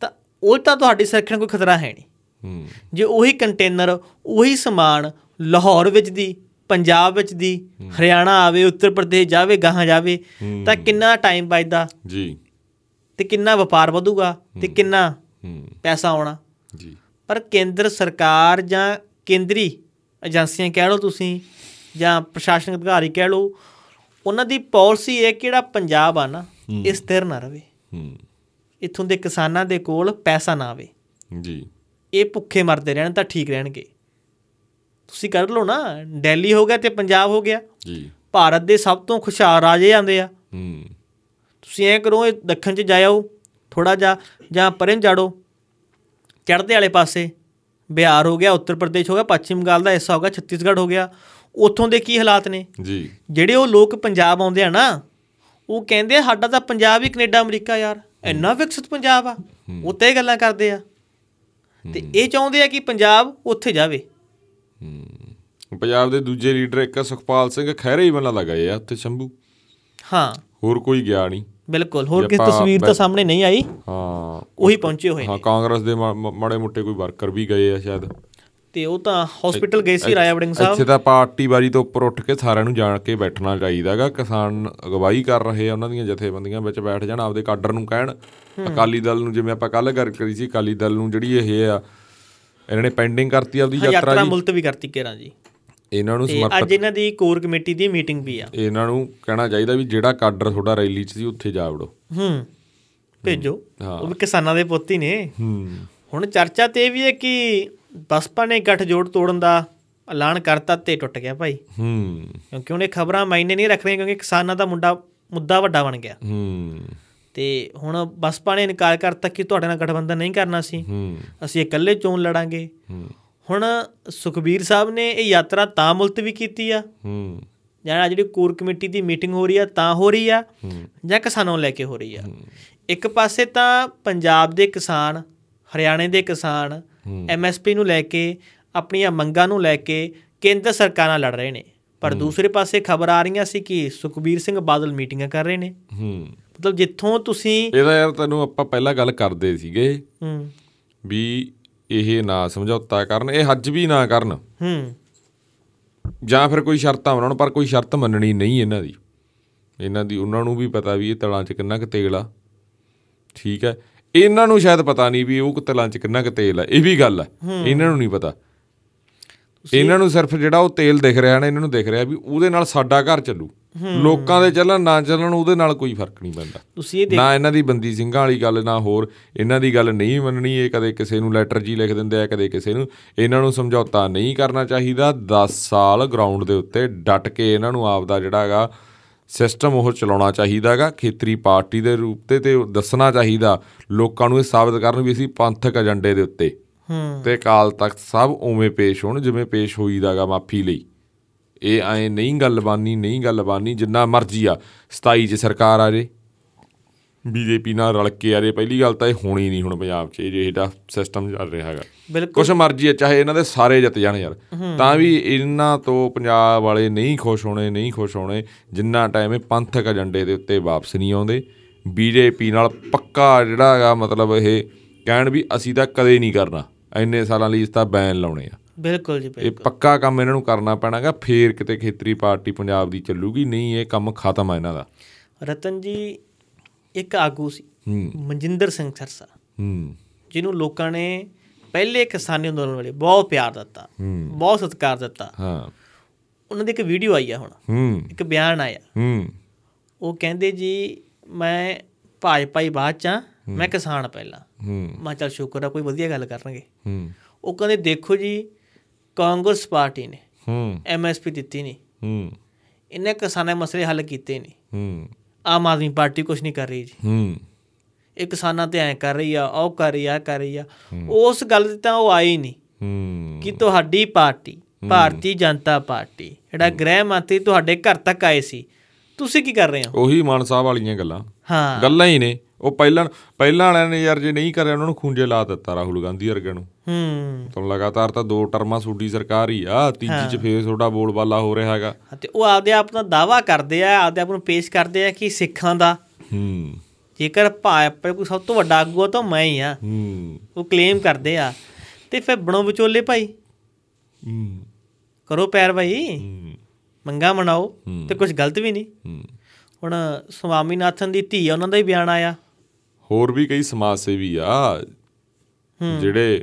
Speaker 1: ਤਾਂ ਉਹ ਤਾਂ ਤੁਹਾਡੀ ਸੁਰੱਖਿਆ ਨੂੰ ਕੋਈ ਖਤਰਾ ਹੈ ਨਹੀਂ
Speaker 2: ਹੂੰ
Speaker 1: ਜੇ ਉਹੀ ਕੰਟੇਨਰ ਉਹੀ ਸਮਾਨ ਲਾਹੌਰ ਵਿੱਚ ਦੀ ਪੰਜਾਬ ਵਿੱਚ ਦੀ ਹਰਿਆਣਾ ਆਵੇ ਉੱਤਰ ਪ੍ਰਦੇਸ਼ ਜਾਵੇ ਗਾਹਾਂ ਜਾਵੇ
Speaker 2: ਹੂੰ।
Speaker 1: ਤਾਂ ਕਿੰਨਾ ਟਾਈਮ ਬਚਦਾ
Speaker 2: ਜੀ
Speaker 1: ਤੇ ਕਿੰਨਾ ਵਪਾਰ ਵਧੂਗਾ ਤੇ ਕਿੰਨਾ
Speaker 2: ਹੂੰ
Speaker 1: ਪੈਸਾ ਆਉਣਾ
Speaker 2: ਜੀ
Speaker 1: ਪਰ ਕੇਂਦਰ ਸਰਕਾਰ ਜਾਂ ਕੇਂਦਰੀ ਏਜੰਸੀਆਂ ਕਹਿ ਲਓ ਤੁਸੀਂ ਜਾਂ ਪ੍ਰਸ਼ਾਸਨਿਕ ਅਧਿਕਾਰੀ ਕਹਿ ਲਓ ਉਹਨਾਂ ਦੀ ਪਾਲਿਸੀ ਹੈ ਕਿ ਜਿਹੜਾ ਪੰਜਾਬ ਆ ਨਾ ਇਹ ਸਥਿਰ ਨਾ ਰਵੇ
Speaker 2: ਹੂੰ
Speaker 1: ਇੱਥੋਂ ਦੇ ਕਿਸਾਨਾਂ ਦੇ ਕੋਲ ਪੈਸਾ ਨਾ ਆਵੇ
Speaker 2: ਜੀ
Speaker 1: ਇਹ ਭੁੱਖੇ ਮਰਦੇ ਰਹਿਣ ਤਾਂ ਠੀਕ ਰਹਿਣਗੇ ਤੁਸੀਂ ਕਰ ਲਓ ਨਾ ਦਿੱਲੀ ਹੋ ਗਿਆ ਤੇ ਪੰਜਾਬ ਹੋ ਗਿਆ
Speaker 2: ਜੀ
Speaker 1: ਭਾਰਤ ਦੇ ਸਭ ਤੋਂ ਖੁਸ਼ਹਾਲ ਰਾਜੇ ਆਂਦੇ ਆ
Speaker 2: ਹੂੰ
Speaker 1: ਤੁਸੀਂ ਐਂ ਕਰੋ ਇਹ ਦੱਖਣ 'ਚ ਜਾਇਓ ਥੋੜਾ ਜਿਹਾ ਜਾਂ ਪਰੇ ਨੂੰ ਜਾੜੋ ਚੜ੍ਹਦੇ ਵਾਲੇ ਪਾਸੇ ਬਿਹਾਰ ਹੋ ਗਿਆ ਉੱਤਰ ਪ੍ਰਦੇਸ਼ ਹੋ ਗਿਆ ਪੱਛਮ ਬੰਗਾਲ ਦਾ ਹਿੱਸਾ ਹੋ ਗਿਆ ਛੱਤੀਸਗੜ੍ਹ ਹੋ ਗਿਆ ਉੱਥੋਂ ਦੇ ਕੀ ਹਾਲਾਤ ਨੇ
Speaker 2: ਜੀ
Speaker 1: ਜਿਹੜੇ ਉਹ ਲੋਕ ਪੰਜਾਬ ਆਉਂਦੇ ਆ ਨਾ ਉਹ ਕਹਿੰਦੇ ਆ, ਸਾਡਾ ਤਾਂ ਪੰਜਾਬ ਹੀ ਕੈਨੇਡਾ ਅਮਰੀਕਾ ਯਾਰ ਇੰਨਾ ਵਿਕਸਿਤ ਪੰਜਾਬ ਆ ਉਹ ਤੇ ਗੱਲਾਂ ਕਰਦੇ ਆ ਤੇ ਇਹ ਚਾਹੁੰਦੇ ਆ ਕਿ ਪੰਜਾਬ ਉੱਥੇ ਜਾਵੇ
Speaker 2: ਹੂੰ ਪੰਜਾਬ ਦੇ ਦੂਜੇ ਲੀਡਰ ਇੱਕ ਸੁਖਪਾਲ ਸਿੰਘ ਖਹਿਰੇ ਹੀ ਬਣਾ ਲਗਾਏ ਆ ਉੱਥੇ ਸ਼ੰਭੂ
Speaker 1: ਹਾਂ
Speaker 2: ਹੋਰ ਕੋਈ ਗਿਆ ਨਹੀਂ
Speaker 1: ਬਿਲਕੁਲ ਹੋਰ
Speaker 2: ਜੇ
Speaker 1: ਕਿਸ
Speaker 2: ਆਪਾਂ
Speaker 1: ਤਸਵੀਰ ਤਾਂ
Speaker 2: ਬੈ-
Speaker 1: ਸਾਹਮਣੇ ਨਹੀਂ ਆਈ
Speaker 2: ਹਾਂ
Speaker 1: ਉਹੀ ਪਹੁੰਚੇ ਹੋਏ
Speaker 2: ਹਾਂ
Speaker 1: ਨੇ
Speaker 2: ਕਾਂਗਰਸ ਦੇ ਮਾੜੇ ਮੋਟੇ ਕੋਈ ਵਰਕਰ ਵੀ ਗਏ ਆ ਸ਼ਾਇਦ
Speaker 1: ਤੇ ਉਹ ਤਾਂ ਹਸਪੀਟਲ ਗਏ ਸੀ ਰਾਜਾ ਵੜਿੰਗ ਸਾਹਿਬ
Speaker 2: ਇੱਥੇ ਤਾਂ ਪਾਰਟੀ ਬਾਰੀ ਤੋਂ ਉੱਪਰ ਉੱਠ ਕੇ ਸਾਰਿਆਂ ਨੂੰ ਜਾਣ ਕੇ ਬੈਠਣਾ ਚਾਹੀਦਾਗਾ ਕਿਸਾਨ ਅਗਵਾਈ ਕਰ ਰਹੇ ਆ ਉਹਨਾਂ ਦੀਆਂ ਜਥੇਬੰਦੀਆਂ ਵਿੱਚ ਬੈਠ ਜਾਣ ਆਪਦੇ ਕਾਡਰ ਨੂੰ ਕਹਿਣ ਅਕਾਲੀ ਦਲ ਨੂੰ ਜਿਵੇਂ ਆਪਾਂ ਕੱਲ ਗੱਲ ਕਰੀ ਸੀ ਅਕਾਲੀ ਦਲ ਨੂੰ ਜਿਹੜੀ ਇਹ ਆ ਇਹਨਾਂ ਨੇ ਪੈਂਡਿੰਗ ਕਰਤੀ ਆਪਦੀ
Speaker 1: ਹਾਂ,
Speaker 2: ਯਾਤਰਾ
Speaker 1: ਯਾਤਰਾ
Speaker 2: ਜੀ
Speaker 1: ਮੁਲਤਵੀ ਕਰਤੀ ਕੇਰਾਂ ਜੀ
Speaker 2: ਇਹਨਾਂ ਨੂੰ
Speaker 1: ਤੇ
Speaker 2: ਸਮਰਪਿਤ
Speaker 1: ਅੱਜ ਇਹਨਾਂ ਦੀ ਕੋਰ ਕਮੇਟੀ ਦੀ ਮੀਟਿੰਗ ਵੀ ਆ
Speaker 2: ਇਹਨਾਂ ਨੂੰ ਕਹਿਣਾ ਚਾਹੀਦਾ ਵੀ ਜਿਹੜਾ ਕਾਡਰ ਤੁਹਾਡਾ ਰੈਲੀ 'ਚ ਸੀ ਉੱਥੇ ਜਾ ਵੜੋ
Speaker 1: ਹੂੰ ਭੇਜੋ
Speaker 2: ਹਾਂ।
Speaker 1: ਉਹ ਵੀ ਕਿਸਾਨਾਂ ਦੇ ਪੁੱਤ ਹੀ ਨੇ
Speaker 2: ਹੂੰ
Speaker 1: ਹੁਣ ਚਰਚਾ ਤੇ ਇਹ ਵੀ ਹੈ ਕਿ ਬਸਪਾ ਨੇ ਗੱਠਜੋੜ ਤੋੜਨ ਦਾ ਐਲਾਨ ਕਰਤਾ ਤੇ ਟੁੱਟ ਗਿਆ ਭਾਈ
Speaker 2: ਹੂੰ
Speaker 1: ਕਿਉਂਕਿ ਉਹਨੇ ਖਬਰਾਂ ਮਾਇਨੇ ਨਹੀਂ ਰੱਖ ਰਹੀਆਂ ਕਿਉਂਕਿ ਕਿਸਾਨਾਂ ਦਾ ਮੁੰਡਾ ਮੁੱਦਾ ਵੱਡਾ ਬਣ ਗਿਆ
Speaker 2: ਹੂੰ
Speaker 1: ਤੇ ਹੁਣ ਬਸਪਾ ਨੇ ਇਨਕਾਰ ਕਰਤਾ ਕਿ ਤੁਹਾਡੇ ਨਾਲ ਗਠਬੰਧਨ ਨਹੀਂ ਕਰਨਾ ਸੀ
Speaker 2: ਹੂੰ
Speaker 1: ਅਸੀਂ ਇਕੱਲੇ ਚੋਣ ਲੜਾਂਗੇ
Speaker 2: ਹੂੰ
Speaker 1: ਹੁਣ ਸੁਖਬੀਰ ਸਾਹਿਬ ਨੇ ਇਹ ਯਾਤਰਾ ਤਾਂ ਮੁਲਤਵੀ ਕੀਤੀ ਆ
Speaker 2: ਹੂੰ
Speaker 1: ਜਾਂ ਜਿਹੜੀ ਕੋਰ ਕਮੇਟੀ ਦੀ ਮੀਟਿੰਗ ਹੋ ਰਹੀ ਆ ਤਾਂ ਹੋ ਰਹੀ ਆ
Speaker 2: ਹੂੰ
Speaker 1: ਜਾਂ ਕਿਸਾਨਾਂ ਨੂੰ ਲੈ ਕੇ ਹੋ ਰਹੀ ਆ ਇੱਕ ਪਾਸੇ ਤਾਂ ਪੰਜਾਬ ਦੇ ਕਿਸਾਨ ਹਰਿਆਣੇ ਦੇ ਕਿਸਾਨ
Speaker 2: ਹੂੰ।
Speaker 1: ਐਮਐਸਪੀ ਨੂੰ ਲੈ ਕੇ ਆਪਣੀਆਂ ਮੰਗਾਂ ਨੂੰ ਲੈ ਕੇ ਕੇਂਦਰ ਸਰਕਾਰ ਨਾਲ ਲੜ ਰਹੇ ਨੇ ਪਰ ਦੂਸਰੇ ਪਾਸੇ ਖਬਰ ਆ ਰਹੀਆਂ ਸੀ ਕਿ ਸੁਖਬੀਰ ਸਿੰਘ ਬਾਦਲ ਮੀਟਿੰਗਾਂ ਕਰ ਰਹੇ ਨੇ
Speaker 2: ਹੂੰ
Speaker 1: ਮਤਲਬ ਜਿੱਥੋਂ ਤੁਸੀਂ
Speaker 2: ਇਹਦਾ ਯਾਰ ਤੈਨੂੰ ਆਪਾਂ ਪਹਿਲਾਂ ਗੱਲ ਕਰਦੇ ਸੀਗੇ
Speaker 1: ਹੂੰ
Speaker 2: ਵੀ ਇਹ ਨਾ ਸਮਝੌਤਾ ਕਰਨ ਇਹ ਹੱਜ ਵੀ ਨਾ ਕਰਨ
Speaker 1: ਹੂੰ
Speaker 2: ਜਾਂ ਫਿਰ ਕੋਈ ਸ਼ਰਤਾਂ ਬਣਾਉਣ ਪਰ ਕੋਈ ਸ਼ਰਤ ਮੰਨਣੀ ਨਹੀਂ ਇਹਨਾਂ ਦੀ ਇਹਨਾਂ ਦੀ ਉਹਨਾਂ ਨੂੰ ਵੀ ਪਤਾ ਵੀ ਇਹ ਤਲਾਂ 'ਚ ਕਿੰਨਾ ਕੁ ਤੇਲ ਆ ਠੀਕ ਹੈ ਇਹਨਾਂ ਨੂੰ ਸ਼ਾਇਦ ਪਤਾ ਨਹੀਂ ਵੀ ਉਹ ਕੁ ਤਲਾਂ 'ਚ ਕਿੰਨਾ ਕੁ ਤੇਲ ਆ ਇਹ ਵੀ ਗੱਲ ਹੈ ਇਹਨਾਂ ਨੂੰ ਨਹੀਂ ਪਤਾ ਇਹਨਾਂ ਨੂੰ ਸਿਰਫ ਜਿਹੜਾ ਉਹ ਤੇਲ ਦਿਖ ਰਿਹਾ ਨਾ ਇਹਨਾਂ ਨੂੰ ਦਿਖ ਰਿਹਾ ਵੀ ਉਹਦੇ ਨਾਲ ਸਾਡਾ ਘਰ ਚੱਲੂ ਲੋਕਾਂ ਦੇ ਚੱਲਣ ਨਾ ਚੱਲਣ ਉਹਦੇ ਨਾਲ ਕੋਈ ਫਰਕ ਨਹੀਂ ਪੈਂਦਾ
Speaker 1: ਤੁਸੀਂ ਇਹ
Speaker 2: ਨਾ ਇਹਨਾਂ ਦੀ ਬੰਦੀ ਸਿੰਘਾਂ ਵਾਲੀ ਗੱਲ ਨਾ ਹੋਰ ਇਹਨਾਂ ਦੀ ਗੱਲ ਨਹੀਂ ਮੰਨਣੀ ਇਹ ਕਦੇ ਕਿਸੇ ਨੂੰ ਲੈਟਰ ਜੀ ਲਿਖ ਦਿੰਦੇ ਆ ਕਦੇ ਕਿਸੇ ਨੂੰ ਇਹਨਾਂ ਨੂੰ ਸਮਝੌਤਾ ਨਹੀਂ ਕਰਨਾ ਚਾਹੀਦਾ 10 ਸਾਲ ਗਰਾਊਂਡ ਦੇ ਉੱਤੇ ਡਟ ਕੇ ਇਹਨਾਂ ਨੂੰ ਆਪਦਾ ਜਿਹੜਾ ਹੈਗਾ ਸਿਸਟਮ ਉਹ ਚਲਾਉਣਾ ਚਾਹੀਦਾਗਾ ਖੇਤਰੀ ਪਾਰਟੀ ਦੇ ਰੂਪ ਤੇ ਤੇ ਉਹ ਦੱਸਣਾ ਚਾਹੀਦਾ ਲੋਕਾਂ ਨੂੰ ਇਹ ਸਾਬਤ ਕਰਨ ਵੀ ਅਸੀਂ ਪੰਥਕ ਏਜੰਡੇ ਦੇ ਉੱਤੇ
Speaker 1: ਹੂੰ
Speaker 2: ਤੇ ਅਕਾਲ ਤਖਤ ਸਾਹਿਬ ਉਵੇਂ ਪੇਸ਼ ਹੋਣ ਜਿਵੇਂ ਪੇਸ਼ ਹੋਈਦਾਗਾ ਮਾਫੀ ਲਈ ਇਹ ਐ ਨਹੀਂ ਗੱਲ ਬਾਨੀ ਨਹੀਂ ਗੱਲ ਬਾਨੀ ਜਿੰਨਾ ਮਰਜ਼ੀ ਆ 27 ਚ ਸਰਕਾਰ ਆ ਜੇ ਬੀਜੇਪੀ ਨਾਲ ਰਲ ਕੇ ਆ ਜੇ ਪਹਿਲੀ ਗੱਲ ਤਾਂ ਇਹ ਹੋਣੀ ਨਹੀਂ ਹੁਣ ਪੰਜਾਬ 'ਚ ਇਹ ਜਿਹੜਾ ਸਿਸਟਮ ਚੱਲ ਰਿਹਾ ਹੈਗਾ
Speaker 1: ਬਿਲਕੁਲ
Speaker 2: ਕੁਛ ਮਰਜ਼ੀ ਹੈ ਚਾਹੇ ਇਹਨਾਂ ਦੇ ਸਾਰੇ ਜਿੱਤ ਜਾਣ ਯਾਰ ਤਾਂ ਵੀ ਇਹਨਾਂ ਤੋਂ ਪੰਜਾਬ ਵਾਲੇ ਨਹੀਂ ਖੁਸ਼ ਹੋਣੇ ਨਹੀਂ ਖੁਸ਼ ਹੋਣੇ ਜਿੰਨਾ ਟਾਈਮ ਇਹ ਪੰਥਕ ਏਜੰਡੇ ਦੇ ਉੱਤੇ ਵਾਪਸ ਨਹੀਂ ਆਉਂਦੇ ਬੀਜੇਪੀ ਨਾਲ ਪੱਕਾ ਜਿਹੜਾ ਹੈਗਾ ਮਤਲਬ ਇਹ ਕਹਿਣ ਵੀ ਅਸੀਂ ਤਾਂ ਕਦੇ ਨਹੀਂ ਕਰਨਾ ਇੰਨੇ ਸਾਲਾਂ ਲਈ ਇਸ ਤਾਂ ਬੈਨ ਲਾਉਣੇ ਆ
Speaker 1: ਬਿਲਕੁਲ ਜੀ ਬਿਲਕੁਲ
Speaker 2: ਇਹ ਪੱਕਾ ਕੰਮ ਇਹਨਾਂ ਨੂੰ ਕਰਨਾ ਪੈਣਾਗਾ ਫੇਰ ਕਿਤੇ ਖੇਤਰੀ ਪਾਰਟੀ ਪੰਜਾਬ ਦੀ ਚੱਲੂਗੀ ਨਹੀਂ ਇਹ ਕੰਮ ਖਤਮ ਆ ਇਹਨਾਂ ਦਾ
Speaker 1: ਰਤਨ ਜੀ ਇੱਕ ਆਗੂ ਸੀ ਮਨਜਿੰਦਰ ਸਿੰਘ ਸਰਸਾ
Speaker 2: ਹੂੰ
Speaker 1: ਜਿਹਨੂੰ ਲੋਕਾਂ ਨੇ ਪਹਿਲੇ ਕਿਸਾਨੀ ਅੰਦੋਲਨ ਵੇਲੇ ਬਹੁਤ ਪਿਆਰ ਦਿੱਤਾ ਬਹੁਤ ਸਤਿਕਾਰ ਦਿੱਤਾ
Speaker 2: ਹਾਂ
Speaker 1: ਉਹਨਾਂ ਦੀ ਇੱਕ ਵੀਡੀਓ ਆਈ ਆ ਹੁਣ
Speaker 2: ਹੂੰ
Speaker 1: ਇੱਕ ਬਿਆਨ ਆਇਆ
Speaker 2: ਹੂੰ
Speaker 1: ਉਹ ਕਹਿੰਦੇ ਜੀ ਮੈਂ ਭਾਜਪਾ ਹੀ ਬਾਅਦ ਚ ਆ ਮੈਂ ਕਿਸਾਨ ਪਹਿਲਾਂ
Speaker 2: ਹੂੰ
Speaker 1: ਮੈਂ ਕਿਹਾ ਚੱਲ ਸ਼ੁਕਰ ਆ ਕੋਈ ਵਧੀਆ ਗੱਲ ਕਰਨਗੇ
Speaker 2: ਹੂੰ
Speaker 1: ਉਹ ਕਹਿੰਦੇ ਦੇਖੋ ਜੀ ਕਾਂਗਰਸ ਪਾਰਟੀ ਨੇ
Speaker 2: ਹੂੰ
Speaker 1: ਐਮਐਸਪੀ ਦਿੱਤੀ ਨਹੀਂ
Speaker 2: ਹੂੰ
Speaker 1: ਇਹਨੇ ਕਿਸਾਨਾਂ ਦੇ ਮਸਲੇ ਹੱਲ ਕੀਤੇ ਨਹੀਂ
Speaker 2: ਹੂੰ
Speaker 1: ਆਮ ਆਦਮੀ ਪਾਰਟੀ ਕੁਝ ਨਹੀਂ ਕਰ ਰਹੀ ਜੀ
Speaker 2: ਹੂੰ
Speaker 1: ਇਹ ਕਿਸਾਨਾਂ ਤੇ ਐ ਕਰ ਰਹੀ ਆ ਉਹ ਕਰ ਰਹੀ ਆ ਕਰ ਰਹੀ ਆ ਉਸ ਗੱਲ ਤੇ ਤਾਂ ਉਹ ਆਈ ਨਹੀਂ
Speaker 2: ਹੂੰ
Speaker 1: ਕਿ ਤੁਹਾਡੀ ਪਾਰਟੀ ਭਾਰਤੀ ਜਨਤਾ ਪਾਰਟੀ ਜਿਹੜਾ ਗ੍ਰਹਿ ਮੰਤਰੀ ਤੁਹਾਡੇ ਘਰ ਤੱਕ ਆਏ ਸੀ ਤੁਸੀਂ ਕੀ ਕਰ ਰਹੇ ਹੋ
Speaker 2: ਉਹੀ ਮਾਨ ਸਾਹਿਬ ਵਾਲੀਆਂ ਗੱਲਾਂ
Speaker 1: ਹਾਂ
Speaker 2: ਗੱਲਾਂ ਹੀ ਨੇ ਉਹ ਪਹਿਲਾਂ ਪਹਿਲਾਂ ਵਾਲਿਆਂ ਨੇ ਯਾਰ ਜੇ ਨਹੀਂ ਕਰਿਆ ਉਹਨਾਂ ਨੂੰ ਖੁੰਝੇ ਲਾ ਦਿੱਤਾ ਰਾਹੁਲ ਗਾਂਧੀ ਵਰਗਿਆਂ ਨੂੰ
Speaker 1: ਹੂੰ
Speaker 2: ਤੁਹਾਨੂੰ ਲਗਾਤਾਰ ਤਾਂ ਦੋ ਟਰਮਾਂ ਸੂਡੀ ਸਰਕਾਰ ਹੀ ਆ ਤੀਜੀ ਚ ਫੇਰ ਤੁਹਾਡਾ ਬੋਲਬਾਲਾ ਹੋ ਰਿਹਾ ਹੈਗਾ
Speaker 1: ਹਾਂ, ਤੇ ਉਹ ਆਪਦੇ ਆਪ ਦਾ ਦਾਵਾ ਕਰਦੇ ਆ ਆਪਦੇ ਆਪ ਨੂੰ ਪੇਸ਼ ਕਰਦੇ ਆ ਕਿ ਸਿੱਖਾਂ ਦਾ
Speaker 2: ਹੂੰ
Speaker 1: ਜੇਕਰ ਭਾਜਪਾ ਕੋਈ ਸਭ ਤੋਂ ਵੱਡਾ ਆਗੂ ਆ ਤਾਂ ਮੈਂ ਹੀ ਆ
Speaker 2: ਹੂੰ
Speaker 1: ਉਹ ਕਲੇਮ ਕਰਦੇ ਆ ਤੇ ਫਿਰ ਬਣੋ ਵਿਚੋਲੇ ਭਾਈ
Speaker 2: ਹੂੰ
Speaker 1: ਕਰੋ ਪੈਰ ਭਾਈ
Speaker 2: ਹੂੰ,
Speaker 1: ਮੰਗਾ ਮਨਾਓ ਤੇ ਕੁਝ ਗਲਤ ਵੀ ਨਹੀਂ
Speaker 2: ਹੂੰ
Speaker 1: ਹੁਣ ਸੁਆਮੀਨਾਥਨ ਦੀ ਧੀ ਆ ਉਹਨਾਂ ਦਾ ਹੀ ਬਿਆਨ ਆਇਆ
Speaker 2: ਹੋਰ ਵੀ ਕਈ ਸਮਾਜ ਸੇਵੀ ਆ ਜਿਹੜੇ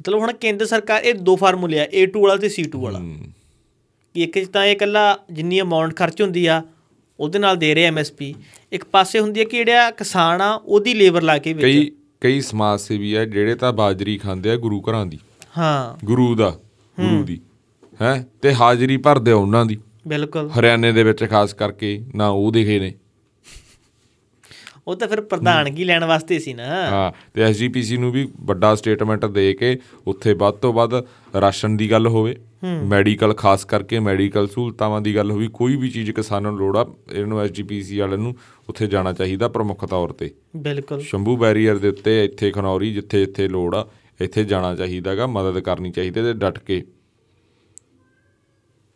Speaker 1: ਮਤਲਬ ਹੁਣ ਕੇਂਦਰ ਸਰਕਾਰ ਇਹ ਦੋ ਫਾਰਮੂਲੇ ਆ A2 ਵਾਲਾ ਤੇ C2 ਵਾਲਾ
Speaker 2: ਹੂੰ,
Speaker 1: ਕਿ ਇੱਕ 'ਚ ਤਾਂ ਇਹ ਇਕੱਲਾ ਜਿੰਨੀ ਅਮਾਉਂਟ ਖਰਚ ਹੁੰਦੀ ਆ ਉਹਦੇ ਨਾਲ ਦੇ ਰਹੇ ਐਮਐਸਪੀ ਇੱਕ ਪਾਸੇ ਹੁੰਦੀ ਹੈ ਕਿ ਜਿਹੜਾ ਕਿਸਾਨ ਆ ਉਹਦੀ ਲੇਬਰ ਲਾ ਕੇ ਵਿੱਚ
Speaker 2: ਕਈ ਕਈ ਸਮਾਜ ਸੇਵੀ ਆ ਜਿਹੜੇ ਤਾਂ ਬਾਜਰੀ ਖਾਂਦੇ ਆ ਗੁਰੂ ਘਰਾਂ ਦੀ
Speaker 1: ਹਾਂ
Speaker 2: ਗੁਰੂ ਦਾ ਗੁਰੂ ਦੀ ਹੈ ਤੇ ਹਾਜ਼ਰੀ ਭਰਦੇ ਆ ਉਹਨਾਂ ਦੀ
Speaker 1: ਬਿਲਕੁਲ
Speaker 2: ਹਰਿਆਣੇ ਦੇ ਵਿੱਚ ਖਾਸ ਕਰਕੇ ਨਾ ਉਹ ਦਿਖੇ ਨੇ
Speaker 1: ਉਹ ਤਾਂ ਫਿਰ ਪ੍ਰਧਾਨਗੀ ਲੈਣ ਵਾਸਤੇ ਸੀ ਨਾ
Speaker 2: ਹਾਂ ਤੇ ਐਸਜੀਪੀਸੀ ਨੂੰ ਵੀ ਵੱਡਾ ਸਟੇਟਮੈਂਟ ਦੇ ਕੇ ਉੱਥੇ ਵੱਧ ਤੋਂ ਵੱਧ ਰਾਸ਼ਨ ਦੀ ਗੱਲ ਹੋਵੇ ਮੈਡੀਕਲ ਖਾਸ ਕਰਕੇ ਮੈਡੀਕਲ ਸਹੂਲਤਾਵਾਂ ਦੀ ਗੱਲ ਹੋਵੇ ਕੋਈ ਵੀ ਚੀਜ਼ ਕਿਸਾਨਾਂ ਨੂੰ ਲੋੜ ਆ ਇਹਨੂੰ ਐਸਜੀਪੀਸੀ ਵਾਲਿਆਂ ਨੂੰ ਉੱਥੇ ਜਾਣਾ ਚਾਹੀਦਾ ਪ੍ਰਮੁੱਖ ਤੌਰ ਤੇ
Speaker 1: ਬਿਲਕੁਲ
Speaker 2: ਸ਼ੰਭੂ ਬੈਰੀਅਰ ਦੇ ਉੱਤੇ ਇੱਥੇ ਖਨੌਰੀ ਜਿੱਥੇ ਜਿੱਥੇ ਲੋੜ ਆ ਇੱਥੇ ਜਾਣਾ ਚਾਹੀਦਾਗਾ ਮਦਦ ਕਰਨੀ ਚਾਹੀਦੀ ਤੇ ਡਟ ਕੇ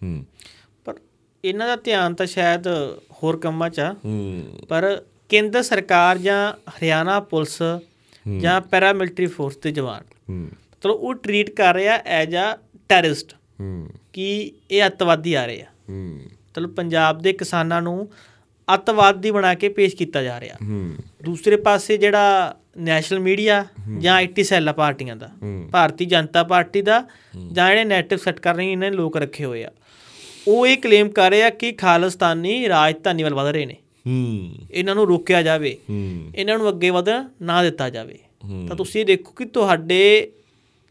Speaker 2: ਹੂੰ
Speaker 1: ਪਰ ਇਹਨਾਂ ਦਾ ਧਿਆਨ ਤਾਂ ਸ਼ਾਇਦ ਹੋਰ ਕੰਮਾਂ 'ਚ ਆ
Speaker 2: ਹੂੰ
Speaker 1: ਪਰ ਕੇਂਦਰ ਸਰਕਾਰ ਜਾਂ ਹਰਿਆਣਾ ਪੁਲਿਸ ਜਾਂ ਪੈਰਾਮਿਲਟਰੀ ਫੋਰਸ ਦੇ ਜਵਾਨ
Speaker 2: ਹੂੰ
Speaker 1: ਮਤਲਬ ਉਹ ਟ੍ਰੀਟ ਕਰ ਰਿਹਾ ਐਜ ਆ ਟੈਰਰਿਸਟ
Speaker 2: ਹੂੰ
Speaker 1: ਕਿ ਇਹ ਅੱਤਵਾਦੀ ਆ ਰਹੇ ਆ
Speaker 2: ਹੂੰ
Speaker 1: ਮਤਲਬ ਪੰਜਾਬ ਦੇ ਕਿਸਾਨਾਂ ਨੂੰ ਅੱਤਵਾਦੀ ਬਣਾ ਕੇ ਪੇਸ਼ ਕੀਤਾ ਜਾ ਰਿਹਾ
Speaker 2: ਹੂੰ
Speaker 1: ਦੂਸਰੇ ਪਾਸੇ ਜਿਹੜਾ ਨੈਸ਼ਨਲ ਮੀਡੀਆ ਜਾਂ ਆਈਟੀ ਸੈੱਲ ਆ ਪਾਰਟੀਆਂ ਦਾ ਭਾਰਤੀ ਜਨਤਾ ਪਾਰਟੀ ਦਾ ਜਾਂ ਜਿਹੜੇ ਨੈਟਿਵ ਸੈੱਟ ਕਰ ਰਹੇ ਇਹਨਾਂ ਨੇ ਲੋਕ ਰੱਖੇ ਹੋਏ ਆ ਉਹ ਇਹ ਕਲੇਮ ਕਰ ਰਹੇ ਆ ਕਿ ਖਾਲਿਸਤਾਨੀ ਰਾਜਧਾਨੀ ਵੱਲ ਵਧ ਰਹੇ ਨੇ
Speaker 2: ਹੂੰ
Speaker 1: ਇਹਨਾਂ ਨੂੰ ਰੋਕਿਆ ਜਾਵੇ
Speaker 2: ਹੂੰ
Speaker 1: ਇਹਨਾਂ ਨੂੰ ਅੱਗੇ ਵਧਣ ਨਾ ਦਿੱਤਾ ਜਾਵੇ ਤਾਂ ਤੁਸੀਂ ਇਹ ਦੇਖੋ ਕਿ ਤੁਹਾਡੇ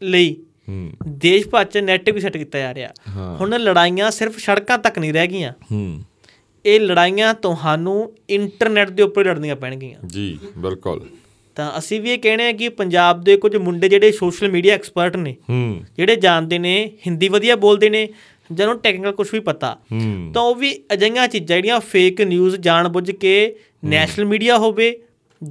Speaker 1: ਲਈ
Speaker 2: ਹੂੰ
Speaker 1: ਦੇਸ਼ ਭਰ ਚ ਨੈਟ ਵੀ ਸੈੱਟ ਕੀਤਾ ਜਾ ਰਿਹਾ ਹੁਣ ਲੜਾਈਆਂ ਸਿਰਫ ਸੜਕਾਂ ਤੱਕ ਨਹੀਂ ਰਹਿ ਗਈਆਂ
Speaker 2: ਹੂੰ
Speaker 1: ਇਹ ਲੜਾਈਆਂ ਤੁਹਾਨੂੰ ਇੰਟਰਨੈਟ ਦੇ ਉੱਪਰ ਹੀ ਲੜਨੀਆਂ ਪੈਣਗੀਆਂ
Speaker 2: ਜੀ ਬਿਲਕੁਲ
Speaker 1: ਤਾਂ ਅਸੀਂ ਵੀ ਇਹ ਕਹਿਣੇ ਆ ਕਿ ਪੰਜਾਬ ਦੇ ਕੁਝ ਮੁੰਡੇ ਜਿਹੜੇ ਸੋਸ਼ਲ ਮੀਡੀਆ ਐਕਸਪਰਟ ਨੇ
Speaker 2: ਹੂੰ
Speaker 1: ਜਿਹੜੇ ਜਾਣਦੇ ਨੇ ਹਿੰਦੀ ਵਧੀਆ ਬੋਲਦੇ ਨੇ ਜਾਂ ਨੂੰ ਟੈਕਨੀਕਲ ਕੁਝ ਵੀ ਪਤਾ
Speaker 2: ਹੂੰ
Speaker 1: ਤਾਂ ਉਹ ਵੀ ਅਜਿਹੀਆਂ ਚੀਜ਼ਾਂ ਜਿਹੜੀਆਂ ਫੇਕ ਨਿਊਜ਼ ਜਾਣਬੁੱਝ ਕੇ ਨੈਸ਼ਨਲ ਮੀਡੀਆ ਹੋਵੇ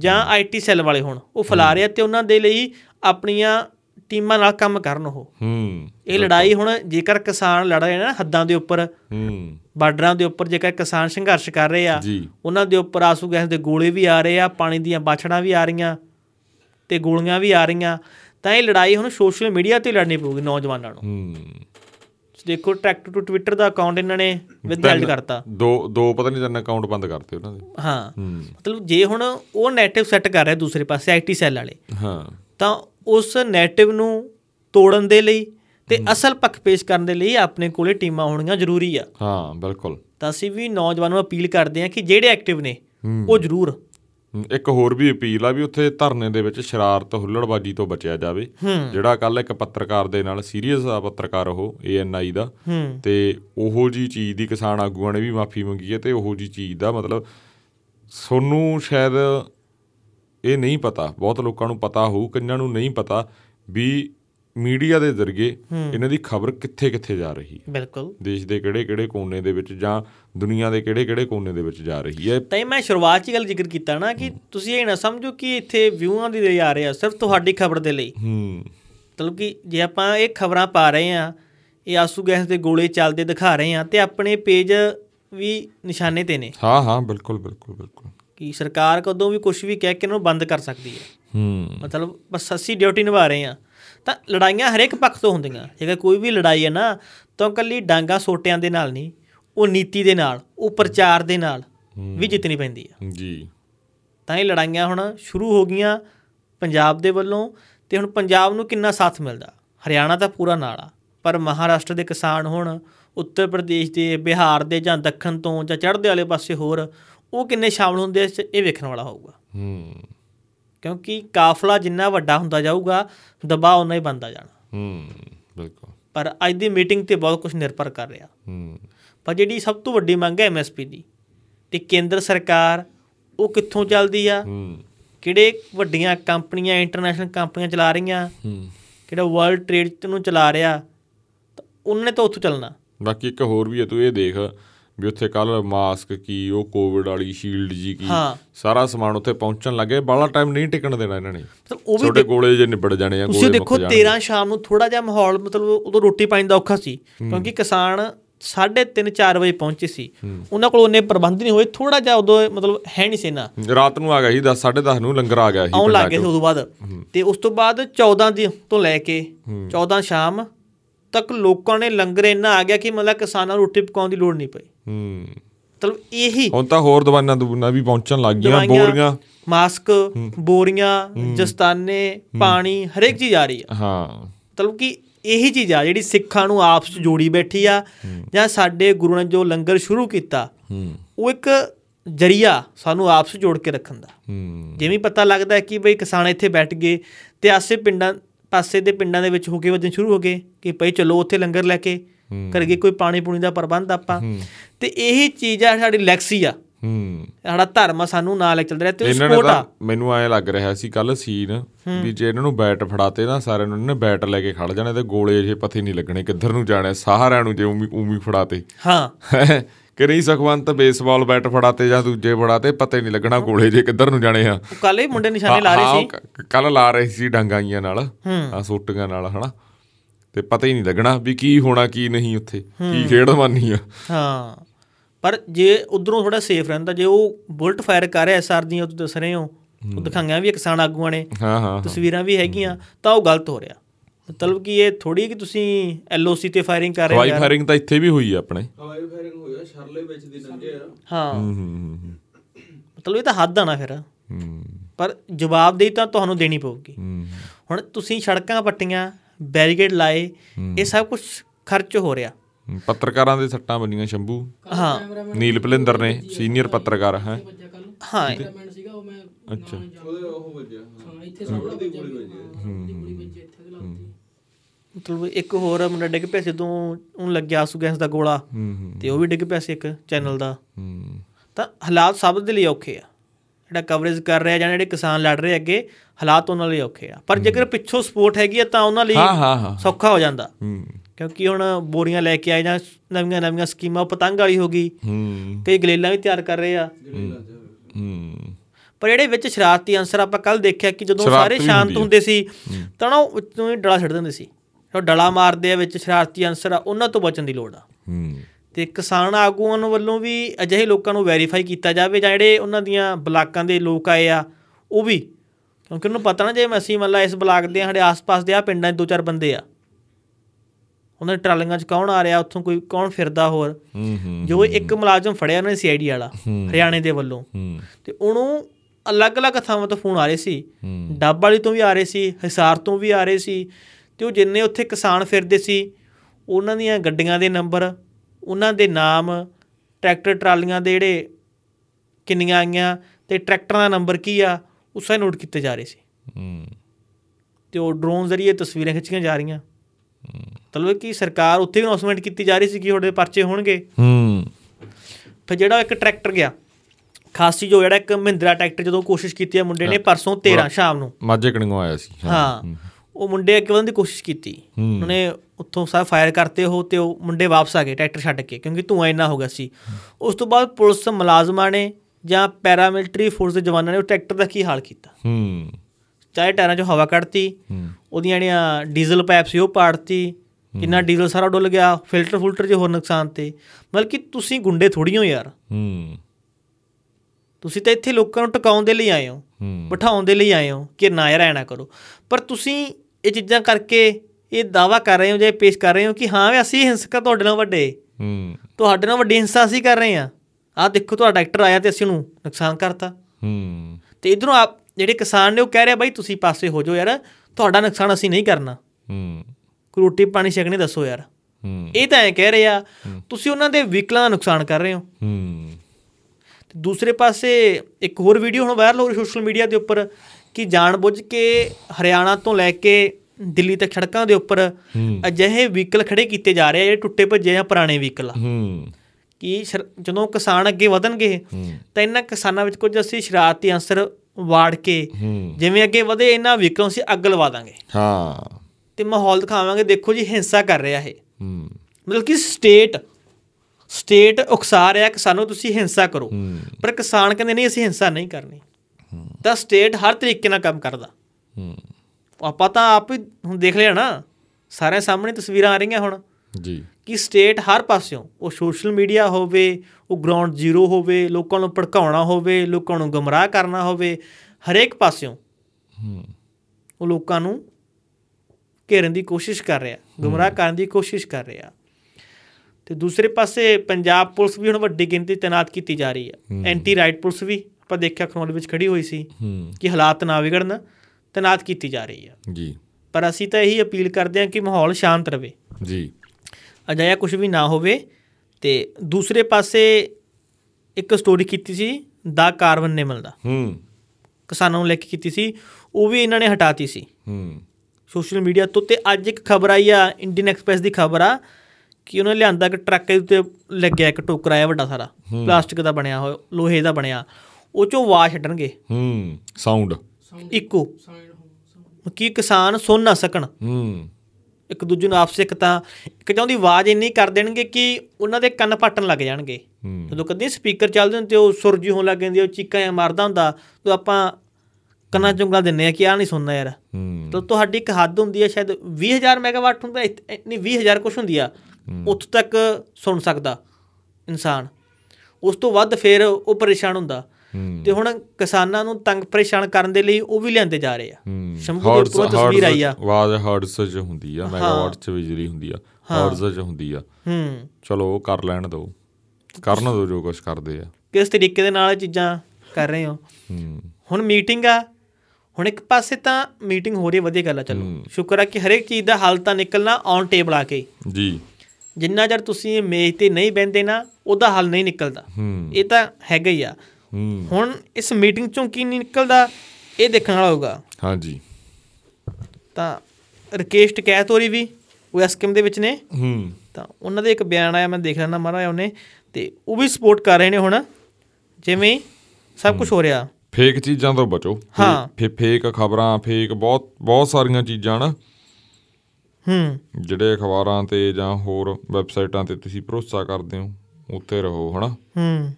Speaker 1: ਜਾਂ ਆਈਟੀ ਸੈੱਲ ਵਾਲੇ ਹੋਣ ਉਹ ਫੈਲਾ ਰਹੇ ਆ ਤੇ ਉਹਨਾਂ ਦੇ ਲਈ ਆਪਣੀਆਂ ਟੀਮਾਂ ਨਾਲ ਕੰਮ ਕਰਨ ਉਹ
Speaker 2: ਹੂੰ
Speaker 1: ਇਹ ਲੜਾਈ ਹੁਣ ਜੇਕਰ ਕਿਸਾਨ ਲੜ ਰਹੇ ਨੇ ਨਾ ਹੱਦਾਂ ਦੇ ਉੱਪਰ
Speaker 2: ਹੂੰ
Speaker 1: ਬਾਰਡਰਾਂ ਦੇ ਉੱਪਰ ਜੇਕਰ ਕਿਸਾਨ ਸੰਘਰਸ਼ ਕਰ ਰਹੇ ਆ
Speaker 2: ਜੀ
Speaker 1: ਉਹਨਾਂ ਦੇ ਉੱਪਰ ਆਸੂ ਗੈਸ ਦੇ ਗੋਲੇ ਵੀ ਆ ਰਹੇ ਆ ਪਾਣੀ ਦੀਆਂ ਬਾਛੜਾਂ ਵੀ ਆ ਰਹੀਆਂ ਤੇ ਗੋਲੀਆਂ ਵੀ ਆ ਰਹੀਆਂ ਤਾਂ ਇਹ ਲੜਾਈ ਹੁਣ ਸੋਸ਼ਲ ਮੀਡੀਆ ਤੇ ਲੜਨੀ ਪਊਗੀ ਨੌਜਵਾਨਾਂ ਨੂੰ
Speaker 2: ਹੂੰ
Speaker 1: ਤੁਸੀਂ ਦੇਖੋ ਟਰੈਕਟਰ ਟੂ ਟਵਿੱਟਰ ਦਾ ਅਕਾਊਂਟ ਇਹਨਾਂ ਨੇ ਵਿਦਹੈਲਡ ਕਰਤਾ
Speaker 2: ਦੋ ਦੋ ਪਤਾ ਨਹੀਂ ਤਿੰਨ ਅਕਾਊਂਟ ਬੰਦ ਕਰਤੇ ਉਹਨਾਂ ਦੇ
Speaker 1: ਹਾਂ
Speaker 2: ਹੂੰ
Speaker 1: ਮਤਲਬ ਜੇ ਹੁਣ ਉਹ ਨੈਟਿਵ ਸੈੱਟ ਕਰ ਰਿਹਾ ਦੂਸਰੇ ਪਾਸੇ ਆਈਟੀ ਸੈੱਲ ਵਾਲੇ
Speaker 2: ਹਾਂ
Speaker 1: ਤਾਂ ਉਸ ਨੈਟਿਵ ਨੂੰ ਤੋੜਨ ਦੇ ਲਈ ਤੇ ਅਸਲ ਪੱਖ ਪੇਸ਼ ਕਰਨ ਦੇ ਲਈ ਆਪਣੇ ਕੋਲੇ ਟੀਮਾਂ ਹੋਣੀਆਂ ਜ਼ਰੂਰੀ ਆ
Speaker 2: ਹਾਂ ਬਿਲਕੁਲ
Speaker 1: ਤਾਂ ਅਸੀਂ ਵੀ ਨੌਜਵਾਨਾਂ ਨੂੰ ਅਪੀਲ ਕਰਦੇ ਹਾਂ ਕਿ ਜਿਹੜੇ ਐਕਟਿਵ ਨੇ ਉਹ ਜ਼ਰੂਰ
Speaker 2: ਹਮ, ਇੱਕ ਹੋਰ ਵੀ ਅਪੀਲ ਆ ਵੀ ਉੱਥੇ ਧਰਨੇ ਦੇ ਵਿੱਚ ਸ਼ਰਾਰਤ ਹੁੱਲੜਬਾਜੀ ਤੋਂ ਬਚਿਆ ਜਾਵੇ ਜਿਹੜਾ ਕੱਲ ਇੱਕ ਪੱਤਰਕਾਰ ਦੇ ਨਾਲ ਸੀਰੀਅਸ ਆ ਪੱਤਰਕਾਰ ਉਹ ਏਐਨਆਈ ਦਾ ਤੇ ਉਹੋ ਜੀ ਚੀਜ਼ ਦੀ ਕਿਸਾਨ ਆਗੂਆਂ ਨੇ ਵੀ ਮਾਫੀ ਮੰਗੀ ਹੈ ਤੇ ਉਹੋ ਜੀ ਚੀਜ਼ ਦਾ ਮਤਲਬ ਸੋਨੂੰ ਸ਼ਾਇਦ ਇਹ ਨਹੀਂ ਪਤਾ ਬਹੁਤ ਲੋਕਾਂ ਨੂੰ ਪਤਾ ਹੋਊ ਕਿੰਨਾਂ ਨੂੰ ਨਹੀਂ ਪਤਾ ਵੀ ਮੀਡੀਆ ਦੇ ਜ਼ਰੀਏ ਇਹਨਾਂ ਦੀ ਖਬਰ ਕਿੱਥੇ ਕਿੱਥੇ ਜਾ ਰਹੀ ਹੈ
Speaker 1: ਬਿਲਕੁਲ
Speaker 2: ਦੇਸ਼ ਦੇ ਕਿਹੜੇ ਕਿਹੜੇ ਕੋਨੇ ਦੇ ਵਿੱਚ ਜਾਂ ਦੁਨੀਆ ਦੇ ਕਿਹੜੇ ਕਿਹੜੇ ਕੋਨੇ ਦੇ ਵਿੱਚ ਜਾ ਰਹੀ ਹੈ
Speaker 1: ਤਾਂ ਇਹ ਮੈਂ ਸ਼ੁਰੂਆਤ 'ਚ ਹੀ ਗੱਲ ਜ਼ਿਕਰ ਕੀਤਾ ਨਾ ਕਿ ਤੁਸੀਂ ਇਹ ਨਾ ਸਮਝੋ ਕਿ ਇੱਥੇ ਵਿਊਆਂ ਦੇ ਲਈ ਆ ਰਿਹਾ ਸਿਰਫ ਤੁਹਾਡੀ ਖਬਰ ਦੇ ਲਈ
Speaker 2: ਹੂੰ
Speaker 1: ਮਤਲਬ ਕਿ ਜੇ ਆਪਾਂ ਇਹ ਖਬਰਾਂ ਪਾ ਰਹੇ ਆ ਇਹ ਆਸੂ ਗੈਸ ਦੇ ਗੋਲੇ ਚੱਲਦੇ ਦਿਖਾ ਰਹੇ ਆ ਤੇ ਆਪਣੇ ਪੇਜ ਵੀ ਨਿਸ਼ਾਨੇ ਤੇ ਨੇ
Speaker 2: ਹਾਂ ਹਾਂ ਬਿਲਕੁਲ ਬਿਲਕੁਲ ਬਿਲਕੁਲ
Speaker 1: ਕਿ ਸਰਕਾਰ ਕਦੋਂ ਵੀ ਕੁਝ ਵੀ ਕਹਿ ਕੇ ਇਹਨਾਂ ਨੂੰ ਬੰਦ ਕਰ ਸਕਦੀ ਹੈ
Speaker 2: ਹੂੰ
Speaker 1: ਮਤਲਬ ਬਸ ਅਸੀਂ ਡਿਊਟੀ ਨਿਭਾ ਰਹੇ ਆ ਤਾਂ ਲੜਾਈਆਂ ਹਰੇਕ ਪੱਖ ਤੋਂ ਹੁੰਦੀਆਂ ਜੇਕਰ ਕੋਈ ਵੀ ਲੜਾਈ ਹੈ ਨਾ ਤਾਂ ਕੱਲੀ ਡਾਂਗਾ ਸੋਟਿਆਂ ਦੇ ਨਾਲ ਨਹੀਂ ਉਹ ਨੀਤੀ ਦੇ ਨਾਲ ਉਹ ਪ੍ਰਚਾਰ ਦੇ ਨਾਲ ਵੀ ਜਿੱਤਣੀ ਪੈਂਦੀ ਹੈ
Speaker 2: ਜੀ
Speaker 1: ਤਾਂ ਇਹ ਲੜਾਈਆਂ ਹੁਣ ਸ਼ੁਰੂ ਹੋ ਗਈਆਂ ਪੰਜਾਬ ਦੇ ਵੱਲੋਂ ਤੇ ਹੁਣ ਪੰਜਾਬ ਨੂੰ ਕਿੰਨਾ ਸਾਥ ਮਿਲਦਾ ਹਰਿਆਣਾ ਤਾਂ ਪੂਰਾ ਨਾਲ ਆ ਪਰ ਮਹਾਰਾਸ਼ਟਰ ਦੇ ਕਿਸਾਨ ਹੁਣ ਉੱਤਰ ਪ੍ਰਦੇਸ਼ ਦੇ ਬਿਹਾਰ ਦੇ ਜਾਂ ਦੱਖਣ ਤੋਂ ਜਾਂ ਚੜ੍ਹਦੇ ਵਾਲੇ ਪਾਸੇ ਹੋਰ ਉਹ ਕਿੰਨੇ ਸ਼ਾਮਲ ਹੁੰਦੇ ਇਸ 'ਚ ਇਹ ਵੇਖਣ ਵਾਲਾ ਹੋਊਗਾ
Speaker 2: ਹੂੰ
Speaker 1: ਕਿਉਂਕਿ ਕਾਫਲਾ ਜਿੰਨਾ ਵੱਡਾ ਹੁੰਦਾ ਜਾਊਗਾ ਦਬਾਅ ਉਨਾ ਹੀ ਬਣਦਾ ਜਾਣਾ
Speaker 2: ਹੂੰ ਬਿਲਕੁਲ
Speaker 1: ਪਰ ਅੱਜ ਦੀ ਮੀਟਿੰਗ ਤੇ ਬਹੁਤ ਕੁਝ ਨਿਰਭਰ ਕਰ ਰਿਹਾ
Speaker 2: ਹੂੰ
Speaker 1: ਪਰ ਜਿਹੜੀ ਸਭ ਤੋਂ ਵੱਡੀ ਮੰਗ ਹੈ ਐਮਐਸਪੀ ਦੀ ਤੇ ਕੇਂਦਰ ਸਰਕਾਰ ਉਹ ਕਿੱਥੋਂ ਚੱਲਦੀ ਆ
Speaker 2: ਹੂੰ
Speaker 1: ਕਿਹੜੇ ਵੱਡੀਆਂ ਕੰਪਨੀਆਂ ਇੰਟਰਨੈਸ਼ਨਲ ਕੰਪਨੀਆਂ ਚਲਾ ਰਹੀਆਂ
Speaker 2: ਹੂੰ
Speaker 1: ਕਿਹੜਾ ਵਰਲਡ ਟ੍ਰੇਡ ਨੂੰ ਚਲਾ ਰਿਹਾ ਤਾਂ ਉਹਨੇ ਤਾਂ ਉੱਥੋਂ ਚੱਲਣਾ
Speaker 2: ਬਾਕੀ ਇੱਕ ਹੋਰ ਵੀ ਹੈ ਤੂੰ ਇਹ ਦੇਖ ਵੀ ਉੱਥੇ ਕੱਲ ਮਾਸਕ ਕੀ ਉਹ ਕੋਵਿਡ ਵਾਲੀ ਸ਼ੀਲਡ ਜੀ ਕੀ
Speaker 1: ਹਾਂ।
Speaker 2: ਸਾਰਾ ਸਮਾਨ ਉੱਥੇ ਪਹੁੰਚਣ ਲੱਗੇ ਬਾਲਾ ਟਾਈਮ ਨਹੀਂ ਟਿਕਣ ਦੇਣਾ ਇਹਨਾਂ ਨੇ
Speaker 1: ਮਤਲਬ ਉਹ ਵੀ
Speaker 2: ਛੋਟੇ ਗੋਲੇ ਜੇ ਨਿਬੜ ਜਾਣੇ ਆ
Speaker 1: ਤੁਸੀਂ
Speaker 2: ਗੋਲੇ ਮੁੱਕ
Speaker 1: ਦੇਖੋ 13 ਸ਼ਾਮ ਨੂੰ ਥੋੜਾ ਜਿਹਾ ਮਾਹੌਲ ਮਤਲਬ ਉਦੋਂ ਰੋਟੀ ਪਾਣੀ ਦਾ ਔਖਾ ਸੀ ਕਿਉਂਕਿ ਕਿਸਾਨ 3:30 4 ਵਜੇ ਪਹੁੰਚੇ ਸੀ ਉਹਨਾਂ ਕੋਲ ਉਹਨੇ ਪ੍ਰਬੰਧ ਨਹੀਂ ਹੋਏ ਥੋੜਾ ਜਿਹਾ ਉਦੋਂ ਮਤਲਬ ਹੈ ਨਹੀਂ ਸੀ ਨਾ
Speaker 2: ਜਾਣ ਰਾਤ ਨੂੰ ਆ ਗਿਆ ਸੀ 10 10:30 ਨੂੰ ਲੰਗਰ ਆ ਗਿਆ ਸੀ
Speaker 1: ਆਉਣ ਲੱਗ
Speaker 2: ਪਿੰਡਾਂ
Speaker 1: ਗਏ
Speaker 2: ਚ।
Speaker 1: ਸੀ ਉਦੋਂ ਬਾਅਦ ਤੇ ਉਸ ਤੋਂ ਬਾਅਦ 14 ਦੀ ਤੋਂ ਲੈ ਕੇ 14 ਸ਼ਾਮ ਤੱਕ ਲੋਕਾਂ ਨੇ ਲੰਗਰ ਇੰਨਾ ਆ ਗਿਆ ਕਿ ਮਤਲਬ ਕਿਸਾਨਾਂ ਨੂੰ ਰੋਟੀ ਪਕਾਉਣ ਦੀ ਲੋੜ ਨਹੀਂ ਪਈ
Speaker 2: ਹੂੰ
Speaker 1: ਮਤਲਬ ਇਹੀ
Speaker 2: ਹੁਣ ਤਾਂ ਹੋਰ ਦਵਾਈਆਂ ਦੁਬਨਾ ਵੀ ਪਹੁੰਚਣ ਲੱਗ ਗਈਆਂ ਬੋਰੀਆਂ
Speaker 1: ਮਾਸਕ ਬੋਰੀਆਂ ਜਸਤਾਨੇ ਪਾਣੀ ਹਰੇਕ ਚੀਜ਼ ਆ ਰਹੀ ਆ
Speaker 2: ਹਾਂ
Speaker 1: ਮਤਲਬ ਕਿ ਇਹੀ ਚੀਜ਼ ਆ ਜਿਹੜੀ ਸਿੱਖਾਂ ਨੂੰ ਆਪਸ ਚ ਜੋੜੀ ਬੈਠੀ ਆ ਜਾਂ ਸਾਡੇ ਗੁਰੂ ਨੇ ਜੋ ਲੰਗਰ ਸ਼ੁਰੂ ਕੀਤਾ
Speaker 2: ਹੂੰ
Speaker 1: ਉਹ ਇੱਕ ਜਰੀਆ ਸਾਨੂੰ ਆਪਸ 'ਚ ਜੋੜ ਕੇ ਰੱਖਣ ਦਾ
Speaker 2: ਹੂੰ
Speaker 1: ਜਿਵੇਂ ਹੀ ਪਤਾ ਲੱਗਦਾ ਹੈ ਕਿ ਬਈ ਕਿਸਾਨ ਇੱਥੇ ਬੈਠ ਗਏ ਤੇ ਆਸੇ ਪਿੰਡਾਂ ਪਾਸੇ ਦੇ ਪਿੰਡਾਂ ਦੇ ਵਿੱਚ ਹੋ ਕੇ ਵੱਜਣ ਸ਼ੁਰੂ ਹੋ ਗਏ ਕਿ ਭਈ ਚਲੋ ਉੱਥੇ ਲੰਗਰ ਲੈ ਕੇ ਕਰੀਏ ਕੋਈ ਪਾਣੀ ਪੂਣੀ ਦਾ ਪ੍ਰਬੰਧ ਆਪਾਂ ਤੇ ਇਹੀ ਚੀਜ਼ ਆ ਸਾਡੀ ਲੈਕਸੀ ਆ
Speaker 2: ਹੂੰ
Speaker 1: ਸਾਡਾ ਧਰਮ ਆ ਸਾਨੂੰ ਨਾਲ ਲੈ ਚੱਲਦਾ ਰਿਹਾ ਤੇ
Speaker 2: ਇਹਨਾਂ ਨੇ
Speaker 1: ਸਪੋਰਟ
Speaker 2: ਤਾਂ
Speaker 1: ਆ
Speaker 2: ਮੈਨੂੰ ਐ ਲੱਗ ਰਿਹਾ ਸੀ ਕੱਲ ਸੀਨ ਵੀ ਜੇ ਇਹਨਾਂ ਨੂੰ ਬੈਟ ਫੜਾਤੇ ਨਾ ਸਾਰਿਆਂ ਨੂੰ ਇਹਨਾਂ ਨੇ ਬੈਟ ਲੈ ਕੇ ਖੜ ਜਾਣਾ ਤੇ ਗੋਲੇ ਜੇ ਪਤਾ ਹੀ ਨਹੀਂ ਲੱਗਣੇ ਕਿੱਧਰ ਨੂੰ ਜਾਣਾ ਸਾਰਿਆਂ ਨੂੰ ਜੇ ਉਮੀ ਉਮੀ ਫੜਾਤੇ
Speaker 1: ਹਾਂ
Speaker 2: ਕਿ ਨਹੀਂ ਸੁਖਵੰਤ ਬੇਸਬਾਲ ਬੈਟ ਫੜਾਤੇ ਜਾਂ ਦੂਜੇ ਫੜਾਤੇ ਪਤਾ ਹੀ ਨਹੀਂ ਲੱਗਣਾ ਗੋਲੇ ਜੇ ਕਿੱਧਰ ਨੂੰ ਜਾਣੇ ਆ
Speaker 1: ਉਹ ਕੱਲ ਇਹ ਮੁੰਡੇ ਨਿਸ਼ਾਨੇ ਲਾ ਰਹੇ ਸੀ
Speaker 2: ਕੱਲ ਲਾ ਰਹੇ ਸੀ ਡੰਗਾਈਆਂ ਨਾਲ ਆ ਸੋਟੀਆਂ ਨਾਲ ਹਨਾ ਤੇ ਪਤਾ ਹੀ ਨਹੀਂ ਲੱਗਣਾ ਵੀ ਕੀ ਹੋਣਾ ਕੀ ਨਹੀਂ ਉੱਥੇ ਕੀ ਖੇਡ ਮਾਨੀ ਆ
Speaker 1: ਹਾਂ ਪਰ ਜੇ ਉਧਰੋਂ ਥੋੜਾ ਸੇਫ ਰਹਿੰਦਾ ਜੇ ਉਹ ਬੁਲਟ ਫਾਇਰ ਕਰ ਰਿਹਾ ਐਸਆਰ ਦੀਆਂ ਉਹ ਤੁਸੀਂ ਦੱਸ ਰਹੇ ਹੋ ਉਹ ਦਿਖਾਈਆਂ ਵੀ ਕਿਸਾਨ ਆਗੂਆਂ ਨੇ
Speaker 2: ਹਾਂ ਹਾਂ
Speaker 1: ਤਸਵੀਰਾਂ ਵੀ ਹੈਗੀਆਂ ਤਾਂ ਉਹ ਗਲਤ ਹੋ ਰਿਹਾ ਮਤਲਬ ਕਿ ਇਹ ਥੋੜੀ ਕਿ ਤੁਸੀਂ ਐਲਓਸੀ ਤੇ ਫਾਇਰਿੰਗ ਕਰ ਰਹੇ ਹੋ
Speaker 2: ਵਾਈ
Speaker 1: ਯਾਰ।
Speaker 2: ਫਾਇਰਿੰਗ ਤਾਂ ਇੱਥੇ ਵੀ ਹੋਈ ਆ ਆਪਣੇ
Speaker 3: ਹਵਾਈ ਫਾਇਰਿੰਗ ਹੋਇਆ ਸ਼ਰਲੇ ਵਿੱਚ ਦੀ ਲੰਘੇ ਆ
Speaker 1: ਹਾਂ
Speaker 2: ਹੂੰ ਹੂੰ ਹੂੰ,
Speaker 1: ਮਤਲਬ ਇਹ ਤਾਂ ਹੱਦ ਆ ਨਾ ਫਿਰ
Speaker 2: ਹੂੰ
Speaker 1: ਪਰ ਜਵਾਬਦੇਹੀ ਤਾਂ ਤੁਹਾਨੂੰ ਦੇਣੀ ਪਊਗੀ
Speaker 2: ਹੂੰ
Speaker 1: ਹੁਣ ਤੁਸੀਂ ਸੜਕਾਂ ਪੱਟੀਆਂ ਬੈਰੀਕੇਡ ਲਾਏ ਇਹ ਸਭ ਕੁਝ ਖਰਚ ਹੋ ਰਿਹਾ
Speaker 2: ਹਮ, ਪੱਤਰਕਾਰਾਂ ਦੇ ਸੱਟਾਂ ਵੱਜੀਆਂ ਸ਼ੰਭੂ
Speaker 1: ਹਾਂ
Speaker 2: ਨੀਲ ਭਲਿੰਦਰ ਨੇ ਸੀਨੀਅਰ ਪੱਤਰਕਾਰ ਹੈ
Speaker 1: ਹਾਂ
Speaker 4: ਟੂਰਨਾਮੈਂਟ ਸੀਗਾ ਉਹ ਮੈਂ ਅੱਛਾ
Speaker 3: ਉਹਦੇ ਉਹ ਵੱਜਿਆ ਹਾਂ।
Speaker 4: ਹਾਂ ਇੱਥੇ ਸਾਹਮਣੇ ਦੀ ਗੋਲੀ ਵੱਜੀ ਇੱਥੇ ਤੇ ਲੱਗਦੀ
Speaker 1: ਮਤਲਬ ਇੱਕ ਹੋਰ ਮੁੰਡਾ ਡਿੱਗ ਪਿਆ ਸੀ ਜਦੋਂ ਉਹਨੂੰ ਲੱਗਿਆ ਆਸੂ ਗੈਸ ਦਾ ਗੋਲਾ ਤੇ ਉਹ ਵੀ ਡਿੱਗ ਪਿਆ ਸੀ ਇੱਕ ਚੈਨਲ ਦਾ
Speaker 2: ਹਮ,
Speaker 1: ਤਾਂ ਹਾਲਾਤ ਸਭ ਦੇ ਲਈ ਔਖੇ ਆ ਜਿਹੜਾ ਕਵਰੇਜ ਕਰ ਰਿਹਾ ਜਾਂ ਜਿਹੜੇ ਕਿਸਾਨ ਲੜ ਰਹੇ ਅੱਗੇ ਹਾਲਾਤ ਉਹਨਾਂ ਲਈ ਔਖੇ ਆ ਪਰ ਜੇਕਰ ਪਿੱਛੋਂ ਸਪੋਰਟ ਹੈਗੀ ਆ ਤਾਂ ਉਹਨਾਂ ਲਈ
Speaker 2: ਹਾਂ ਹਾਂ ਹਾਂ
Speaker 1: ਸੌਖਾ ਹੋ ਜਾਂਦਾ
Speaker 2: ਹਮ,
Speaker 1: ਕਿਉਂਕਿ ਹੁਣ ਬੋਰੀਆਂ ਲੈ ਕੇ ਆਏ ਜਾਂ ਨਵੀਆਂ ਨਵੀਆਂ ਸਕੀਮਾਂ ਉਹ ਪਤੰਗ ਵਾਲੀ ਹੋ ਗਈ
Speaker 2: ਹਮ,
Speaker 1: ਕਈ ਗਲੇਲਾਂ ਵੀ ਤਿਆਰ ਕਰ ਰਹੇ ਆ
Speaker 2: ਹਮ,
Speaker 1: ਪਰ ਜਿਹੜੇ ਵਿੱਚ ਸ਼ਰਾਰਤੀ ਅੰਸਰ ਆਪਾਂ ਕੱਲ ਦੇਖਿਆ ਕਿ ਜਦੋਂ
Speaker 2: ਸ਼ਰਾਰਤ
Speaker 1: ਸਾਰੇ
Speaker 2: ਵੀ ਹੁੰਦੀ
Speaker 1: ਸ਼ਾਂਤ
Speaker 2: ਆ।
Speaker 1: ਹੁੰਦੇ ਸੀ ਤਾਂ ਨਾ ਉਹ ਉੱਤੋਂ ਹੀ ਡਲਾ ਛੱਡ ਦਿੰਦੇ ਸੀ ਉਹ ਡਲਾ ਮਾਰਦੇ ਆ ਵਿੱਚ ਸ਼ਰਾਰਤੀ ਅੰਸਰ ਆ ਉਹਨਾਂ ਤੋਂ ਬਚਣ ਦੀ ਲੋੜ ਆ
Speaker 2: ਹਮ,
Speaker 1: ਤੇ ਕਿਸਾਨ ਆਗੂਆਂ ਨੂੰ ਵੱਲੋਂ ਵੀ ਅਜਿਹੇ ਲੋਕਾਂ ਨੂੰ ਵੈਰੀਫਾਈ ਕੀਤਾ ਜਾਵੇ ਜਾਂ ਜਿਹੜੇ ਉਹਨਾਂ ਦੀਆਂ ਬਲਾਕਾਂ ਦੇ ਲੋਕ ਆਏ ਆ ਉਹ ਵੀ ਕਿਉਂਕਿ ਉਹਨੂੰ ਪਤਾ ਨਾ ਜੇ ਅਸੀਂ ਮੰਨ ਲਾ ਇਸ ਬਲਾਕ ਦੇ ਆ, ਸਾਡੇ ਆਸ-ਪਾਸ ਦੇ ਆ ਪਿੰਡਾਂ 'ਚ ਦੋ ਚਾਰ ਬੰਦੇ ਆ ਉਹਨਾਂ ਦੇ ਟਰਾਲੀਆਂ 'ਚ ਕੌਣ ਆ ਰਿਹਾ ਉੱਥੋਂ ਕੋਈ ਕੌਣ ਫਿਰਦਾ ਹੋਰ
Speaker 2: ਹਮ, ਹਮ,
Speaker 1: ਜੋ ਇੱਕ ਮੁਲਾਜ਼ਮ ਫੜਿਆ ਉਹਨਾਂ ਨੇ ਸੀਆਈਡੀ ਵਾਲਾ ਹਰਿਆਣੇ ਦੇ ਵੱਲੋਂ
Speaker 2: ਹਮ,
Speaker 1: ਤੇ ਉਹਨੂੰ ਅਲੱਗ-ਅਲੱਗ ਥਾਵਾਂ ਤੋਂ ਫੋਨ ਆ ਰਹੇ ਸੀ
Speaker 2: ਹਮ।
Speaker 1: ਡੱਬ ਵਾਲੀ ਤੋਂ ਵੀ ਆ ਰਹੇ ਸੀ ਹਿਸਾਰ ਤੋਂ ਵੀ ਆ ਰਹੇ ਸੀ ਤੇ ਉਹ ਜਿੰਨੇ ਉੱਥੇ ਕਿਸਾਨ ਫਿਰਦੇ ਸੀ ਉਹਨਾਂ ਦੀਆਂ ਗੱਡੀਆਂ ਦੇ ਨੰਬਰ ਉਹਨਾਂ ਦੇ ਨਾਮ ਟਰੈਕਟਰ ਟਰਾਲੀਆਂ ਦੇ ਜਿਹੜੇ ਕਿੰਨੀਆਂ ਆਈਆਂ ਤੇ ਟਰੈਕਟਰਾਂ ਦਾ ਨੰਬਰ ਕੀ ਆ ਉਹ ਸਾਰੇ ਨੋਟ ਕੀਤੇ ਜਾ ਰਹੇ ਸੀ
Speaker 2: ਹਮ,
Speaker 1: ਤੇ ਉਹ ਡਰੋਨ ਜ਼ਰੀਏ ਤਸਵੀਰਾਂ ਖਿੱਚੀਆਂ ਜਾ ਰਹੀਆਂ ਮਤਲਬ ਕਿ ਸਰਕਾਰ ਉੱਥੇ ਵੀ ਅਨਾਉਂਸਮੈਂਟ ਕੀਤੀ ਜਾ ਰਹੀ ਸੀ ਕਿ ਤੁਹਾਡੇ ਪਰਚੇ ਹੋਣਗੇ
Speaker 2: ਹਮ,
Speaker 1: ਫਿਰ ਜਿਹੜਾ ਇੱਕ ਟਰੈਕਟਰ ਗਿਆ ਖਾਸੀ ਜੋ ਜਿਹੜਾ ਇੱਕ ਮਹਿੰਦਰਾ ਟਰੈਕਟਰ ਜਦੋਂ ਕੋਸ਼ਿਸ਼ ਕੀਤੀ ਆ ਮੁੰਡੇ ਨੇ ਪਰਸੋਂ 13 ਸ਼ਾਮ ਨੂੰ
Speaker 2: ਮਾਝੇ ਕਣੀਆਂ ਆਇਆ ਸੀ
Speaker 1: ਹਾਂ ਉਹ ਮੁੰਡੇ ਅੱਗੇ ਵਧਣ ਦੀ ਕੋਸ਼ਿਸ਼ ਕੀਤੀ ਉਹਨਾਂ ਨੇ ਉੱਥੋਂ ਸਾਰੇ ਫਾਇਰ ਕਰਤੇ ਉਹ ਤੇ ਉਹ ਮੁੰਡੇ ਵਾਪਸ ਆ ਗਏ ਟਰੈਕਟਰ ਛੱਡ ਕੇ ਕਿਉਂਕਿ ਧੂੰਆਂ ਇੰਨਾ ਹੋ ਗਿਆ ਸੀ ਉਸ ਤੋਂ ਬਾਅਦ ਪੁਲਿਸ ਮੁਲਾਜ਼ਮਾਂ ਨੇ ਜਾਂ ਪੈਰਾਮਿਲਟਰੀ ਫੋਰਸ ਦੇ ਜਵਾਨਾਂ ਨੇ ਉਹ ਟਰੈਕਟਰ ਦਾ ਕੀ ਹਾਲ ਕੀਤਾ
Speaker 2: ਹੂੰ
Speaker 1: ਚਾਹੇ ਟਾਇਰਾਂ 'ਚੋਂ ਹਵਾ ਕੱਢਤੀ
Speaker 2: ਹੂੰ
Speaker 1: ਉਹਦੀਆਂ ਜਿਹੜੀਆਂ ਡੀਜ਼ਲ ਪਾਈਪ ਸੀ ਉਹ ਪਾੜਤੀ ਕਿੰਨਾ ਡੀਜ਼ਲ ਸਾਰਾ ਡੁੱਲ ਗਿਆ ਫਿਲਟਰ ਫੁਲਟਰ 'ਚ ਹੋਰ ਨੁਕਸਾਨ ਤੇ ਮਤਲਬ ਕਿ ਤੁਸੀਂ ਗੁੰਡੇ ਥੋੜ੍ਹੀ ਹੋ ਯਾਰ
Speaker 2: ਹੂੰ
Speaker 1: ਤੁਸੀਂ ਤਾਂ ਇੱਥੇ ਲੋਕਾਂ ਨੂੰ ਟਿਕਾਉਣ ਦੇ ਲਈ ਆਏ ਹੋ
Speaker 2: ਹੂੰ
Speaker 1: ਬਿਠਾਉਣ ਦੇ ਲਈ ਆਏ ਹੋ ਕਿ ਨਾ ਯਾਰ ਐ ਨਾ ਕਰੋ ਪਰ ਤੁਸੀਂ ਇਹ ਚੀਜ਼ਾਂ ਕਰਕੇ ਇਹ ਦਾਵਾ ਕਰ ਰਹੇ ਹੋ ਜਾਂ ਇਹ ਪੇਸ਼ ਕਰ ਰਹੇ ਹੋ ਕਿ ਹਾਂ ਵੀ ਅਸੀਂ ਹਿੰਸਕ ਆ ਤੁਹਾਡੇ ਨਾਲ ਵੱਡੇ
Speaker 2: ਹੂੰ
Speaker 1: ਤੁਹਾਡੇ ਨਾਲ ਵੱਡੀ ਹਿੰਸਾ ਅਸੀਂ ਕਰ ਰਹੇ ਹਾਂ ਆਹ ਦੇਖੋ ਤੁਹਾਡਾ ਡਾਕਟਰ ਆਇਆ ਤੇ ਅਸੀਂ ਉਹਨੂੰ ਨੁਕਸਾਨ ਕਰਤਾ
Speaker 2: ਹੂੰ
Speaker 1: ਤੇ ਇਧਰੋਂ ਆਪ ਜਿਹੜੇ ਕਿਸਾਨ ਨੇ ਉਹ ਕਹਿ ਰਿਹਾ ਬਾਈ ਤੁਸੀਂ ਪਾਸੇ ਹੋ ਜਾਓ ਯਾਰ ਤੁਹਾਡਾ ਨੁਕਸਾਨ ਅਸੀਂ ਨਹੀਂ ਕਰਨਾ
Speaker 2: ਹੂੰ
Speaker 1: ਕੋਈ ਰੋਟੀ ਪਾਣੀ ਛਕਣੇ ਦੱਸੋ ਯਾਰ
Speaker 2: ਹੂੰ
Speaker 1: ਇਹ ਤਾਂ ਐ ਕਹਿ ਰਹੇ ਆ ਤੁਸੀਂ ਉਹਨਾਂ ਦੇ ਵਹੀਕਲਾਂ ਦਾ ਨੁਕਸਾਨ ਕਰ ਰਹੇ ਹੋ
Speaker 2: ਹੂੰ
Speaker 1: ਤੇ ਦੂਸਰੇ ਪਾਸੇ ਇੱਕ ਹੋਰ ਵੀਡੀਓ ਹੁਣ ਵਾਇਰਲ ਹੋ ਰਹੀ ਸੋਸ਼ਲ ਮੀਡੀਆ ਦੇ ਉੱਪਰ ਕਿ ਜਾਣਬੁੱਝ ਕੇ ਹਰਿਆਣਾ ਤੋਂ ਲੈ ਕੇ ਦਿੱਲੀ ਤੱਕ ਸੜਕਾਂ ਦੇ ਉੱਰ
Speaker 2: ਹੂੰ।
Speaker 1: ਅਜਿਹੇ ਵਹੀਕਲ ਖੜੇ ਕੀਤੇ ਜਾ ਰਹੇ ਆ ਜਿਹੜੇ ਟੁੱਟੇ ਭੱਜੇ ਆ ਪੁਰਾਣੇ ਵਹੀਕਲ ਆ
Speaker 2: ਹੂੰ
Speaker 1: ਕਿ ਸ਼ਰ- ਜਦੋਂ ਕਿਸਾਨ ਅੱਗੇ ਵਧਣਗੇ ਤਾਂ ਇਹਨਾਂ ਕਿਸਾਨਾਂ ਵਿੱਚ ਕੁਝ ਅਸੀਂ ਸ਼ਰਾਰਤੀ ਅੰਸਰ ਵਾੜ ਕੇ
Speaker 2: ਹੂੰ
Speaker 1: ਜਿਵੇਂ ਅੱਗੇ ਵਧੇ ਇਹਨਾਂ ਵਹੀਕਲਾਂ ਨੂੰ ਅਸੀਂ ਅੱਗ ਲਵਾ ਦਾਂਗੇ
Speaker 2: ਹਾਂ
Speaker 1: ਤੇ ਮਾਹੌਲ ਦਿਖਾਵਾਂਗੇ ਦੇਖੋ ਜੀ ਹਿੰਸਾ ਕਰ ਰਿਹਾ ਇਹ
Speaker 2: ਹੂੰ
Speaker 1: ਮਤਲਬ ਕਿ ਸਟੇਟ ਸਟੇਟ ਉਕਸਾ ਰਿਹਾ ਕਿ ਸਾਨੂੰ ਤੁਸੀਂ ਹਿੰਸਾ ਕਰੋ
Speaker 2: ਹੂੰ
Speaker 1: ਪਰ ਕਿਸਾਨ ਕਹਿੰਦੇ ਨਹੀਂ ਅਸੀਂ ਹਿੰਸਾ ਨਹੀਂ ਕਰਨੀ ਤਾਂ ਸਟੇਟ ਹਰ ਤਰੀਕੇ ਨਾਲ ਕੰਮ ਕਰਦਾ
Speaker 2: ਹੂੰ
Speaker 1: ਆਪਾਂ ਤਾਂ ਆਪ ਹੀ ਹੁਣ ਦੇਖ ਲਿਆ ਨਾ ਸਾਰਿਆਂ ਸਾਹਮਣੇ ਤਸਵੀਰਾਂ ਆ ਰਹੀਆਂ ਹੁਣ
Speaker 2: ਜੀ
Speaker 1: ਕਿ ਸਟੇਟ ਹਰ ਪਾਸਿਓਂ ਉਹ ਸੋਸ਼ਲ ਮੀਡੀਆ ਹੋਵੇ ਉਹ ਗਰਾਊਂਡ ਜ਼ੀਰੋ ਹੋਵੇ ਲੋਕਾਂ ਨੂੰ ਭੜਕਾਉਣਾ ਹੋਵੇ ਲੋਕਾਂ ਨੂੰ ਗਮਰਾਹ ਕਰਨਾ ਹੋਵੇ ਹਰੇਕ ਪਾਸਿਓਂ
Speaker 2: ਹੂੰ
Speaker 1: ਉਹ ਲੋਕਾਂ ਨੂੰ ਘੇਰਨ ਦੀ ਕੋਸ਼ਿਸ਼ ਕਰ ਰਿਹਾ ਗੁੰਮਰਾਹ ਕਰਨ ਦੀ ਕੋਸ਼ਿਸ਼ ਕਰ ਰਿਹਾ ਤੇ ਦੂਸਰੇ ਪਾਸੇ ਪੰਜਾਬ ਪੁਲਿਸ ਵੀ ਹੁਣ ਵੱਡੀ ਗਿਣਤੀ 'ਚ ਤੈਨਾਤ ਕੀਤੀ ਜਾ ਰਹੀ ਹੈ ਐਂਟੀ ਰਾਈਟ ਪੁਲਿਸ ਵੀ ਆਪਾਂ ਦੇਖਿਆ ਖਰੋਲ ਵਿੱਚ ਖੜੀ ਹੋਈ ਸੀ
Speaker 2: ਹੂੰ
Speaker 1: ਕਿ ਹਾਲਾਤ ਨਾ ਵਿਗੜਨ ਤੈਨਾਤ ਕੀਤੀ ਜਾ ਰਹੀ ਹੈ
Speaker 2: ਜੀ
Speaker 1: ਪਰ ਅਸੀਂ ਤਾਂ ਇਹੀ ਅਪੀਲ ਕਰਦੇ ਹਾਂ ਕਿ ਮਾਹੌਲ ਸ਼ਾਂਤ ਰਵੇ
Speaker 2: ਜੀ
Speaker 1: ਅਜਿਹਾ ਕੁਝ ਵੀ ਨਾ ਹੋਵੇ ਤੇ ਦੂਸਰੇ ਪਾਸੇ ਇੱਕ ਸਟੋਰੀ ਕੀਤੀ ਸੀ ਦਾ ਕਾਰਵਨ ਨੇ ਮਿਲਦਾ
Speaker 2: ਹੂੰ
Speaker 1: ਕਿਸਾਨਾਂ ਨੂੰ ਲੈ ਕੇ ਕੀਤੀ ਸੀ ਉਹ ਵੀ ਇਹਨਾਂ ਨੇ ਹਟਾਤੀ ਸੀ
Speaker 2: ਹੂੰ
Speaker 1: ਸੋਸ਼ਲ ਮੀਡੀਆ ਤੋਂ ਤੇ ਅੱਜ ਇੱਕ ਖਬਰ ਆਈ ਆ ਇੰਡੀਅਨ ਐਕਸਪ੍ਰੈਸ ਦੀ ਖਬਰ ਆ ਕਿ ਉਹਨੇ ਲਿਆਂਦਾ ਕਿ ਟਰੱਕ ਦੇ ਉੱਤੇ ਲੱਗਿਆ ਇੱਕ ਟੋਕਰਾ ਆ ਵੱਡਾ ਸਾਰਾ ਪਲਾਸਟਿਕ ਦਾ ਬਣਿਆ ਹੋਇਆ ਲੋਹੇ ਦਾ ਬਣਿਆ ਉਹ ਚੋਂ ਆਵਾਜ਼ ਛੱਡਣਗੇ
Speaker 2: ਹੂੰ ਸਾਊਂਡ
Speaker 1: ਇੱਕੋ
Speaker 4: ਸਾਈਨ ਹੋ ਸਾਈਨ
Speaker 1: ਕਿ ਕਿਸਾਨ ਸੁਣ ਨਾ ਸਕਣ
Speaker 2: ਹੂੰ
Speaker 1: ਇੱਕ ਦੂਜੇ ਨੂੰ ਆਪਸ ਇੱਕ ਤਾਂ ਇੱਕ ਤਾਂ ਉਹਦੀ ਆਵਾਜ਼ ਇੰਨੀ ਕਰ ਦੇਣਗੇ ਕਿ ਉਹਨਾਂ ਦੇ ਕੰਨ ਫਟਣ ਲੱਗ ਜਾਣਗੇ
Speaker 2: ਹੂੰ
Speaker 1: ਜਦੋਂ ਕਦੇ ਸਪੀਕਰ ਚੱਲਦੇ ਹੁੰਦੇ ਤੇ ਉਹ ਸੁਰ ਜਿਹੀ ਹੋਣ ਲੱਗ ਜਾਂਦੀ ਆ, ਉਹ ਚੀਕਾਂ ਜਿਹਾ ਮਾਰਦਾ ਹੁੰਦਾ ਤਾਂ ਆਪਾਂ ਕੰਨਾਂ 'ਚ ਉਂਗਲਾਂ ਦਿੰਨੇ ਆ ਕਿ ਆਹ ਨਹੀਂ ਸੁਣਨਾ ਯਾਰ
Speaker 2: ਹੂੰ
Speaker 1: ਤਾਂ ਤੁਹਾਡੀ ਇੱਕ ਹੱਦ ਹੁੰਦੀ ਹੈ ਸ਼ਾਇਦ 20000 ਮੈਗਾਵਾਟ ਹੁੰਦਾ ਇੱਥ- ਇਹ ਨਹੀਂ 20000 ਕੁਛ ਹੁੰਦੀ ਆ ਉੱਥੋਂ ਤੱਕ ਸੁਣ ਸਕਦਾ ਇਨਸਾਨ ਉਸ ਤੋਂ ਵੱਧ ਫਿਰ ਉਹ ਪਰੇਸ਼ਾਨ ਹੁੰਦਾ
Speaker 2: ਹੂੰ
Speaker 1: ਤੇ ਹੁਣ ਕਿਸਾਨਾਂ ਨੂੰ ਤੰਗ ਪਰੇਸ਼ਾਨ ਕਰਨ ਦੇ ਲਈ ਉਹ ਵੀ ਲਿਆਂਦੇ ਜਾ ਰਹੇ ਆ
Speaker 2: ਹੂੰ
Speaker 1: ਸ਼ੰਭੂ ਦੇ ਉੱਪਰੋਂ ਤਸਵੀਰ ਆਈ ਆ
Speaker 2: ਆਵਾਜ਼ ਹਰਟਸ ਚ ਹੁੰਦੀ ਆ ਮੈਗਾਵਾਟ ਚ ਬਿਜਲੀ ਹੁੰਦੀ ਆ ਹਰਟਸ ਚ ਹੁੰਦੀ ਆ
Speaker 1: ਹੂੰ
Speaker 2: ਚਲੋ ਉਹ ਕਰ ਲੈਣ ਦਿਓ ਕਰਨ ਦਿਓ ਜੋ ਕੁਝ ਕਰਦੇ ਆ
Speaker 1: ਕਿਸ ਤਰੀਕੇ ਦੇ ਨਾਲ ਇਹ ਚੀਜ਼ਾਂ ਕਰ ਰਹੇ ਹੋ
Speaker 2: ਹੂੰ
Speaker 1: ਹੁਣ ਮੀਟਿੰਗ ਆ ਹੁਣ ਇੱਕ ਪਾਸੇ ਤਾਂ ਮੀਟਿੰਗ ਹੋ ਰਹੀ ਹੈ ਵਧੀਆ ਗੱਲ ਆ ਚਲੋ ਸ਼ੁਕਰ ਆ ਕਿ ਹਰੇਕ ਚੀਜ਼ ਦਾ ਹੱਲ ਤਾਂ ਨਿਕਲਣਾ ਔਨ ਟੇਬਲ ਆ ਕੇ
Speaker 2: ਜੀ
Speaker 1: ਜਿੰਨਾ ਚਿਰ ਤੁਸੀਂ ਇਹ ਮੇਜ਼ ਤੇ ਨਹੀਂ ਬਹਿੰਦੇ ਨਾ ਉਹਦਾ ਹੱਲ ਨਹੀਂ ਨਿਕਲਦਾ
Speaker 2: ਹੂੰ
Speaker 1: ਇਹ ਤਾਂ ਹੈਗਾ ਹੀ ਆ
Speaker 2: ਹੂੰ
Speaker 1: ਹੁਣ ਇਸ ਮੀਟਿੰਗ ਚੋਂ ਕੀ ਨਿਕਲਦਾ ਇਹ ਦੇਖਣ ਵਾਲਾ ਹੋਊਗਾ
Speaker 2: ਹਾਂਜੀ
Speaker 1: ਤਾਂ ਰਕੇਸ਼ ਟਕੈਤ ਹੋਰੀ ਵੀ ਉਹ ਐਸਕਮ ਦੇ ਵਿੱਚ ਨੇ
Speaker 2: ਹੂੰ
Speaker 1: ਤਾਂ ਉਹਨਾਂ ਦੇ ਇੱਕ ਬਿਆਨ ਆਇਆ ਮੈਂ ਦੇਖ ਲੈਣਾ ਮਾਰਾ ਉਹਨੇ ਤੇ ਉਹ ਵੀ ਸਪੋਰਟ ਕਰ ਰਹੇ ਨੇ ਹੁਣ ਜਿਵੇਂ ਸਭ ਕੁਝ ਹੋ ਰਿਹਾ
Speaker 2: ਫੇਕ ਚੀਜ਼ਾਂ ਤੋਂ ਬਚੋ
Speaker 1: ਹਾਂ।
Speaker 2: ਫੇ ਫੇਕ ਖਬਰਾਂ ਫੇਕ ਬਹੁਤ ਬਹੁਤ ਸਾਰੀਆਂ ਚੀਜ਼ਾਂ ਨਾ
Speaker 1: ਹੂੰ
Speaker 2: ਜਿਹੜੇ ਅਖਬਾਰਾਂ ਤੇ ਜਾਂ ਹੋਰ ਵੈਬਸਾਈਟਾਂ ਤੇ ਤੁਸੀਂ ਭਰੋਸਾ ਕਰਦੇ ਹੋ ਉੱਤੇ ਰਹੋ ਹਨਾ
Speaker 1: ਹੂੰ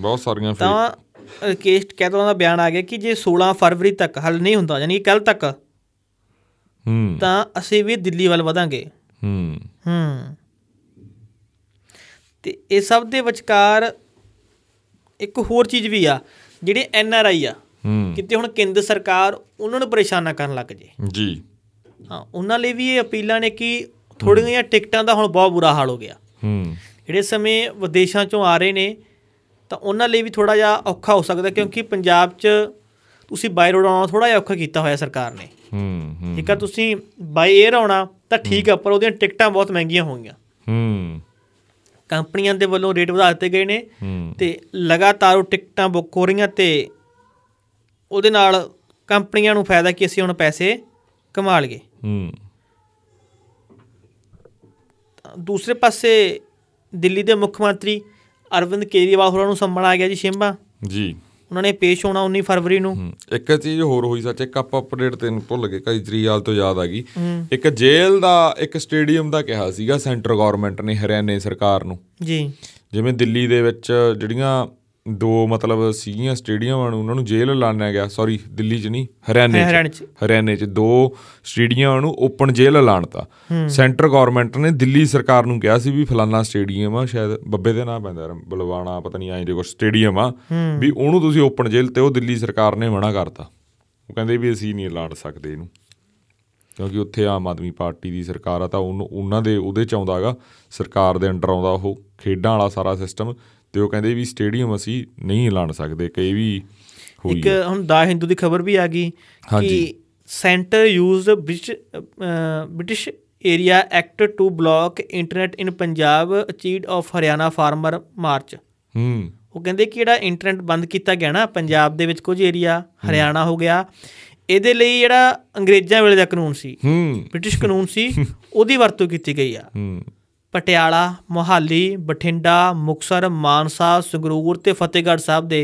Speaker 2: ਬਹੁਤ ਸਾਰੀਆਂ ਫੇਕ
Speaker 1: ਤਾਂ ਰਕੇਸ਼ ਟਕੈਤ ਦਾ ਬਿਆਨ ਆ ਗਿਆ ਕਿ ਜੇ 16 ਫਰਵਰੀ ਤੱਕ ਹੱਲ ਨਹੀਂ ਹੁੰਦਾ ਯਾਨੀ ਕਿ ਕੱਲ ਤੱਕ
Speaker 2: ਹੂੰ
Speaker 1: ਤਾਂ ਅਸੀਂ ਵੀ ਦਿੱਲੀ ਵੱਲ ਵਧਾਂਗੇ
Speaker 2: ਹੂੰ
Speaker 1: ਹੂੰ ਤੇ ਇਹ ਸਭ ਦੇ ਵਿਚਕਾਰ ਇੱਕ ਹੋਰ ਚੀਜ਼ ਵੀ ਆ ਜਿਹੜੇ ਐਨ ਆਰ ਆਈ ਆ
Speaker 2: ਹੂੰ
Speaker 1: ਕਿਤੇ ਹੁਣ ਕੇਂਦਰ ਸਰਕਾਰ ਉਹਨਾਂ ਨੂੰ ਪਰੇਸ਼ਾਨ ਨਾ ਕਰਨ ਲੱਗ ਜੇ
Speaker 2: ਜੀ
Speaker 1: ਹਾਂ ਉਹਨਾਂ ਲਈ ਵੀ ਇਹ ਅਪੀਲਾਂ ਨੇ ਕਿ ਥੋੜ੍ਹੀਆਂ ਜਿਹੀਆਂ ਟਿਕਟਾਂ ਦਾ ਹੁਣ ਬਹੁਤ ਬੁਰਾ ਹਾਲ ਹੋ ਗਿਆ
Speaker 2: ਹੂੰ
Speaker 1: ਜਿਹੜੇ ਸਮੇਂ ਵਿਦੇਸ਼ਾਂ ਚੋਂ ਆ ਰਹੇ ਨੇ ਤਾਂ ਉਹਨਾਂ ਲਈ ਵੀ ਥੋੜਾ ਜਿਹਾ ਔਖਾ ਹੋ ਸਕਦਾ ਕਿਉਂਕਿ ਪੰਜਾਬ 'ਚ ਤੁਸੀਂ ਬਾਈ ਰੋਡ ਆਉਣਾ ਥੋੜਾ ਜਿਹਾ ਔਖਾ ਕੀਤਾ ਹੋਇਆ ਸਰਕਾਰ ਨੇ
Speaker 2: ਹੂੰ ਹੂੰ
Speaker 1: ਜੇਕਰ ਤੁਸੀਂ ਬਾਈ 에ਅਰ ਆਉਣਾ ਤਾਂ ਠੀਕ ਆ ਪਰ ਉਹਦੀਆਂ ਟਿਕਟਾਂ ਬਹੁਤ ਮਹਿੰਗੀਆਂ ਹੋਣਗੀਆਂ
Speaker 2: ਹੂੰ
Speaker 1: ਕੰਪਨੀਆਂ ਦੇ ਵੱਲੋਂ ਰੇਟ ਵਧਾ ਦਿੱਤੇ ਗਏ ਨੇ
Speaker 2: ਹੂੰ
Speaker 1: ਤੇ ਲਗਾਤਾਰ ਉਹ ਟਿਕਟਾਂ ਬੁੱਕ ਹੋ ਰਹੀਆਂ ਤੇ ਉਹਦੇ ਨਾਲ ਕੰਪਨੀਆਂ ਨੂੰ ਫਾਇਦਾ ਕਿ ਅਸੀਂ ਹੁਣ ਪੈਸੇ ਕਮਾ ਲਈਏ
Speaker 2: ਹੂੰ
Speaker 1: ਤਾਂ ਦੂਸਰੇ ਪਾਸੇ ਦਿੱਲੀ ਦੇ ਮੁੱਖ ਮੰਤਰੀ ਅਰਵਿੰਦ ਕੇਜਰੀਵਾਲ ਹੋਰਾਂ ਨੂੰ ਸੰਮਣ ਆ ਗਿਆ ਜੀ ਛੇਵਾਂ
Speaker 2: ਜੀ
Speaker 1: ਉਹਨਾਂ ਨੇ ਪੇਸ਼ ਹੋਣਾ 19 ਫਰਵਰੀ ਨੂੰ
Speaker 2: ਹਮ, ਇੱਕ ਚੀਜ਼ ਹੋਰ ਹੋਈ ਸੱਚ ਇੱਕ ਆਪਾਂ ਅਪਡੇਟ ਤੈਨੂੰ ਭੁੱਲ ਗਏ ਕੇਜਰੀਵਾਲ ਤੋਂ ਯਾਦ ਆ ਗਈ ਇੱਕ ਜੇਲ੍ਹ ਦਾ ਇੱਕ ਸਟੇਡੀਅਮ ਦਾ ਕਿਹਾ ਸੀਗਾ ਸੈਂਟਰ ਗਵਰਨਮੈਂਟ ਨੇ ਹਰਿਆਣੇ ਸਰਕਾਰ ਨੂੰ
Speaker 1: ਜੀ
Speaker 2: ਜਿਵੇਂ ਦਿੱਲੀ ਦੇ ਵਿੱਚ ਜਿਹੜੀਆਂ ਦੋ ਮਤਲਬ ਸੀਗੀਆਂ ਸਟੇਡੀਅਮਾਂ ਨੂੰ ਉਹਨਾਂ ਨੂੰ ਜੇਲ੍ਹ ਐਲਾਨਿਆ ਗਿਆ ਸੌਰੀ ਦਿੱਲੀ 'ਚ ਨਹੀਂ ਹਰਿਆਣੇ 'ਚ
Speaker 1: ਹਰਿਆਣੇ 'ਚ।
Speaker 2: ਹਰਿਆਣੇ 'ਚ ਦੋ ਸਟੇਡੀਅਮਾਂ ਨੂੰ ਓਪਨ ਜੇਲ੍ਹ ਐਲਾਨਤਾ ਸੈਂਟਰ ਗਵਰਨਮੈਂਟ ਨੇ ਦਿੱਲੀ ਸਰਕਾਰ ਨੂੰ ਕਿਹਾ ਸੀ ਵੀ ਫਲਾਨਾ ਸਟੇਡੀਅਮ ਆ ਸ਼ਾਇਦ ਬੱਬੇ ਦੇ ਨਾਂ ਪੈਂਦਾ ਯਾਰ, ਬਲਵਾਣਾ ਪਤਾ ਨਹੀਂ ਐਂ ਜੇ ਕੁਛ ਸਟੇਡੀਅਮ ਆ ਵੀ ਉਹਨੂੰ ਤੁਸੀਂ ਓਪਨ ਜੇਲ੍ਹ ਤੇ ਉਹ ਦਿੱਲੀ ਸਰਕਾਰ ਨੇ ਮਨਾ ਕਰਤਾ ਉਹ ਕਹਿੰਦੇ ਵੀ ਅਸੀਂ ਨਹੀਂ ਐਲਾਨ ਸਕਦੇ ਇਹਨੂੰ ਕਿਉਂਕਿ ਉੱਥੇ ਆਮ ਆਦਮੀ ਪਾਰਟੀ ਦੀ ਸਰਕਾਰ ਆ ਤਾਂ ਉਹਨੂੰ ਉਹਨਾਂ ਦੇ ਉਹਦੇ ਚ ਆਉਂਦਾ ਹੈਗਾ ਸਰਕਾਰ ਦੇ ਅੰਡਰ ਆਉਂਦਾ ਉਹ ਖੇਡਾਂ ਵਾਲਾ ਸਾਰਾ ਸਿਸਟਮ ਤੇ ਉਹ ਕਹਿੰਦੇ ਵੀ ਸਟੇਡੀਅਮ ਅਸੀਂ ਨਹੀਂ ਐਲਾਨ ਸਕਦੇ ਕਿ ਇਹ ਵੀ ਹੋਈ
Speaker 1: ਇੱਕ
Speaker 2: ਹੈ।
Speaker 1: ਹੁਣ ਦਾ ਹਿੰਦੂ ਦੀ ਖਬਰ ਵੀ ਆ ਗਈ ਕਿ
Speaker 2: ਹਾਂਜੀ।
Speaker 1: Centre used British uh, British area act to block internet in Punjab achieved of Haryana farmer march
Speaker 2: ਹੂੰ
Speaker 1: ਉਹ ਕਹਿੰਦੇ ਕਿ ਜਿਹੜਾ ਇੰਟਰਨੈਟ ਬੰਦ ਕੀਤਾ ਗਿਆ ਨਾ ਪੰਜਾਬ ਦੇ ਵਿੱਚ ਕੁਝ ਏਰੀਆ ਹਰਿਆਣਾ ਹੋ ਗਿਆ ਇਹਦੇ ਲਈ ਜਿਹੜਾ ਅੰਗਰੇਜ਼ਾਂ ਵੇਲੇ ਦਾ ਕਾਨੂੰਨ ਸੀ
Speaker 2: ਹੂੰ
Speaker 1: ਬ੍ਰਿਟਿਸ਼ ਕਾਨੂੰਨ ਸੀ ਉਹਦੀ ਵਰਤੋਂ ਕੀਤੀ ਗਈ ਆ
Speaker 2: ਹੂੰ
Speaker 1: ਪਟਿਆਲਾ ਮੁਹਾਲੀ ਬਠਿੰਡਾ ਮੁਕਸਰ ਮਾਨਸਾ ਸੰਗਰੂਰ ਤੇ ਫਤਿਹਗੜ੍ਹ ਸਾਹਿਬ ਦੇ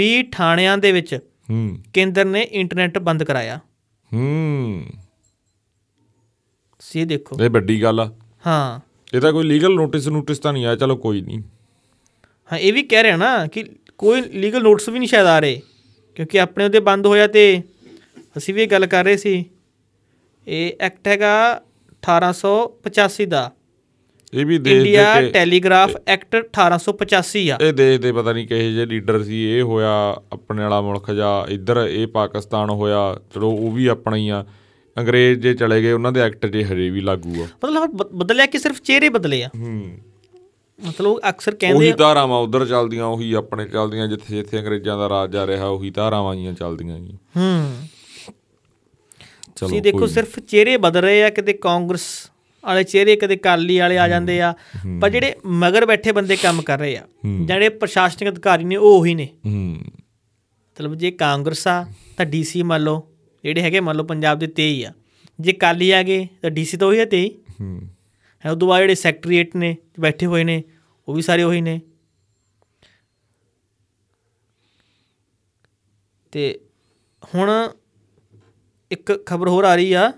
Speaker 1: 20 ਥਾਣਿਆਂ ਦੇ ਵਿੱਚ
Speaker 2: ਹੂੰ
Speaker 1: ਕੇਂਦਰ ਨੇ ਇੰਟਰਨੈਟ ਬੰਦ ਕਰਾਇਆ
Speaker 2: ਹੂੰ
Speaker 1: ਸੀ ਇਹ ਦੇਖੋ
Speaker 2: ਇਹ ਵੱਡੀ ਗੱਲ ਆ
Speaker 1: ਹਾਂ
Speaker 2: ਇਹ ਤਾਂ ਕੋਈ ਲੀਗਲ ਨੋਟਿਸ ਨੋਟਿਸ ਤਾਂ ਨਹੀਂ ਆਇਆ ਚਲੋ ਕੋਈ ਨਹੀਂ
Speaker 1: ਹਾਂ ਇਹ ਵੀ ਕਹਿ ਰਿਹਾ ਨਾ ਕਿ ਕੋਈ ਲੀਗਲ ਨੋਟਿਸ ਵੀ ਨਹੀਂ ਸ਼ਾਇਦ ਆ ਰਹੇ ਕਿਉਂਕਿ ਆਪਣੇ ਉਹਦੇ ਬੰਦ ਹੋਇਆ ਤੇ ਅਸੀਂ ਵੀ ਇਹ ਗੱਲ ਕਰ ਰਹੇ ਸੀ ਇਹ ਐਕਟ ਹੈਗਾ 1885 ਦਾ
Speaker 2: ਇਹ ਵੀ ਦੇਸ਼
Speaker 1: ਇੰਡੀਆ
Speaker 2: ਦੇ ਕਿ-
Speaker 1: ਟੈਲੀਗ੍ਰਾਫ ਐਕਟ 1885 ਆ
Speaker 2: ਇਹ ਦੇਸ਼ ਦੇ ਪਤਾ ਨਹੀਂ ਕਿਹੇ ਜਿਹੇ ਲੀਡਰ ਸੀ ਇਹ ਹੋਇਆ ਆਪਣੇ ਵਾਲਾ ਮੁਲਕ ਜਾਂ ਇੱਧਰ ਇਹ ਪਾਕਿਸਤਾਨ ਹੋਇਆ ਚਲੋ ਉਹ ਵੀ ਆਪਣਾ ਹੀ ਆ ਅੰਗਰੇਜ਼ ਜੇ ਚਲੇ ਗਏ ਉਹਨਾਂ ਦੇ ਐਕਟ ਜੇ ਹਜੇ ਵੀ ਲਾਗੂ ਆ
Speaker 1: ਮਤਲਬ ਬ- ਬਦਲਿਆ ਕਿ ਸਿਰਫ ਚਿਹਰੇ ਬਦਲੇ ਆ
Speaker 2: ਹੂੰ
Speaker 1: ਮਤਲਬ ਉਹ ਅਕਸਰ
Speaker 2: ਉਹੀ
Speaker 1: ਕਹਿੰਦੇ
Speaker 2: ਧਾਰਾਵਾਂ ਉਧਰ ਚੱਲਦੀਆਂ ਉਹੀ ਆਪਣੇ ਚੱਲਦੀਆਂ ਜਿੱਥੇ ਜਿੱਥੇ ਅੰਗਰੇਜ਼ਾਂ ਦਾ ਰਾਜ ਜਾ ਰਿਹਾ ਉਹੀ ਧਾਰਾਵਾਂ ਜੀਆਂ ਚੱਲਦੀਆਂ ਗਈਆਂ
Speaker 1: ਹੂੰ
Speaker 2: ਚਲੋ
Speaker 1: ਤੁਸੀਂ ਦੇਖੋ
Speaker 2: ਕੋਈ
Speaker 1: ਸਿਰਫ ਚਿਹਰੇ ਬਦਲ ਰਹੇ ਆ ਕਿਤੇ ਕਾਂਗਰਸ ਵਾਲੇ ਚਿਹਰੇ ਕਦੇ ਕਾਲੀ ਵਾਲੇ ਆ ਜਾਂਦੇ ਆ ਪਰ ਜਿਹੜੇ ਮਗਰ ਬੈਠੇ ਬੰਦੇ ਕੰਮ ਕਰ ਰਹੇ ਆ ਜਿਹੜੇ ਪ੍ਰਸ਼ਾਸਨਿਕ ਅਧਿਕਾਰੀ ਨੇ ਉਹ ਉਹੀ ਨੇ
Speaker 2: ਹੂੰ
Speaker 1: ਮਤਲਬ ਜੇ ਕਾਂਗਰਸ ਆ ਤਾਂ ਡੀਸੀ ਮੰਨ ਲਓ ਜਿਹੜੇ ਹੈਗੇ ਮੰਨ ਲਓ ਪੰਜਾਬ ਦੇ 23 ਆ ਜੇ ਕਾਲੀ ਆ ਗਏ ਤਾਂ ਡੀਸੀ ਤਾਂ ਉਹੀ ਹੈ 23
Speaker 2: ਹੂੰ
Speaker 1: ਹੈ ਉਦੋਂ ਬਾਅਦ ਜਿਹੜੇ ਸੈਕਟਰੀਏਟ ਨੇ ਬੈਠੇ ਹੋਏ ਨੇ ਉਹ ਵੀ ਸਾਰੇ ਉਹੀ ਨੇ ਤੇ ਹੁਣ ਇੱਕ ਖਬਰ ਹੋਰ ਆ ਰਹੀ ਆ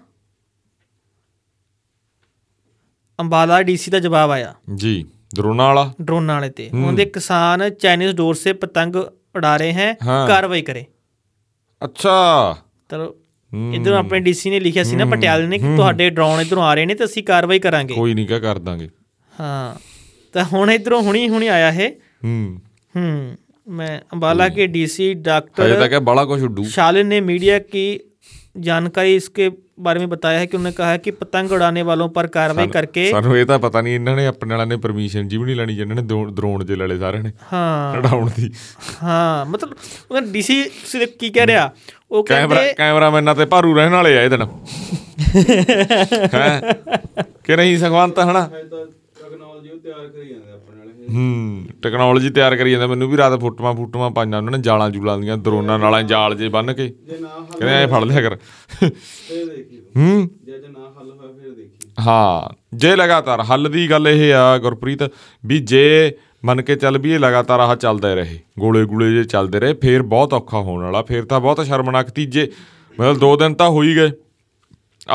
Speaker 1: ਅੰਬਾਲਾ ਡੀਸੀ ਦਾ ਜਵਾਬ ਆਇਆ
Speaker 2: ਜੀ ਦਰੋਨਾ ਵਾਲਾ
Speaker 1: ਡਰੋਨਾਂ ਵਾਲੇ ਤੇ ਉਹਦੇ ਕਿਸਾਨ ਚਾਈਨੀਜ਼ ਡੋਰ ਸੇ ਪਤੰਗ ਉਡਾ ਰਹੇ ਹੈ
Speaker 2: ਹਾਂ।
Speaker 1: ਕਾਰਵਾਈ ਕਰੇ
Speaker 2: ਅੱਛਾ
Speaker 1: ਚਲੋ
Speaker 2: ਹੂੰ।
Speaker 1: ਇਧਰੋਂ ਆਪਣੇ ਡੀਸੀ ਨੇ ਲਿਖਿਆ ਸੀ ਨਾ ਪਟਿਆਲੇ ਨੇ ਕਿ ਤੁਹਾਡੇ ਡਰੋਨ ਇਧਰੋਂ ਆ ਰਹੇ ਨੇ ਤੇ ਅਸੀਂ ਕਾਰਵਾਈ ਕਰਾਂਗੇ
Speaker 2: ਕੋਈ ਨਹੀਂ ਕਿਆ ਕਰ ਦਾਂਗੇ
Speaker 1: ਹਾਂ ਤਾਂ ਹੁਣ ਇਧਰੋਂ ਹੁਣੀ ਹੁਣੀ ਆਇਆ ਇਹ
Speaker 2: ਹੂੰ
Speaker 1: ਹੂੰ ਮੈਂ ਅੰਬਾਲਾ ਕੇ ਡੀसी
Speaker 2: ਹਜੇ
Speaker 1: डॉक्टर
Speaker 2: ਤੱਕ ਇਹ ਬਾਲਾ ਕੁਛ ਉੱਡੂ
Speaker 1: शालिन ने मीडिया की जानकारी इसके बारे में बताया है कि उन्होंने कहा है कि पतंग उड़ाने वालों पर कार्रवाई करके
Speaker 2: ਸਾਨੂੰ ਇਹ ਤਾਂ ਪਤਾ ਨਹੀਂ ਇਹਨਾਂ ਨੇ ਆਪਣੇ ਵਾਲਿਆਂ ਨੇ ਪਰਮਿਸ਼ਨ ਜੀ ਵੀ ਨਹੀਂ ਲੈਣੀ ਜਿਨ੍ਹਾਂ ਨੇ ਦਰੋਨ ਜੇ ਲੜੇ ਸਾਰਿਆਂ ਨੇ
Speaker 1: हाँ
Speaker 2: ਉਡਾਉਣ ਦੀ
Speaker 1: हाँ मतलब डीसी सिर्फ की कह रहा वो
Speaker 2: ਕੈਮਰਾ
Speaker 1: कहते
Speaker 2: ਕੈਮਰਾਮੈਨਾਂ ਤੇ ਭਾਰੂ ਰਹਿਣ ਵਾਲੇ ਆ ਇਹਦੇ ਨਾਲ ਹੈਂ? ਕਿ ਨਹੀਂ ਸੰਗਵੰਤ ਹਨਾ
Speaker 3: ਹੈ ਤਾਂ ਟੈਕਨੋਲੋਜੀ ਉਹ ਤਿਆਰ ਕਰੀ ਜਾਂਦੇ ਆਪਣੇ ਨਾਲ ਇਹ
Speaker 2: ਹੂੰ ਟੈਕਨੋਲੋਜੀ ਤਿਆਰ ਕਰੀ ਜਾਂਦਾ ਮੈਨੂੰ ਵੀ ਰਾਤ ਫੋਟੋਆਂ ਫੋਟੋਆਂ ਪਾਈਆਂ ਉਹਨਾਂ ਨੇ ਜਾਲਾਂ ਜੂਲਾਂ ਦੀਆਂ ਦਰੋਨਾਂ ਨਾਲਾਂ ਜਾਲ ਜੇ ਬੰਨ ਕੇ
Speaker 3: ਜੇ ਨਾ ਹੱਲ
Speaker 2: ਕਹਿੰਦੇ ਐ ਫੜ ਲਿਆ ਕਰ
Speaker 3: ਫਿਰ ਦੇਖੀ ਤੂੰ।
Speaker 2: ਹੂੰ
Speaker 3: ਜੇ ਜੇ ਨਾ ਹੱਲ ਹੋਇਆ ਫਿਰ ਦੇਖੀ
Speaker 2: ਹਾਂ ਜੇ ਲਗਾਤਾਰ ਹੱਲ ਦੀ ਗੱਲ ਇਹ ਆ ਗੁਰਪ੍ਰੀਤ ਵੀ ਜੇ ਮੰਨ ਕੇ ਚੱਲ ਵੀ ਇਹ ਲਗਾਤਾਰ ਆਹ ਚੱਲਦਾ ਹੀ ਰਹੇ ਗੋਲੇ ਗੂਲੇ ਜੇ ਚੱਲਦੇ ਰਹੇ ਫੇਰ ਬਹੁਤ ਔਖਾ ਹੋਣ ਵਾਲਾ ਫੇਰ ਤਾਂ ਬਹੁਤ ਸ਼ਰਮਨਾਕ ਤੀਜੇ ਮਤਲਬ ਦੋ ਦਿਨ ਤਾਂ ਹੋ ਹੀ ਗਏ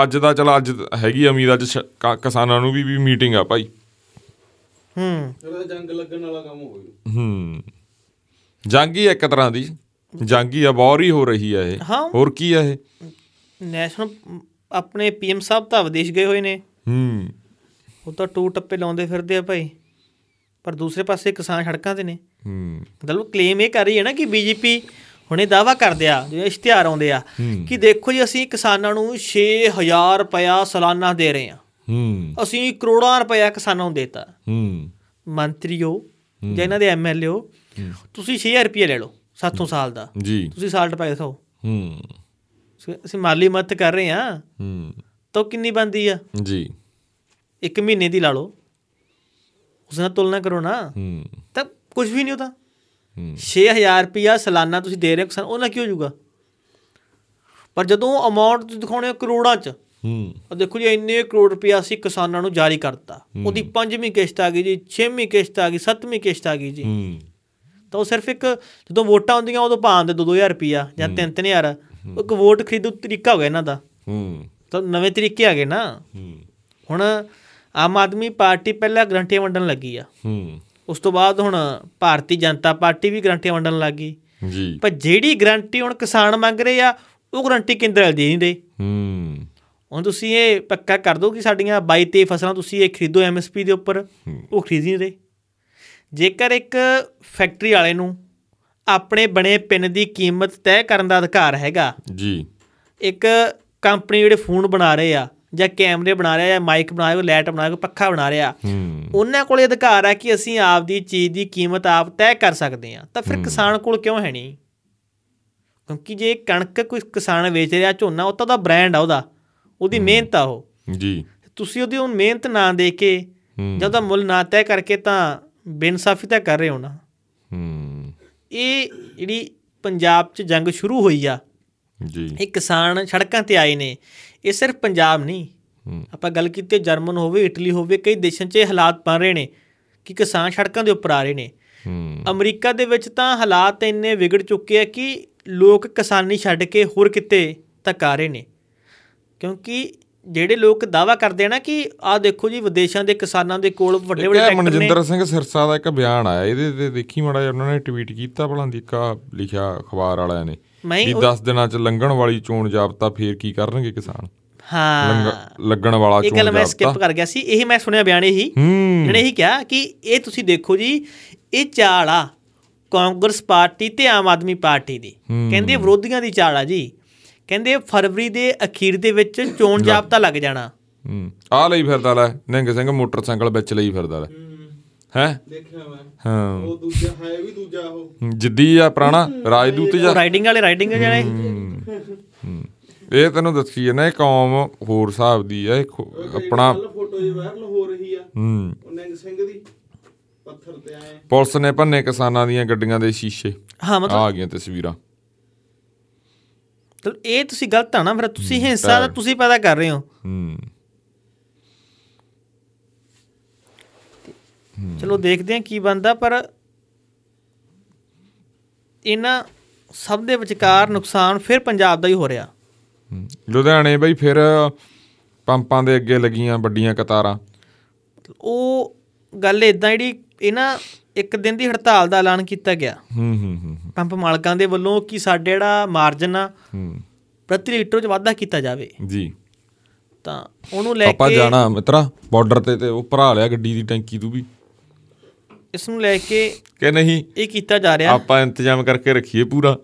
Speaker 2: ਅੱਜ ਦਾ ਚਲ ਅੱਜ ਹੈਗੀ ਉਮੀਦ ਅੱਜ ਸ਼- ਕ- ਕਿਸਾਨਾਂ ਨੂੰ ਵੀ ਵੀ ਮੀਟਿੰਗ ਆ ਭਾਈ
Speaker 1: हम्म
Speaker 3: ਫਿਰ ਤਾਂ ਜੰਗ ਲੱਗਣ ਵਾਲਾ ਕੰਮ ਹੋ ਗਿਆ
Speaker 2: ਹੂੰ ਜੰਗੀ ਇੱਕ ਤਰ੍ਹਾਂ ਦੀ ਜੰਗੀ ਆ ਬੌਰ ਹੀ ਹੋ ਰਹੀ ਆ ਇਹ
Speaker 1: ਹਾਂ।
Speaker 2: ਹੋਰ ਕੀ ਆ ਇਹ
Speaker 1: नेशनल अपने पीएम साहब तो विदेश गए हुए ने
Speaker 2: ਹੂੰ
Speaker 1: ਉਹ ਤਾਂ ਟੂ ਟੱਪੇ ਲਾਉਂਦੇ ਫਿਰਦੇ ਆ ਭਾਈ ਪਰ ਦੂਸਰੇ ਪਾਸੇ ਕਿਸਾਨ ਸੜਕਾਂ ਤੇ ਨੇ
Speaker 2: ਹੂੰ
Speaker 1: ਮਤਲਬ ਕਲੇਮ ਇਹ ਕਰ ਰਹੀ ਹੈ ਨਾ ਕਿ ਬੀਜੇਪੀ ਹੁਣੇ ਦਾਵਾ ਕਰਦੇ ਆ ਜਿਹੜੇ ਇਸ਼ਤਿਹਾਰ ਆਉਂਦੇ ਆ ਕਿ ਦੇਖੋ ਜੀ ਅਸੀਂ ਕਿਸਾਨਾਂ ਨੂੰ 6000 ਰੁਪਇਆ ਸਾਲਾਨਾ ਦੇ ਰਹੇ ਆ
Speaker 2: ਹੂੰ
Speaker 1: ਅਸੀਂ ਕਰੋੜਾਂ ਰੁਪਇਆ ਕਿਸਾਨਾਂ ਨੂੰ ਦੇਤਾ
Speaker 2: ਹੂੰ
Speaker 1: ਮੰਤਰੀਓ ਜਾਂ ਇਹਨਾਂ ਦੇ ਐਮਐਲਏਓ ਤੁਸੀਂ 6000 ਰੁਪਇਆ ਲੈ ਲਓ ਸਾਥੋਂ ਸਾਲ ਦਾ
Speaker 2: ਜੀ
Speaker 1: ਤੁਸੀਂ ਸਾਲ ਰੁਪਇਆ ਦਿਖਾਓ
Speaker 2: ਹੂੰ
Speaker 1: ਅਸੀਂ- ਅਸੀਂ ਮਾਲੀ ਮਦਦ ਕਰ ਰਹੇ ਆ
Speaker 2: ਹੂੰ
Speaker 1: ਤਾਂ ਉਹ ਕਿੰਨੀ ਬੰਦੀ ਆ
Speaker 2: ਜੀ
Speaker 1: ਇੱਕ ਮਹੀਨੇ ਦੀ ਲਾ ਲਓ ਉਸ ਨਾਲ ਤੁਲਨਾ ਕਰੋ ਨਾ
Speaker 2: ਹੂੰ
Speaker 1: ਤਾਂ ਕੁਝ ਵੀ ਨਹੀਂ ਉਹਦਾ
Speaker 2: ਹੂੰ
Speaker 1: 6000 ਰੁਪਿਆ ਸਾਲਾਨਾ ਤੁਸੀਂ ਦੇ ਰਹੇ ਹੋ ਕਿਸਾਨ ਉਹਨਾਂ ਕੀ ਹੋ ਜਾਊਗਾ ਪਰ ਜਦੋਂ ਅਮਾਉਂਟ ਤੁਸੀਂ ਦਿਖਾਉਣੇ ਹੋ ਕਰੋੜਾਂ ਚ
Speaker 2: ਹੂੰ
Speaker 1: ਉਹ ਦੇਖੋ ਜੀ ਇੰਨੇ ਕਰੋੜ ਰੁਪਿਆ ਅਸੀਂ ਕਿਸਾਨਾਂ ਨੂੰ ਜਾਰੀ ਕਰਤਾ ਉਹਦੀ ਪੰਜਵੀਂ ਕਿਸ਼ਤ ਆ ਗਈ ਜੀ ਛੇਵੀਂ ਕਿਸ਼ਤ ਆ ਗਈ ਸੱਤਵੀਂ ਕਿਸ਼ਤ ਆ ਗਈ ਜੀ
Speaker 2: ਹੂੰ
Speaker 1: ਤਾਂ ਉਹ ਸਿਰਫ ਇੱਕ ਜਦੋਂ ਵੋਟਾਂ ਹੁੰਦੀਆਂ ਉਦੋਂ ਪਾਉਂਦੇ 2-2000 ਰੁਪਿਆ ਜਾਂ 3-3000 ਉਹ ਇੱਕ ਵੋਟ ਖਰੀਦੂ ਤਰੀਕਾ ਹੋ ਗਿਆ ਇਹਨਾਂ ਦਾ
Speaker 2: ਹੂੰ
Speaker 1: ਤਾਂ ਨਵੇਂ ਤਰੀਕੇ ਆ ਗਏ ਨਾ
Speaker 2: ਹੂੰ
Speaker 1: ਹੁਣ ਆਮ ਆਦਮੀ ਪਾਰਟੀ ਪਹਿਲਾਂ ਗਰੰਟੀਆਂ ਵੰਡਣ ਲੱਗੀ ਆ
Speaker 2: ਹੂੰ
Speaker 1: ਉਸ ਤੋਂ ਬਾਅਦ ਹੁਣ ਭਾਰਤੀ ਜਨਤਾ ਪਾਰਟੀ ਵੀ ਗਰੰਟੀਆਂ ਵੰਡਣ ਲੱਗ ਗਈ
Speaker 2: ਜੀ
Speaker 1: ਪਰ ਜਿਹੜੀ ਗਰੰਟੀ ਹੁਣ ਕਿਸਾਨ ਮੰਗ ਰਹੇ ਆ ਉਹ ਗਰੰਟੀ ਕੇਂਦਰ ਵਾਲੇ ਦੇ ਨਹੀਂ ਰਹੇ
Speaker 2: ਹੂੰ
Speaker 1: ਹੁਣ ਤੁਸੀਂ ਇਹ ਪੱਕਾ ਕਰ ਦਿਓ ਕਿ ਸਾਡੀਆਂ 22 23 ਫਸਲਾਂ ਤੁਸੀਂ ਇਹ ਖਰੀਦੋ ਐਮਐਸਪੀ ਦੇ ਉੱਪਰ ਉਹ ਖਰੀਦ ਨਹੀਂ ਰਹੇ ਜੇਕਰ ਇੱਕ ਫੈਕਟਰੀ ਵਾਲੇ ਨੂੰ ਆਪਣੇ ਬਣੇ ਪਿੰਨ ਦੀ ਕੀਮਤ ਤੈਅ ਕਰਨ ਦਾ ਅਧਿਕਾਰ ਹੈਗਾ
Speaker 2: ਜੀ
Speaker 1: ਇੱਕ ਕੰਪਨੀ ਜਿਹੜੇ ਫੋਨ ਬਣਾ ਰਹੇ ਆ ਜਾਂ ਕੈਮਰੇ ਬਣਾ ਰਹੇ ਆ ਜਾਂ ਮਾਈਕ ਬਣਾ ਰਹੇ ਆ ਲਾਈਟ ਬਣਾ ਰਹੇ ਆ ਪੱਖਾ ਬਣਾ ਰਹੇ ਆ
Speaker 2: ਹੂੰ
Speaker 1: ਉਹਨਾਂ ਕੋਲੇ ਅਧਿਕਾਰ ਆ ਕਿ ਅਸੀਂ ਆਪਦੀ ਚੀਜ਼ ਦੀ ਕੀਮਤ ਆਪ ਤੈਅ ਕਰ ਸਕਦੇ ਆ ਤਾਂ ਫਿਰ ਕਿਸਾਨ ਕੋਲ ਕਿਉਂ ਹੈ ਨਹੀਂ ਕਿਉਂਕਿ ਜੇ ਕਣਕ ਕੋਈ ਕਿਸਾਨ ਵੇਚ ਰਿਹਾ ਝੋਨਾ ਉਹ ਤਾਂ ਉਹਦਾ ਬ੍ਰਾਂਡ ਆ ਉਹਦਾ ਉਹਦੀ ਮਿਹਨਤ ਆ ਉਹ
Speaker 2: ਜੀ
Speaker 1: ਤੁਸੀਂ ਉਹਦੀ ਉਹ ਮਿਹਨਤ ਨਾ ਦੇ ਕੇ
Speaker 2: ਹੂੰ
Speaker 1: ਜਾਂ ਉਹਦਾ ਮੁੱਲ ਨਾ ਤੈਅ ਕਰਕੇ ਤਾਂ ਬੇਇਨਸਾਫੀ ਤਾਂ ਕਰ ਰਹੇ ਹੋ ਨਾ
Speaker 2: ਹੂੰ
Speaker 1: ਇਹ ਜਿਹੜੀ ਪੰਜਾਬ 'ਚ ਜੰਗ ਸ਼ੁਰੂ ਹੋਈ ਆ
Speaker 2: ਜੀ
Speaker 1: ਇਹ ਕਿਸਾਨ ਸੜਕਾਂ ਤੇ ਆਏ ਨੇ ਇਹ ਸਿਰਫ ਪੰਜਾਬ ਨਹੀਂ
Speaker 2: ਹੂੰ।
Speaker 1: ਆਪਾਂ ਗੱਲ ਕੀਤੀ ਹੈ ਜਰਮਨ ਹੋਵੇ ਇਟਲੀ ਹੋਵੇ ਕਈ ਦੇਸ਼ਾਂ 'ਚ ਇਹ ਹਾਲਾਤ ਬਣ ਰਹੇ ਨੇ ਕਿ ਕਿਸਾਨ ਸੜਕਾਂ ਦੇ ਉੱਪਰ ਆ ਰਹੇ ਨੇ
Speaker 2: ਹੂੰ
Speaker 1: ਅਮਰੀਕਾ ਦੇ ਵਿੱਚ ਤਾਂ ਹਾਲਾਤ ਇੰਨੇ ਵਿਗੜ ਚੁੱਕੇ ਆ ਕਿ ਲੋਕ ਕਿਸਾਨੀ ਛੱਡ ਕੇ ਹੋਰ ਕਿਤੇ ਤੱਕ ਆ ਰਹੇ ਨੇ ਕਿਉਂਕਿ ਜਿਹੜੇ ਲੋਕ ਦਾਵਾ ਕਰਦੇ ਆ ਨਾ ਕਿ ਆਹ ਦੇਖੋ ਜੀ ਵਿਦੇਸ਼ਾਂ ਦੇ ਕਿਸਾਨਾਂ ਦੇ ਕੋਲ ਵੱਡੇ ਵੱਡੇ
Speaker 2: ਇਹ
Speaker 1: ਟਰੈਕਟਰ ਨੇ
Speaker 2: ਮਨਜਿੰਦਰ ਸਿੰਘ ਸਿਰਸਾ ਦਾ ਇੱਕ ਬਿਆਨ ਆਇਆ ਇਹਦੇ ਤੇ ਦੇਖੀ ਮਾੜਾ ਜਿਹਾ ਉਹਨਾਂ ਨੇ ਟਵੀਟ ਕੀਤਾ ਭਲਾ ਦੀਕਾ ਲਿਖਿਆ ਅਖਬਾਰ ਵਾਲਿਆਂ ਨੇ
Speaker 1: ਮੈਂ
Speaker 2: ਵੀ
Speaker 1: ਉਹ-
Speaker 2: 10 ਦਿਨਾਂ ਚ ਲੰਘਣ ਵਾਲੀ ਚੋਣ ਜਾਬਤਾ ਫੇਰ ਕੀ ਕਰਨਗੇ ਕਿਸਾਨ
Speaker 1: ਹਾਂ
Speaker 2: ਲੰਘ- ਲੱਗਣ ਵਾਲਾ
Speaker 1: ਇਹ
Speaker 2: ਚੋਣ
Speaker 1: ਗੱਲ ਮੈਂ
Speaker 2: ਜਾਬਤਾ
Speaker 1: ਸਕਿਪ ਕਰ ਗਿਆ ਸੀ ਇਹ ਮੈਂ ਸੁਣਿਆ ਬਿਆਨ ਇਹੀ
Speaker 2: ਹੂੰ
Speaker 1: ਜਿਹਨੇ ਇਹੀ ਕਿਹਾ ਕਿ ਇਹ ਤੁਸੀਂ ਦੇਖੋ ਜੀ ਇਹ ਚਾਲ ਆ ਕਾਂਗਰਸ ਪਾਰਟੀ ਤੇ ਆਮ ਆਦਮੀ ਪਾਰਟੀ ਦੀ
Speaker 2: ਹੂੰ।
Speaker 1: ਕਹਿੰਦੇ ਵਿਰੋਧੀਆਂ ਦੀ ਚਾਲ ਆ ਜੀ ਕਹਿੰਦੇ ਫਰਵਰੀ ਦੇ ਅਖੀਰ ਦੇ ਵਿੱਚ ਚੋਣ ਜਾਬਤਾ ਲੱਗ ਜਾਣਾ
Speaker 2: ਹੂੰ ਆ ਲਈ ਫਿਰਦਾ ਲੈ ਨਿੰਗ ਸਿੰਘ ਮੋਟਰਸਾਈਕਲ ਵਿੱਚ ਲਈ ਫਿਰਦਾ ਲੈ ਹੈ
Speaker 3: ਦੇਖਿਆ ਮੈਂ
Speaker 2: ਹਾਂ
Speaker 3: ਉਹ ਦੂਜਾ ਹੈ ਵੀ ਦੂਜਾ ਉਹ
Speaker 2: ਜਿੱਦੀ ਆ ਪੁਰਾਣਾ ਰਾਜਦੂਤ
Speaker 1: ਉਹ
Speaker 2: ਜਾ
Speaker 1: ਰਾਈਡਿੰਗ ਵਾਲੇ ਰਾਈਡਿੰਗ ਜਾਣੇ
Speaker 2: ਇਹ ਤੈਨੂੰ ਦੱਸੀ ਹੈ ਨਾ ਇਹ ਕੌਮ ਹੋਰ ਹਿਸਾਬ ਦੀ ਆ ਇਹ ਖੋ- ਆਪਣਾ
Speaker 3: ਕੱਲ ਫੋਟੋ ਜੇ ਵਾਇਰਲ ਹੋ ਰਹੀ ਆ
Speaker 2: ਹੂੰ
Speaker 3: ਉਹ ਨੰਗ ਸਿੰਘ ਦੀ ਪੱਥਰ ਤੇ ਆਏ
Speaker 2: ਪੁਲਿਸ ਨੇ ਭੰਨੇ ਕਿਸਾਨਾਂ ਦੀਆਂ ਗੱਡੀਆਂ ਦੇ ਸ਼ੀਸ਼ੇ
Speaker 1: ਹਾਂ ਮਤਲਬ
Speaker 2: ਆ ਗਈਆਂ ਤਸਵੀਰਾਂ
Speaker 1: ਮਤਲਬ ਇਹ ਤੁਸੀਂ ਗਲਤ ਆ ਨਾ ਫਿਰ ਤੁਸੀਂ ਹਿੰਸਾ ਦਾ ਤੁਸੀਂ ਪੈਦਾ ਕਰ ਰਹੇ ਹੋ
Speaker 2: ਹੂੰ
Speaker 1: ਚਲੋ ਦੇਖਦੇ ਹਾਂ ਕੀ ਬਣਦਾ ਪਰ ਇਹਨਾਂ ਸਭ ਦੇ ਵਿਚਕਾਰ ਨੁਕਸਾਨ ਫਿਰ ਪੰਜਾਬ ਦਾ ਹੀ ਹੋ ਰਿਹਾ
Speaker 2: ਹੂੰ। ਲੁਧਿਆਣੇ ਬਈ ਫਿਰ ਪੰਪਾਂ ਦੇ ਅੱਗੇ ਲੱਗੀਆਂ ਵੱਡੀਆਂ ਕਤਾਰਾਂ
Speaker 1: ਉਹ ਗੱਲ ਇਦਾਂ ਜਿਹੜੀ ਇਹ ਨਾ ਇੱਕ ਦਿਨ ਦੀ ਹੜਤਾਲ ਦਾ ਐਲਾਨ ਕੀਤਾ ਗਿਆ
Speaker 2: ਹੂੰ ਹੂੰ ਹੂੰ ਹੂੰ,
Speaker 1: ਪੰਪ ਮਾਲਕਾਂ ਦੇ ਵੱਲੋਂ ਕਿ ਸਾਡੇ ਜਿਹੜਾ ਮਾਰਜਨ ਆ
Speaker 2: ਹੂੰ
Speaker 1: ਪ੍ਰਤੀ ਲੀਟਰ 'ਚ ਵਾਧਾ ਕੀਤਾ ਜਾਵੇ
Speaker 2: ਜੀ
Speaker 1: ਤਾਂ ਉਹਨੂੰ ਲੈ
Speaker 2: ਆਪਾਂ
Speaker 1: ਕੇ
Speaker 2: ਜਾਣਾ ਮਿੱਤਰਾ ਬਾਰਡਰ ਤੇ ਤੇ ਉਹ ਭਰਾ ਲਿਆ ਗੱਡੀ ਦੀ ਟੈਂਕੀ ਤੂੰ ਵੀ
Speaker 1: ਇਸ ਨੂੰ ਲੈ ਕੇ
Speaker 2: ਕਿ ਨਹੀਂ
Speaker 1: ਇਹ ਕੀਤਾ ਜਾ ਰਿਹਾ
Speaker 2: ਆਪਾਂ ਇੰਤਜ਼ਾਮ ਕਰਕੇ ਰੱਖੀਏ ਪੂਰਾ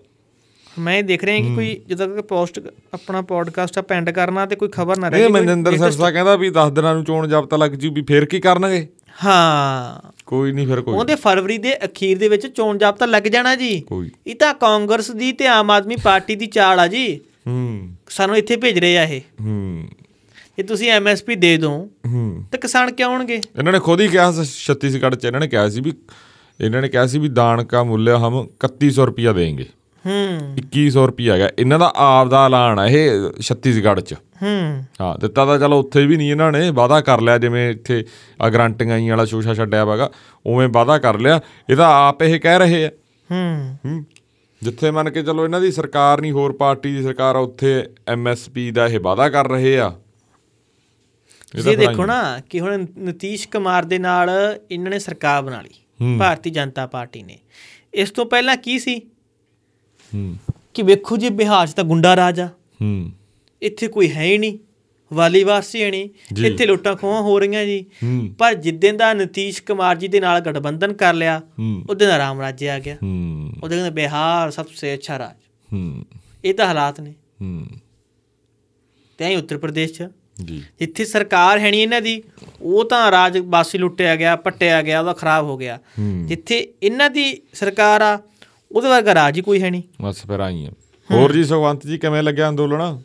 Speaker 1: ਮੈਂ ਇਹ ਦੇਖ ਰਿਹਾ ਕਿ ਕੋਈ ਜਦੋਂ ਤੱਕ ਪੋਸਟ ਆਪਣਾ ਪੋਡਕਾਸਟ ਆ ਪੈਂਡ ਕਰਨਾ ਤੇ ਕੋਈ ਖਬਰ ਨਾ
Speaker 2: ਇਹ
Speaker 1: ਰਹੇ
Speaker 2: ਮਨਿੰਦਰ ਸਰਸਾ ਕਹਿੰਦਾ ਵੀ 10 ਦਿਨਾਂ ਨੂੰ ਚੋਣ ਜਾਬਤਾ ਲੱਗ ਜੂ ਵੀ ਫਿਰ ਕੀ ਕਰਨਗੇ
Speaker 1: ਹਾਂ
Speaker 2: ਕੋਈ ਨਹੀਂ ਫਿਰ ਕੋਈ
Speaker 1: ਉਹਦੇ ਫਰਵਰੀ ਦੇ ਅਖੀਰ ਦੇ ਵਿੱਚ ਚੋਣ ਜਾਬਤਾ ਲੱਗ ਜਾਣਾ ਜੀ
Speaker 2: ਕੋਈ
Speaker 1: ਇਹ ਤਾਂ ਕਾਂਗਰਸ ਦੀ ਤੇ ਆਮ ਆਦਮੀ ਪਾਰਟੀ ਦੀ ਚਾਲ ਆ ਜੀ
Speaker 2: ਹੂੰ
Speaker 1: ਸਾਨੂੰ ਇੱਥੇ ਭੇਜ ਰਹੇ ਆ ਇਹ
Speaker 2: ਹੂੰ
Speaker 1: ਜੇ ਤੁਸੀਂ ਐਮਐਸਪੀ ਦੇ ਦਿਓ
Speaker 2: ਹੂੰ
Speaker 1: ਤਾਂ ਕਿਸਾਨ ਕਿਉਂ ਆਉਣਗੇ
Speaker 2: ਇਹਨਾਂ ਨੇ ਖੁਦ ਹੀ ਕਿਹਾ ਸੀ, ਛੱਤੀਸਗੜ੍ਹ ਚ ਇਹਨਾਂ ਨੇ ਕਿਹਾ ਸੀ ਵੀ ਇਹਨਾਂ ਨੇ ਕਿਹਾ ਸੀ ਵੀ ਦਾਨ ਕਾ ਮੁੱਲ ਹਮ 3100 ਰੁਪਿਆ ਦੇਂਗੇ
Speaker 1: ਹੂੰ
Speaker 2: 2100 ਰੁਪਿਆ ਹੈਗਾ ਇਹਨਾਂ ਦਾ ਆਪ ਦਾ ਐਲਾਨ ਹੈ ਇਹ ਛੱਤੀਸਗੜ੍ਹ ਚ
Speaker 1: ਹੂੰ
Speaker 2: ਹਾਂ ਦਿੱਤਾ ਤਾਂ ਚਲੋ ਉੱਥੇ ਵੀ ਨਹੀਂ ਇਹਨਾਂ ਨੇ ਵਾਅਦਾ ਕਰ ਲਿਆ ਜਿਵੇਂ ਇੱਥੇ ਆ ਗਰੰਟੀਆਂ ਹੀ ਵਾਲਾ ਸ਼ੋਸ਼ਾ ਛੱਡਿਆ ਵਾਗਾ ਉਵੇਂ ਵਾਅਦਾ ਕਰ ਲਿਆ ਇਹ ਤਾਂ ਆਪ ਇਹ ਕਹਿ ਰਹੇ ਆ
Speaker 1: ਹੂੰ
Speaker 2: ਹੂੰ ਜਿੱਥੇ ਮੰਨ ਕੇ ਚਲੋ ਇਹਨਾਂ ਦੀ ਸਰਕਾਰ ਨਹੀਂ ਹੋਰ ਪਾਰਟੀ ਦੀ ਸਰਕਾਰ ਆ ਉੱਥੇ ਐਮਐਸਪੀ ਦਾ ਇਹ ਵਾਅਦਾ ਕਰ ਰਹੇ ਆ ਇਹ ਤਾਂ
Speaker 1: ਤੁਸੀਂ ਦੇਖੋ ਨਾ ਕਿ ਹੁਣ ਨਤੀਸ਼ ਕੁਮਾਰ ਦੇ ਨਾਲ ਇਹਨਾਂ ਨੇ ਸਰਕਾਰ ਬਣਾ ਲਈ ਭਾਰਤੀ ਜਨਤਾ ਪਾਰਟੀ ਨੇ ਇਸ ਤੋਂ ਪਹਿਲਾਂ ਕੀ ਸੀ
Speaker 2: ਹੂੰ
Speaker 1: ਕਿ ਵੇਖੋ ਜੀ ਬਿਹਾਰ 'ਚ ਤਾਂ ਗੁੰਡਾ ਰਾਜ ਆ
Speaker 2: ਹੂੰ
Speaker 1: ਇੱਥੇ ਕੋਈ ਹੈ ਹੀ ਨਹੀਂ ਵਾਲੀ ਵਾਰਸੀ ਹੈ ਨਹੀਂ
Speaker 2: ਜੀ।
Speaker 1: ਇੱਥੇ ਲੋਟਾਂ ਖੋਹਾਂ ਹੋ ਰਹੀਆਂ ਜੀ
Speaker 2: ਹੂੰ।
Speaker 1: ਪਰ ਜਿੱਦਣ ਦਾ ਨਤੀਸ਼ ਕੁਮਾਰ ਜੀ ਦੇ ਨਾਲ ਗਠਬੰਧਨ ਕਰ ਲਿਆ
Speaker 2: ਹੂੰ।
Speaker 1: ਉਹਦੇ ਨਾਲ ਰਾਮ ਰਾਜ ਆ ਗਿਆ
Speaker 2: ਹੂੰ
Speaker 1: ਉਹਦੇ ਕਹਿੰਦੇ ਬਿਹਾਰ ਸਭ ਤੋਂ ਅੱਛਾ ਰਾਜ
Speaker 2: ਹੂੰ
Speaker 1: ਇਹ ਤਾਂ ਹਾਲਾਤ ਨੇ
Speaker 2: ਹੂੰ
Speaker 1: ਤੇ ਐਂ ਉੱਤਰ ਪ੍ਰਦੇਸ਼ 'ਚ
Speaker 2: ਜੀ
Speaker 1: ਜਿੱਥੇ ਸਰਕਾਰ ਹੈ ਨਹੀਂ ਇਹਨਾਂ ਦੀ ਉਹ ਤਾਂ ਰਾਜ ਵਾਸੀ ਲੁੱਟਿਆ ਗਿਆ ਪੱਟਿਆ ਗਿਆ ਉਹਦਾ ਖਰਾਬ ਹੋ ਗਿਆ ਜਿੱਥੇ ਇਹਨਾਂ ਦੀ ਸਰਕਾਰ ਆ ਉਹਦੇ ਵਰਗਾ ਰਾਜ ਹੀ ਕੋਈ ਹੈ ਨਹੀਂ
Speaker 2: ਬਸ ਫਿਰ ਆਈ ਆ ਹੋਰ ਜੀ ਸੁਖਵੰਤ ਜੀ ਕਿਵੇਂ ਲੱਗਿਆ ਅੰਦੋਲਨ